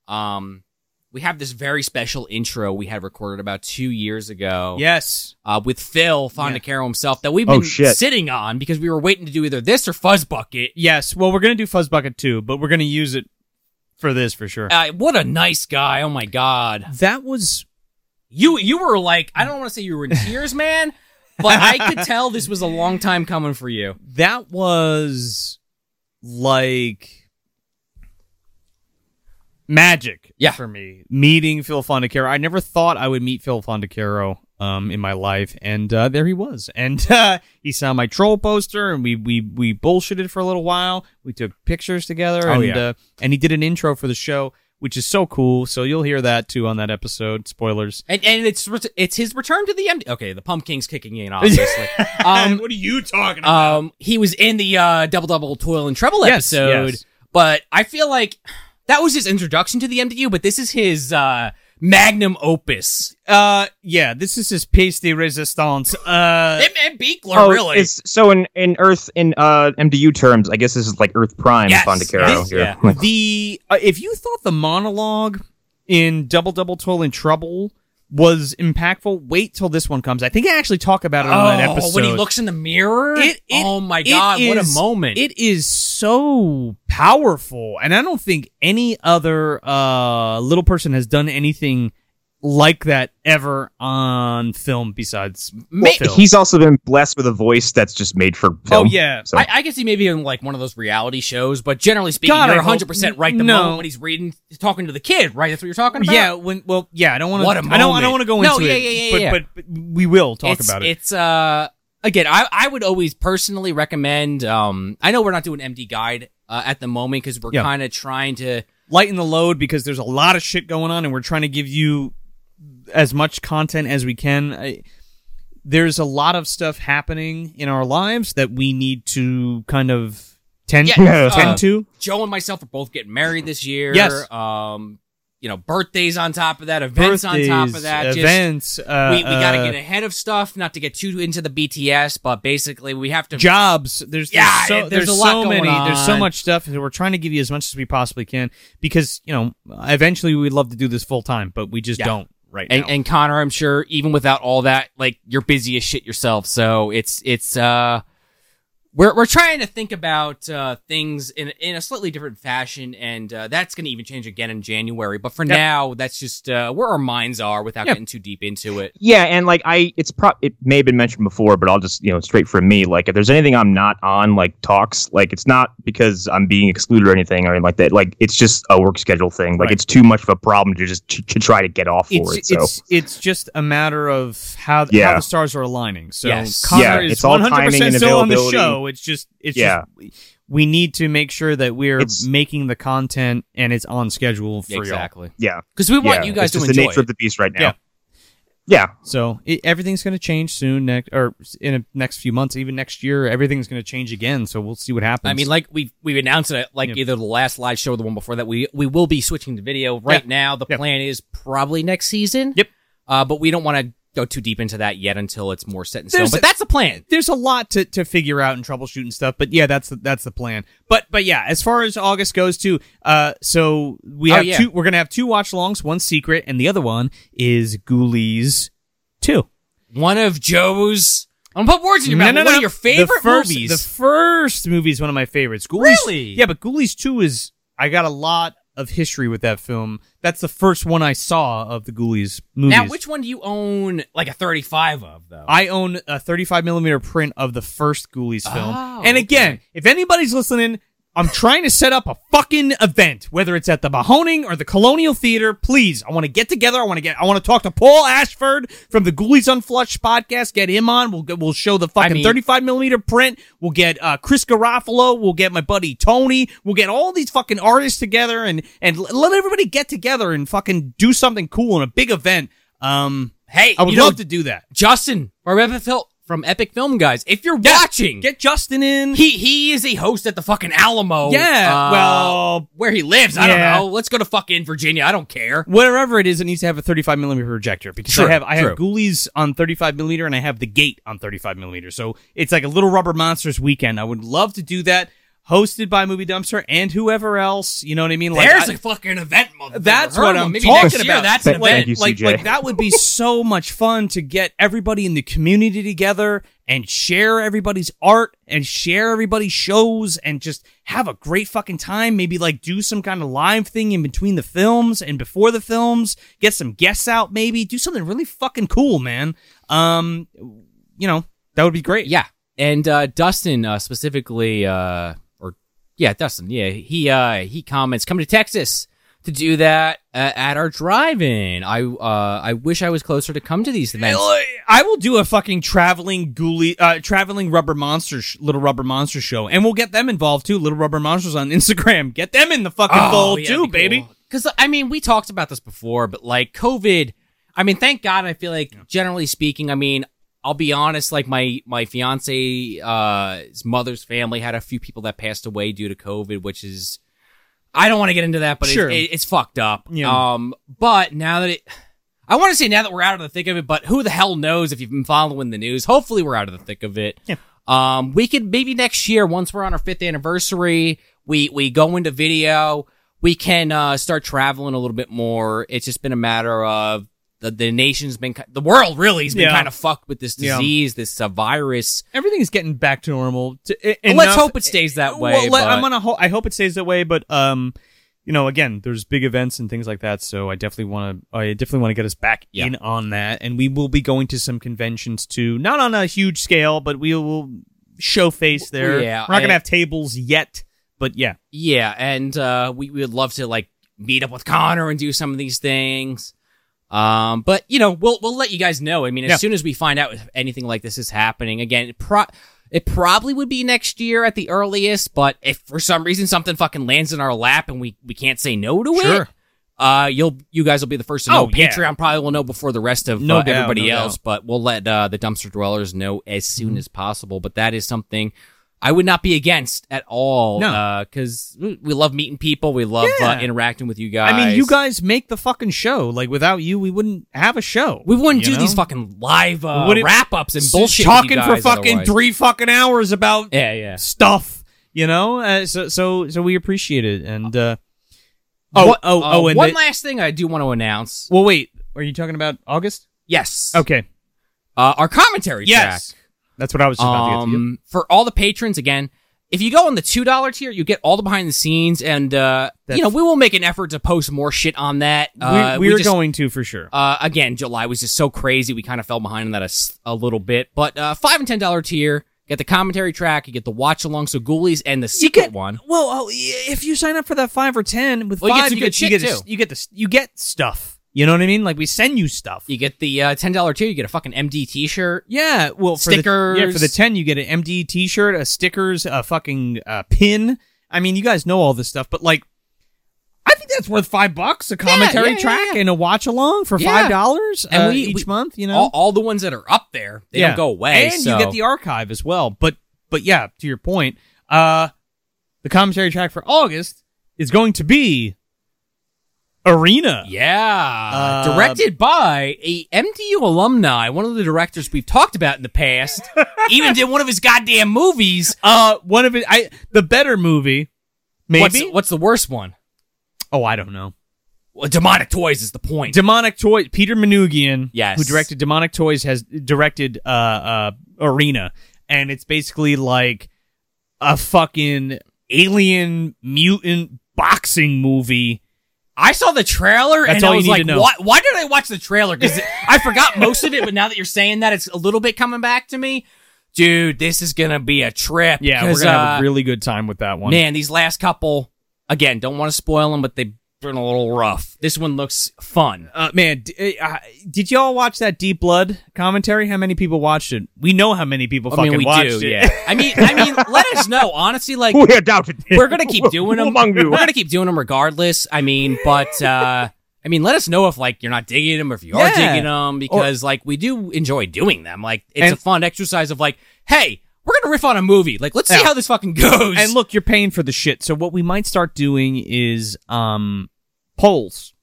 Speaker 1: um, we have this very special intro we had recorded about two years ago,
Speaker 2: yes,
Speaker 1: uh, with Phil Fondacaro himself that we've
Speaker 3: Oh,
Speaker 1: been
Speaker 3: shit.
Speaker 1: sitting on because we were waiting to do either this or Fuzzbucket.
Speaker 2: yes. Well, we're gonna do Fuzzbucket Two, but we're gonna use it for this for sure.
Speaker 1: Uh, what a nice guy! Oh my god.
Speaker 2: that was
Speaker 1: You you were like I don't want to say you were in tears, man, but I could tell this was a long time coming for you.
Speaker 2: that was like magic
Speaker 1: Yeah.
Speaker 2: for me meeting Phil Fondacaro. I never thought I would meet Phil Fondacaro um, in my life, and uh, there he was. And uh, he saw my troll poster, and we we we bullshitted for a little while. We took pictures together,
Speaker 1: Oh,
Speaker 2: and
Speaker 1: yeah.
Speaker 2: uh, and he did an intro for the show, which is so cool. So you'll hear that too on that episode. Spoilers.
Speaker 1: And, and it's ret- it's his return to the MD. Okay, the pumpkin's kicking in obviously. um,
Speaker 2: what are you talking
Speaker 1: um, he was in the uh, double double toil and treble
Speaker 2: Yes,
Speaker 1: episode,
Speaker 2: yes.
Speaker 1: but I feel like that was his introduction to the MDU. But this is his uh, magnum opus.
Speaker 2: Uh, yeah, this is his piece de resistance. Uh,
Speaker 1: Him and Beekler,
Speaker 3: Oh,
Speaker 1: really.
Speaker 3: It's, so in, in Earth in uh, MDU terms, I guess this is like Earth Prime
Speaker 1: Yes,
Speaker 3: Fondacaro
Speaker 1: yes,
Speaker 3: here.
Speaker 1: yeah.
Speaker 3: Like,
Speaker 2: the uh, if you thought the monologue in Double Double Toil and Trouble was impactful, wait till this one comes. I think I actually talk about it on that
Speaker 1: oh,
Speaker 2: episode.
Speaker 1: when he looks in the mirror.
Speaker 2: It- it-
Speaker 1: oh my
Speaker 2: it
Speaker 1: god, what a
Speaker 2: is-
Speaker 1: moment!
Speaker 2: it is so powerful, and I don't think any other uh little person has done anything like that ever on film besides
Speaker 1: Ma-
Speaker 2: Phil.
Speaker 3: He's also been blessed with a voice that's just made for
Speaker 2: Oh
Speaker 3: film.
Speaker 2: yeah,
Speaker 3: So,
Speaker 1: I, I can see maybe in like one of those reality shows, but generally speaking,
Speaker 2: God, I
Speaker 1: you're
Speaker 2: hope-
Speaker 1: 100 percent right. The
Speaker 2: no.
Speaker 1: moment when he's reading, he's talking to the kid, right? That's what you're talking about.
Speaker 2: Yeah, when well, yeah, I don't want to.
Speaker 1: What a
Speaker 2: I don't. I
Speaker 1: moment.
Speaker 2: don't want to go into
Speaker 1: No, yeah,
Speaker 2: it.
Speaker 1: yeah, yeah,
Speaker 2: but,
Speaker 1: yeah.
Speaker 2: But, but we will talk
Speaker 1: it's,
Speaker 2: about it.
Speaker 1: It's uh again, I I would always personally recommend. Um, I know we're not doing MD guide uh, at the moment because we're
Speaker 2: Yeah.
Speaker 1: kind of trying to.
Speaker 2: Lighten the load because there's a lot of shit going on, and we're trying to give you as much content as we can. I, there's a lot of stuff happening in our lives that we need to kind of tend,
Speaker 1: Yeah,
Speaker 2: tend
Speaker 1: uh,
Speaker 2: to.
Speaker 1: Joe and myself are both getting married this year.
Speaker 2: Yes.
Speaker 1: Um, you know, birthdays on top of that, events on top of
Speaker 2: Birthdays,
Speaker 1: that, just-
Speaker 2: events. uh,
Speaker 1: we, we got to
Speaker 2: uh,
Speaker 1: get ahead of stuff, not to get too into the BTS, but basically we have to
Speaker 2: jobs. There's, there's
Speaker 1: Yeah,
Speaker 2: so,
Speaker 1: there's a
Speaker 2: so
Speaker 1: lot going
Speaker 2: many. There's so
Speaker 1: on.
Speaker 2: much stuff. and We're trying to give you as much as we possibly can because you know eventually we'd love to do this full time, but we just
Speaker 1: Yeah.
Speaker 2: don't right
Speaker 1: and,
Speaker 2: now.
Speaker 1: and Connor, I'm sure even without all that, like you're busy as shit yourself. So it's it's uh we're we're trying to think about uh things in in a slightly different fashion and uh that's gonna even change again in January. But for
Speaker 2: Yep.
Speaker 1: now, that's just uh where our minds are without
Speaker 2: Yep.
Speaker 1: getting too deep into it.
Speaker 3: Yeah, and like I, it's pro. It may have been mentioned before, but I'll just you know straight from me. Like if there's anything I'm not on, like talks, like it's not because I'm being excluded or anything or anything like that. Like it's just a work schedule thing. Like
Speaker 2: Right.
Speaker 3: it's too much of a problem to just to, to try to get off for
Speaker 2: it's
Speaker 3: it. So
Speaker 2: it's it's just a matter of how how
Speaker 3: Yeah.
Speaker 2: the stars are aligning. So
Speaker 1: Yes.
Speaker 2: Connor
Speaker 3: Yeah,
Speaker 2: is
Speaker 3: it's all
Speaker 2: 100
Speaker 3: timing
Speaker 2: percent
Speaker 3: and
Speaker 2: still on the
Speaker 3: availability.
Speaker 2: show. It's just it's
Speaker 3: Yeah.
Speaker 2: just we- we need to make sure that we're
Speaker 3: It's-
Speaker 2: making the content and it's on schedule for
Speaker 3: yeah,
Speaker 1: Because we want
Speaker 3: yeah,
Speaker 1: you guys
Speaker 3: it's
Speaker 1: to
Speaker 3: just
Speaker 1: enjoy
Speaker 3: the nature
Speaker 1: it.
Speaker 3: of the beast right now.
Speaker 2: Yeah.
Speaker 3: Yeah.
Speaker 2: y'all. So it, everything's going to change soon next or in the next few months, even next year, everything's going to change again. So we'll see what happens.
Speaker 1: I mean, like we've we've announced it, like
Speaker 2: Yeah.
Speaker 1: either the last live show or the one before that. We we will be switching to video right
Speaker 2: Yeah.
Speaker 1: now. The
Speaker 2: Yeah.
Speaker 1: plan is probably next season.
Speaker 2: Yep.
Speaker 1: Uh, but we don't want to go too deep into that yet until it's more set in stone.
Speaker 2: There's
Speaker 1: But
Speaker 2: a-
Speaker 1: that's the plan.
Speaker 2: there's a lot to, to figure out and troubleshoot and stuff, but yeah, that's the, that's the plan. But but yeah, as far as August goes too, uh, so we
Speaker 1: Oh,
Speaker 2: have
Speaker 1: yeah.
Speaker 2: two. We're gonna have two watch alongs, one secret, and the other one is Ghoulies two.
Speaker 1: One of Joe's. I'm gonna put words in your mouth. one of your favorite
Speaker 2: the first,
Speaker 1: movies.
Speaker 2: The first movie is one of my favorites. Ghoulies,
Speaker 1: Really?
Speaker 2: Yeah, but Ghoulies two is I got a lot of history with that film. That's the first one I saw of the Ghoulies movies.
Speaker 1: now, which one do you own like a 35 of though?
Speaker 2: I own a 35 millimeter print of the first Ghoulies film.
Speaker 1: Oh,
Speaker 2: and again, if anybody's listening, I'm trying to set up a fucking event, whether it's at the Mahoning or the Colonial Theater. Please, I want to get together. I want to get. I want to talk to Paul Ashford from the Ghoulies Unflushed podcast. Get him on. We'll get, we'll show the fucking
Speaker 1: mean-
Speaker 2: 35 millimeter print. We'll get uh, Chris Garofalo. We'll get my buddy Tony. We'll get all these fucking artists together and and l- let everybody get together and fucking do something cool in a big event. Um,
Speaker 1: Hey,
Speaker 2: I would
Speaker 1: you know,
Speaker 2: love to do that.
Speaker 1: Justin from Epic Film from Epic Film Guys. If you're watching,
Speaker 2: Mm. Get Justin in. Oh,
Speaker 1: he he is a host at the fucking Alamo.
Speaker 2: Yeah,
Speaker 1: uh,
Speaker 2: well-
Speaker 1: where he lives,
Speaker 2: Yeah.
Speaker 1: I don't know. Let's go to fucking Virginia. I don't care.
Speaker 2: wherever it is, it needs to have a 35 millimeter projector because
Speaker 1: True,
Speaker 2: I have I have
Speaker 1: true.
Speaker 2: Ghoulies on 35 millimeter and I have the Gate on 35 millimeter. So it's like a little Rubber Monsters weekend. I would love to do that, hosted by Movie Dumpster and whoever else. You know what I mean? Like,
Speaker 1: There's
Speaker 2: I-
Speaker 1: a fucking event, motherfucker.
Speaker 2: That's
Speaker 1: Herman,
Speaker 2: what I'm
Speaker 1: Maybe
Speaker 2: talking
Speaker 1: next year,
Speaker 2: about.
Speaker 1: That's an
Speaker 3: Thank-
Speaker 1: event.
Speaker 3: thank you,
Speaker 2: like,
Speaker 3: CJ.
Speaker 2: like that would be so much fun to get everybody in the community together and share everybody's art and share everybody's shows and just have a great fucking time. Maybe like do some kind of live thing in between the films and before the films. Get some guests out, maybe do something really fucking cool, man. Um, you know that would be great.
Speaker 1: Yeah. And uh, Dustin uh, specifically, uh, or yeah, Dustin, yeah, he uh, he comments coming to Texas to do that uh, at our drive-in. I uh, I wish I was closer to come to these events.
Speaker 2: I will do a fucking traveling ghoulie, uh, traveling rubber monster, sh- little rubber monster show, and we'll get them involved too. Little rubber monsters on Instagram, get them in the fucking
Speaker 1: Oh,
Speaker 2: fold too, baby.
Speaker 1: Because I mean, we talked about this before, but like COVID, I mean, thank God. I feel like generally speaking, I mean, I'll be honest. Like my my fiance's uh, his mother's family had a few people that passed away due to COVID, which is I don't want to get into that, but
Speaker 2: Sure.
Speaker 1: it, it, it's fucked up.
Speaker 2: Yeah.
Speaker 1: Um, but now that it. I want to say now that we're out of the thick of it, but who the hell knows if you've been following the news? Hopefully, we're out of the thick of it.
Speaker 2: Yeah.
Speaker 1: Um, we could maybe next year, once we're on our fifth anniversary, we we go into video. We can uh, start traveling a little bit more. It's just been a matter of the, the nation's been ki- the world really has been
Speaker 2: Yeah.
Speaker 1: kind of fucked with this
Speaker 2: Yeah.
Speaker 1: disease, this uh, virus.
Speaker 2: Everything is getting back to normal. To, e-
Speaker 1: Well,
Speaker 2: enough- eh,
Speaker 1: let's hope it stays eh, that way.
Speaker 2: Well, let- I'm
Speaker 1: but-
Speaker 2: gonna. Ho- I hope it stays that way, but um, you know, again, there's big events and things like that, so I definitely want to. I definitely want to get us back
Speaker 1: Yeah.
Speaker 2: in on that, and we will be going to some conventions too, not on a huge scale, but we will show face there.
Speaker 1: Yeah,
Speaker 2: we're not gonna
Speaker 1: I-
Speaker 2: have tables yet, but yeah.
Speaker 1: Yeah, and uh, we we would love to like meet up with Connor and do some of these things. Um, but you know, we'll we'll let you guys know. I mean, as
Speaker 2: Yeah.
Speaker 1: soon as we find out if anything like this is happening again, it pro it probably would be next year at the earliest. But if for some reason something fucking lands in our lap and we we can't say no to it,
Speaker 2: Sure.
Speaker 1: uh, you'll you guys will be the first to know.
Speaker 2: Oh, yeah.
Speaker 1: Patreon probably will know before the rest of
Speaker 2: No
Speaker 1: uh,
Speaker 2: doubt, Mm-hmm.
Speaker 1: everybody
Speaker 2: no
Speaker 1: else. But we'll let uh, the dumpster dwellers know as soon as possible. But that is something I would not be against at all.
Speaker 2: No.
Speaker 1: because we love meeting people. We love uh,
Speaker 2: Yeah.
Speaker 1: interacting with you guys.
Speaker 2: I mean, you guys make the fucking show. Like without you, we wouldn't have a show.
Speaker 1: We wouldn't
Speaker 2: you
Speaker 1: do these
Speaker 2: know?
Speaker 1: fucking live uh,
Speaker 2: Would it-
Speaker 1: wrap ups and bullshit. with you
Speaker 2: talking for
Speaker 1: guys
Speaker 2: fucking
Speaker 1: otherwise.
Speaker 2: three fucking hours about
Speaker 1: Yeah, yeah.
Speaker 2: stuff. You know, uh, so so so we appreciate it. And uh, oh
Speaker 1: What-
Speaker 2: oh
Speaker 1: uh,
Speaker 2: oh, and
Speaker 1: one
Speaker 2: the-
Speaker 1: last thing I do want to announce.
Speaker 2: well, wait, are you talking about August?
Speaker 1: Yes.
Speaker 2: Okay,
Speaker 1: Uh, our commentary track.
Speaker 2: that's what I was just about to get to. You.
Speaker 1: Um, for all the patrons, again, if you go on the two dollar tier, you get all the behind the scenes, and uh, you
Speaker 2: That's-
Speaker 1: know we will make an effort to post more shit on that. Uh,
Speaker 2: we, we're
Speaker 1: just-
Speaker 2: going to for sure.
Speaker 1: Uh, again, July was just so crazy. We kind of fell behind on that a, s- a little bit, but uh, five and ten dollar tier, get the commentary track, you get the watch along, so Ghoulies and the secret one.
Speaker 2: Well, oh, y- if you sign up for that five or ten with
Speaker 1: Well, you get
Speaker 2: five,
Speaker 1: some
Speaker 2: you get
Speaker 1: good
Speaker 2: you get,
Speaker 1: shit,
Speaker 2: a-
Speaker 1: too.
Speaker 2: you get the you get stuff. You know what I mean? Like we send you stuff.
Speaker 1: You get the uh, ten dollar tier, you get a fucking MD t shirt.
Speaker 2: Yeah, well, for The, yeah, for the
Speaker 1: Stickers.
Speaker 2: ten, you get an MD T-shirt, a stickers, a fucking uh, pin. I mean, you guys know all this stuff, but like, I think that's worth five bucks a commentary
Speaker 1: yeah, yeah,
Speaker 2: track
Speaker 1: yeah.
Speaker 2: and a watch along for
Speaker 1: Yeah.
Speaker 2: five dollars
Speaker 1: And
Speaker 2: uh,
Speaker 1: we-
Speaker 2: each
Speaker 1: we-
Speaker 2: month. You know,
Speaker 1: All, all the ones that are up there, they
Speaker 2: Yeah.
Speaker 1: don't go away.
Speaker 2: and
Speaker 1: so-
Speaker 2: you get the archive as well. But but yeah, to your point, uh, the commentary track for August is going to be Arena.
Speaker 1: Yeah.
Speaker 2: Uh,
Speaker 1: directed by a MDU alumni, one of the directors we've talked about in the past. even did one of his goddamn movies.
Speaker 2: Uh, one of it, I the better movie, maybe.
Speaker 1: What's, what's the worst one?
Speaker 2: oh, I don't know.
Speaker 1: Well, Demonic Toys is the point.
Speaker 2: Demonic Toys, Peter Manoogian,
Speaker 1: Yes.
Speaker 2: who directed Demonic Toys, has directed uh, uh, Arena, and it's basically like a fucking alien mutant boxing movie.
Speaker 1: I saw the trailer
Speaker 2: That's
Speaker 1: and
Speaker 2: all
Speaker 1: I
Speaker 2: you
Speaker 1: was
Speaker 2: need
Speaker 1: like,
Speaker 2: to know.
Speaker 1: Why, why did I watch the trailer? Because I forgot most of it, but now that you're saying that, it's a little bit coming back to me. dude, this is gonna be a trip.
Speaker 2: Yeah, we're
Speaker 1: 'Cause,
Speaker 2: gonna have
Speaker 1: uh,
Speaker 2: a really good time with that one.
Speaker 1: Man, these last couple, again, don't want to spoil them, but they've been a little rough. This one looks fun.
Speaker 2: uh, man, d- uh, did y'all watch that Deep Blood commentary? How many people watched it? We know how many people
Speaker 1: I
Speaker 2: fucking
Speaker 1: mean, we
Speaker 2: watched
Speaker 1: do.
Speaker 2: it.
Speaker 1: Yeah. I mean, I mean, let us know. Honestly, like
Speaker 3: Who here doubted it?
Speaker 1: we're gonna keep doing them.
Speaker 3: Who Among
Speaker 1: We're
Speaker 3: you.
Speaker 1: gonna keep doing them regardless. I mean, but uh I mean, let us know if like you're not digging them or if you are
Speaker 2: Yeah.
Speaker 1: digging them because like we do enjoy doing them. Like it's
Speaker 2: And-
Speaker 1: a fun exercise of like, hey, we're gonna riff on a movie. Like let's see
Speaker 2: Yeah.
Speaker 1: how this fucking goes.
Speaker 2: And look, you're paying for the shit. So what we might start doing is um polls,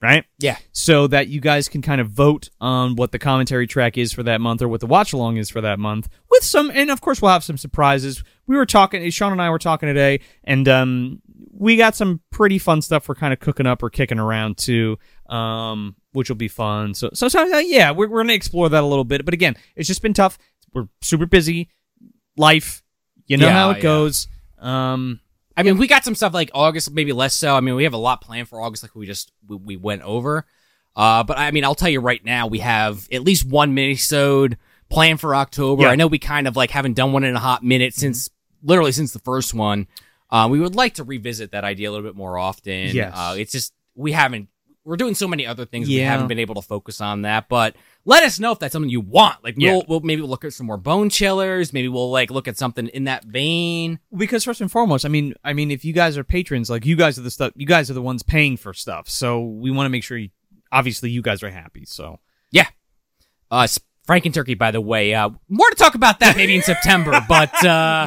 Speaker 2: right?
Speaker 1: Yeah.
Speaker 2: So that you guys can kind of vote on what the commentary track is for that month or what the watch along is for that month. With some and of course we'll have some surprises. We were talking Sean and I were talking today and um we got some pretty fun stuff we're kind of cooking up or kicking around too. Um which will be fun. So so, so uh, yeah, we're we're gonna explore that a little bit. But again, it's just been tough. We're super busy. Life. You know
Speaker 1: Yeah,
Speaker 2: how it
Speaker 1: yeah.
Speaker 2: goes. Um,
Speaker 1: I mean, we got some stuff like August, maybe less so. I mean, we have a lot planned for August, like we just we, we went over. Uh, but I mean, I'll tell you right now, we have at least one minisode planned for October.
Speaker 3: Yeah.
Speaker 1: I know we kind of like haven't done one in a hot
Speaker 2: Mm-hmm.
Speaker 1: minute since literally since the first one. Uh, we would like to revisit that idea a little bit more often.
Speaker 2: Yes.
Speaker 1: Uh, it's just we haven't. We're doing so many other things. We
Speaker 2: Yeah.
Speaker 1: haven't been able to focus on that, but let us know if that's something you want. Like,
Speaker 2: Yeah.
Speaker 1: we'll, we'll maybe look at some more bone chillers. Maybe we'll like look at something in that vein.
Speaker 2: because first and foremost, I mean, I mean, if you guys are patrons, like you guys are the stuff, you guys are the ones paying for stuff, so we want to make sure, you, obviously, you guys are happy. So
Speaker 1: Uh, s- Frank and Turkey, by the way, uh, more to talk about that maybe in September, but uh,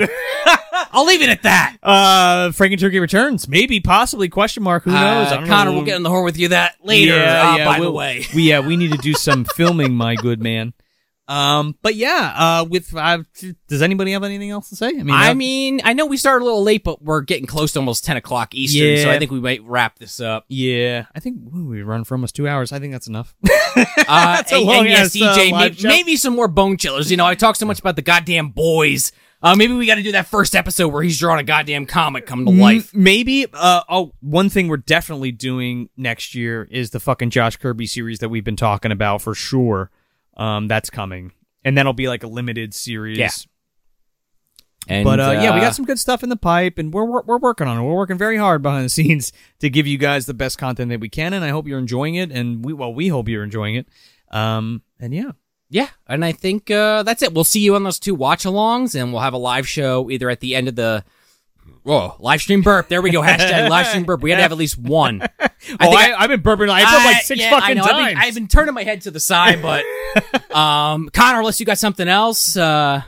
Speaker 1: I'll leave it at that.
Speaker 2: uh, Frank and Turkey returns, maybe, possibly, question mark? Who knows? I
Speaker 1: Uh,
Speaker 2: don't
Speaker 1: Connor,
Speaker 2: know.
Speaker 1: we'll get in the horn with you that later.
Speaker 2: Yeah,
Speaker 1: uh,
Speaker 2: yeah,
Speaker 1: by
Speaker 2: we'll-
Speaker 1: the way,
Speaker 2: we, yeah, we need to do some filming, my good man. Um, but yeah, uh, with uh, does anybody have anything else to say? I mean,
Speaker 1: I
Speaker 2: uh,
Speaker 1: mean, I know we started a little late, but we're getting close to almost ten o'clock Eastern, so
Speaker 2: Yeah.
Speaker 1: I think we might wrap this up.
Speaker 2: yeah, I think ooh, we run for almost two hours. I think that's enough.
Speaker 1: Uh,
Speaker 2: a
Speaker 1: and-
Speaker 2: long
Speaker 1: and yes,
Speaker 2: ass, uh,
Speaker 1: DJ,
Speaker 2: live
Speaker 1: may-
Speaker 2: show.
Speaker 1: maybe some more bone chillers. You know, I talk so much about the goddamn boys. Uh, maybe we got to do that first episode where he's drawing a goddamn comic come to
Speaker 2: Mm,
Speaker 1: life.
Speaker 2: M- maybe. Uh, oh, one thing we're definitely doing next year is the fucking Josh Kirby series that we've been talking about for sure. Um, that's coming, and that'll be like a limited series.
Speaker 1: Yeah. And,
Speaker 2: But uh, yeah, we got some good stuff in the pipe, and we're, we're we're working on it. We're working very hard behind the scenes to give you guys the best content that we can, and I hope you're enjoying it. And we well, we hope you're enjoying it. Um, and yeah,
Speaker 1: Yeah, and I think uh, that's it. We'll see you on those two watch alongs, and we'll have a live show either at the end of the. Whoa, live stream burp. There we go. Hashtag live stream burp. We had to have at least one. I
Speaker 2: oh,
Speaker 1: think
Speaker 2: I, I, have been burping. I've done like six
Speaker 1: yeah, I
Speaker 2: fucking
Speaker 1: know.
Speaker 2: times.
Speaker 1: I've been, I've been turning my head to the side, but um, Connor, unless you got something else, uh,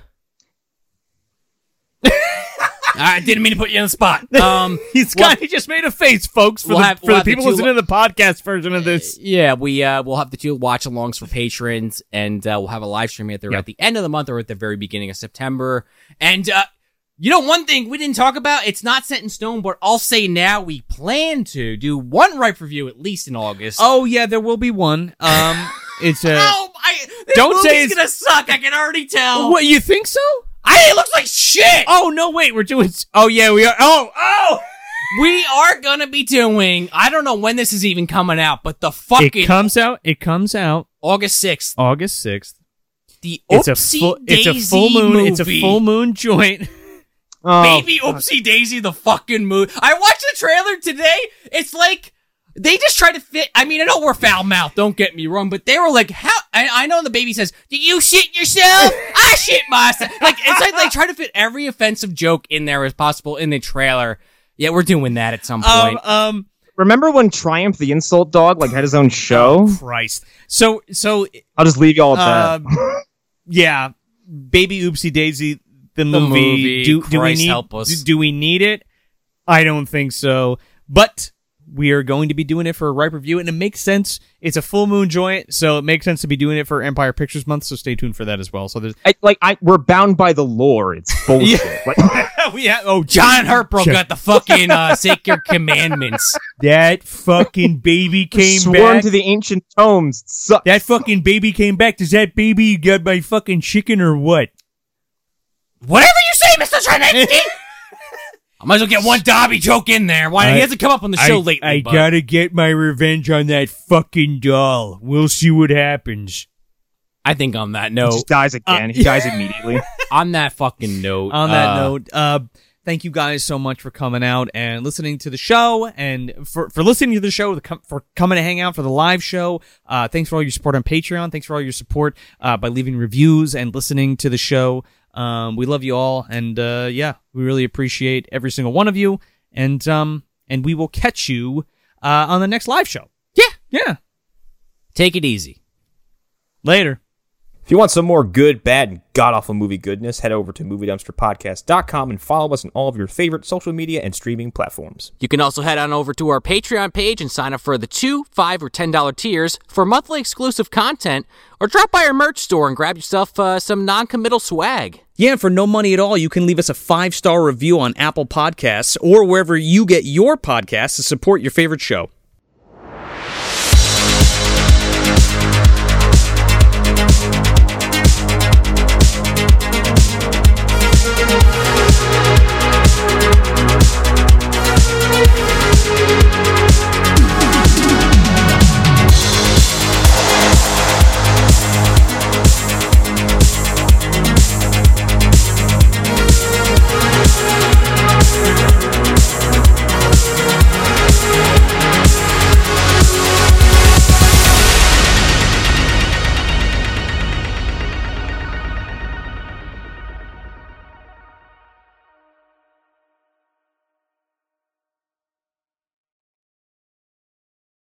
Speaker 1: I didn't mean to put you on the spot. Um,
Speaker 2: He's
Speaker 1: Well-
Speaker 2: kind of just made a face, folks, for
Speaker 1: We'll
Speaker 2: the,
Speaker 1: have-
Speaker 2: for
Speaker 1: we'll
Speaker 2: the
Speaker 1: have the
Speaker 2: people
Speaker 1: two-
Speaker 2: listening to the podcast version of this.
Speaker 1: yeah, we uh, we'll have the two watch alongs for patrons, and uh, we'll have a live stream either
Speaker 2: Yeah.
Speaker 1: at the end of the month or at the very beginning of September. And uh, you know, one thing we didn't talk about, it's not set in stone, but I'll say now we plan to do one ripe review at least in August. Uh,
Speaker 2: Oh yeah, there will be one. Um, it's a.
Speaker 1: No, I, this
Speaker 2: Don't
Speaker 1: movie's
Speaker 2: say it's-
Speaker 1: gonna suck. I can already tell.
Speaker 2: what you think so?
Speaker 1: I it looks like shit.
Speaker 2: Oh no, wait, we're doing. s- Oh yeah, we are. Oh oh.
Speaker 1: We are gonna be doing. I don't know when this is even coming out, but the fucking
Speaker 2: It comes out. It comes out
Speaker 1: August sixth.
Speaker 2: August sixth.
Speaker 1: The
Speaker 2: It's a
Speaker 1: Oopsie
Speaker 2: full. It's a full
Speaker 1: Daisy
Speaker 2: moon. It's a
Speaker 1: movie.
Speaker 2: full moon joint.
Speaker 3: Oh,
Speaker 1: Baby Oopsie Daisy, the fucking movie. I watched the trailer today. It's like they just try to fit. I mean, I know we're foul mouthed. Don't get me wrong, but they were like, "How?" I, I know the baby says, "Did you shit yourself?" I shit myself. Like it's like they try to fit every offensive joke in there as possible in the trailer. Yeah, we're doing that at some point.
Speaker 2: Um, um,
Speaker 3: Remember when Triumph the Insult Dog like had his own
Speaker 1: Uh,
Speaker 3: show?
Speaker 2: Christ. So so
Speaker 3: I'll just leave y'all at that.
Speaker 2: Um, yeah, baby oopsie daisy the movie.
Speaker 1: movie,
Speaker 2: do, do we
Speaker 1: Christ
Speaker 2: need
Speaker 1: help us.
Speaker 2: Do, do we need it? I don't think so. But we are going to be doing it for a ripe review, and it makes sense. It's a full moon joint, so it makes sense to be doing it for Empire Pictures Month. So stay tuned for that as well. So there's
Speaker 3: I, like I, we're bound by the lore. It's bullshit. Like,
Speaker 2: we have, oh
Speaker 1: John Herpro
Speaker 2: Sure.
Speaker 1: got the fucking uh, sacred commandments.
Speaker 2: that fucking baby came
Speaker 3: sworn
Speaker 2: back.
Speaker 3: to the ancient tomes. Suck.
Speaker 2: that fucking baby came back. Does that baby get my fucking chicken or what?
Speaker 1: Whatever you say, Mister Trinetti. I might as well get one Dobby joke in there. Why he
Speaker 2: I-
Speaker 1: hasn't come up on the show
Speaker 2: I,
Speaker 1: lately?
Speaker 2: I
Speaker 1: but-
Speaker 2: gotta get my revenge on that fucking doll. We'll see what happens.
Speaker 1: I think on that
Speaker 3: He
Speaker 1: note,
Speaker 3: just dies again. he dies immediately.
Speaker 1: on that fucking note.
Speaker 2: on that
Speaker 1: uh,
Speaker 2: note, uh, thank you guys so much for coming out and listening to the show and for, for listening to the show, the com- for coming to hang out for the live show. Uh, thanks for all your support on Patreon. Thanks for all your support uh, by leaving reviews and listening to the show. Um, we love you all. And uh, yeah, we really appreciate every single one of you. And, um, and we will catch you uh, on the next live show. Yeah. Yeah.
Speaker 1: take it easy.
Speaker 2: Later.
Speaker 4: If you want some more good, bad, and god awful movie goodness, head over to MovieDumpsterPodcast.com and follow us on all of your favorite social media and streaming platforms.
Speaker 1: You can also head on over to our Patreon page and sign up for the two, five, or ten dollar tiers for monthly exclusive content, or drop by our merch store and grab yourself uh, some non-committal swag.
Speaker 2: Yeah, and for no money at all, you can leave us a five star review on Apple Podcasts or wherever you get your podcasts to support your favorite show.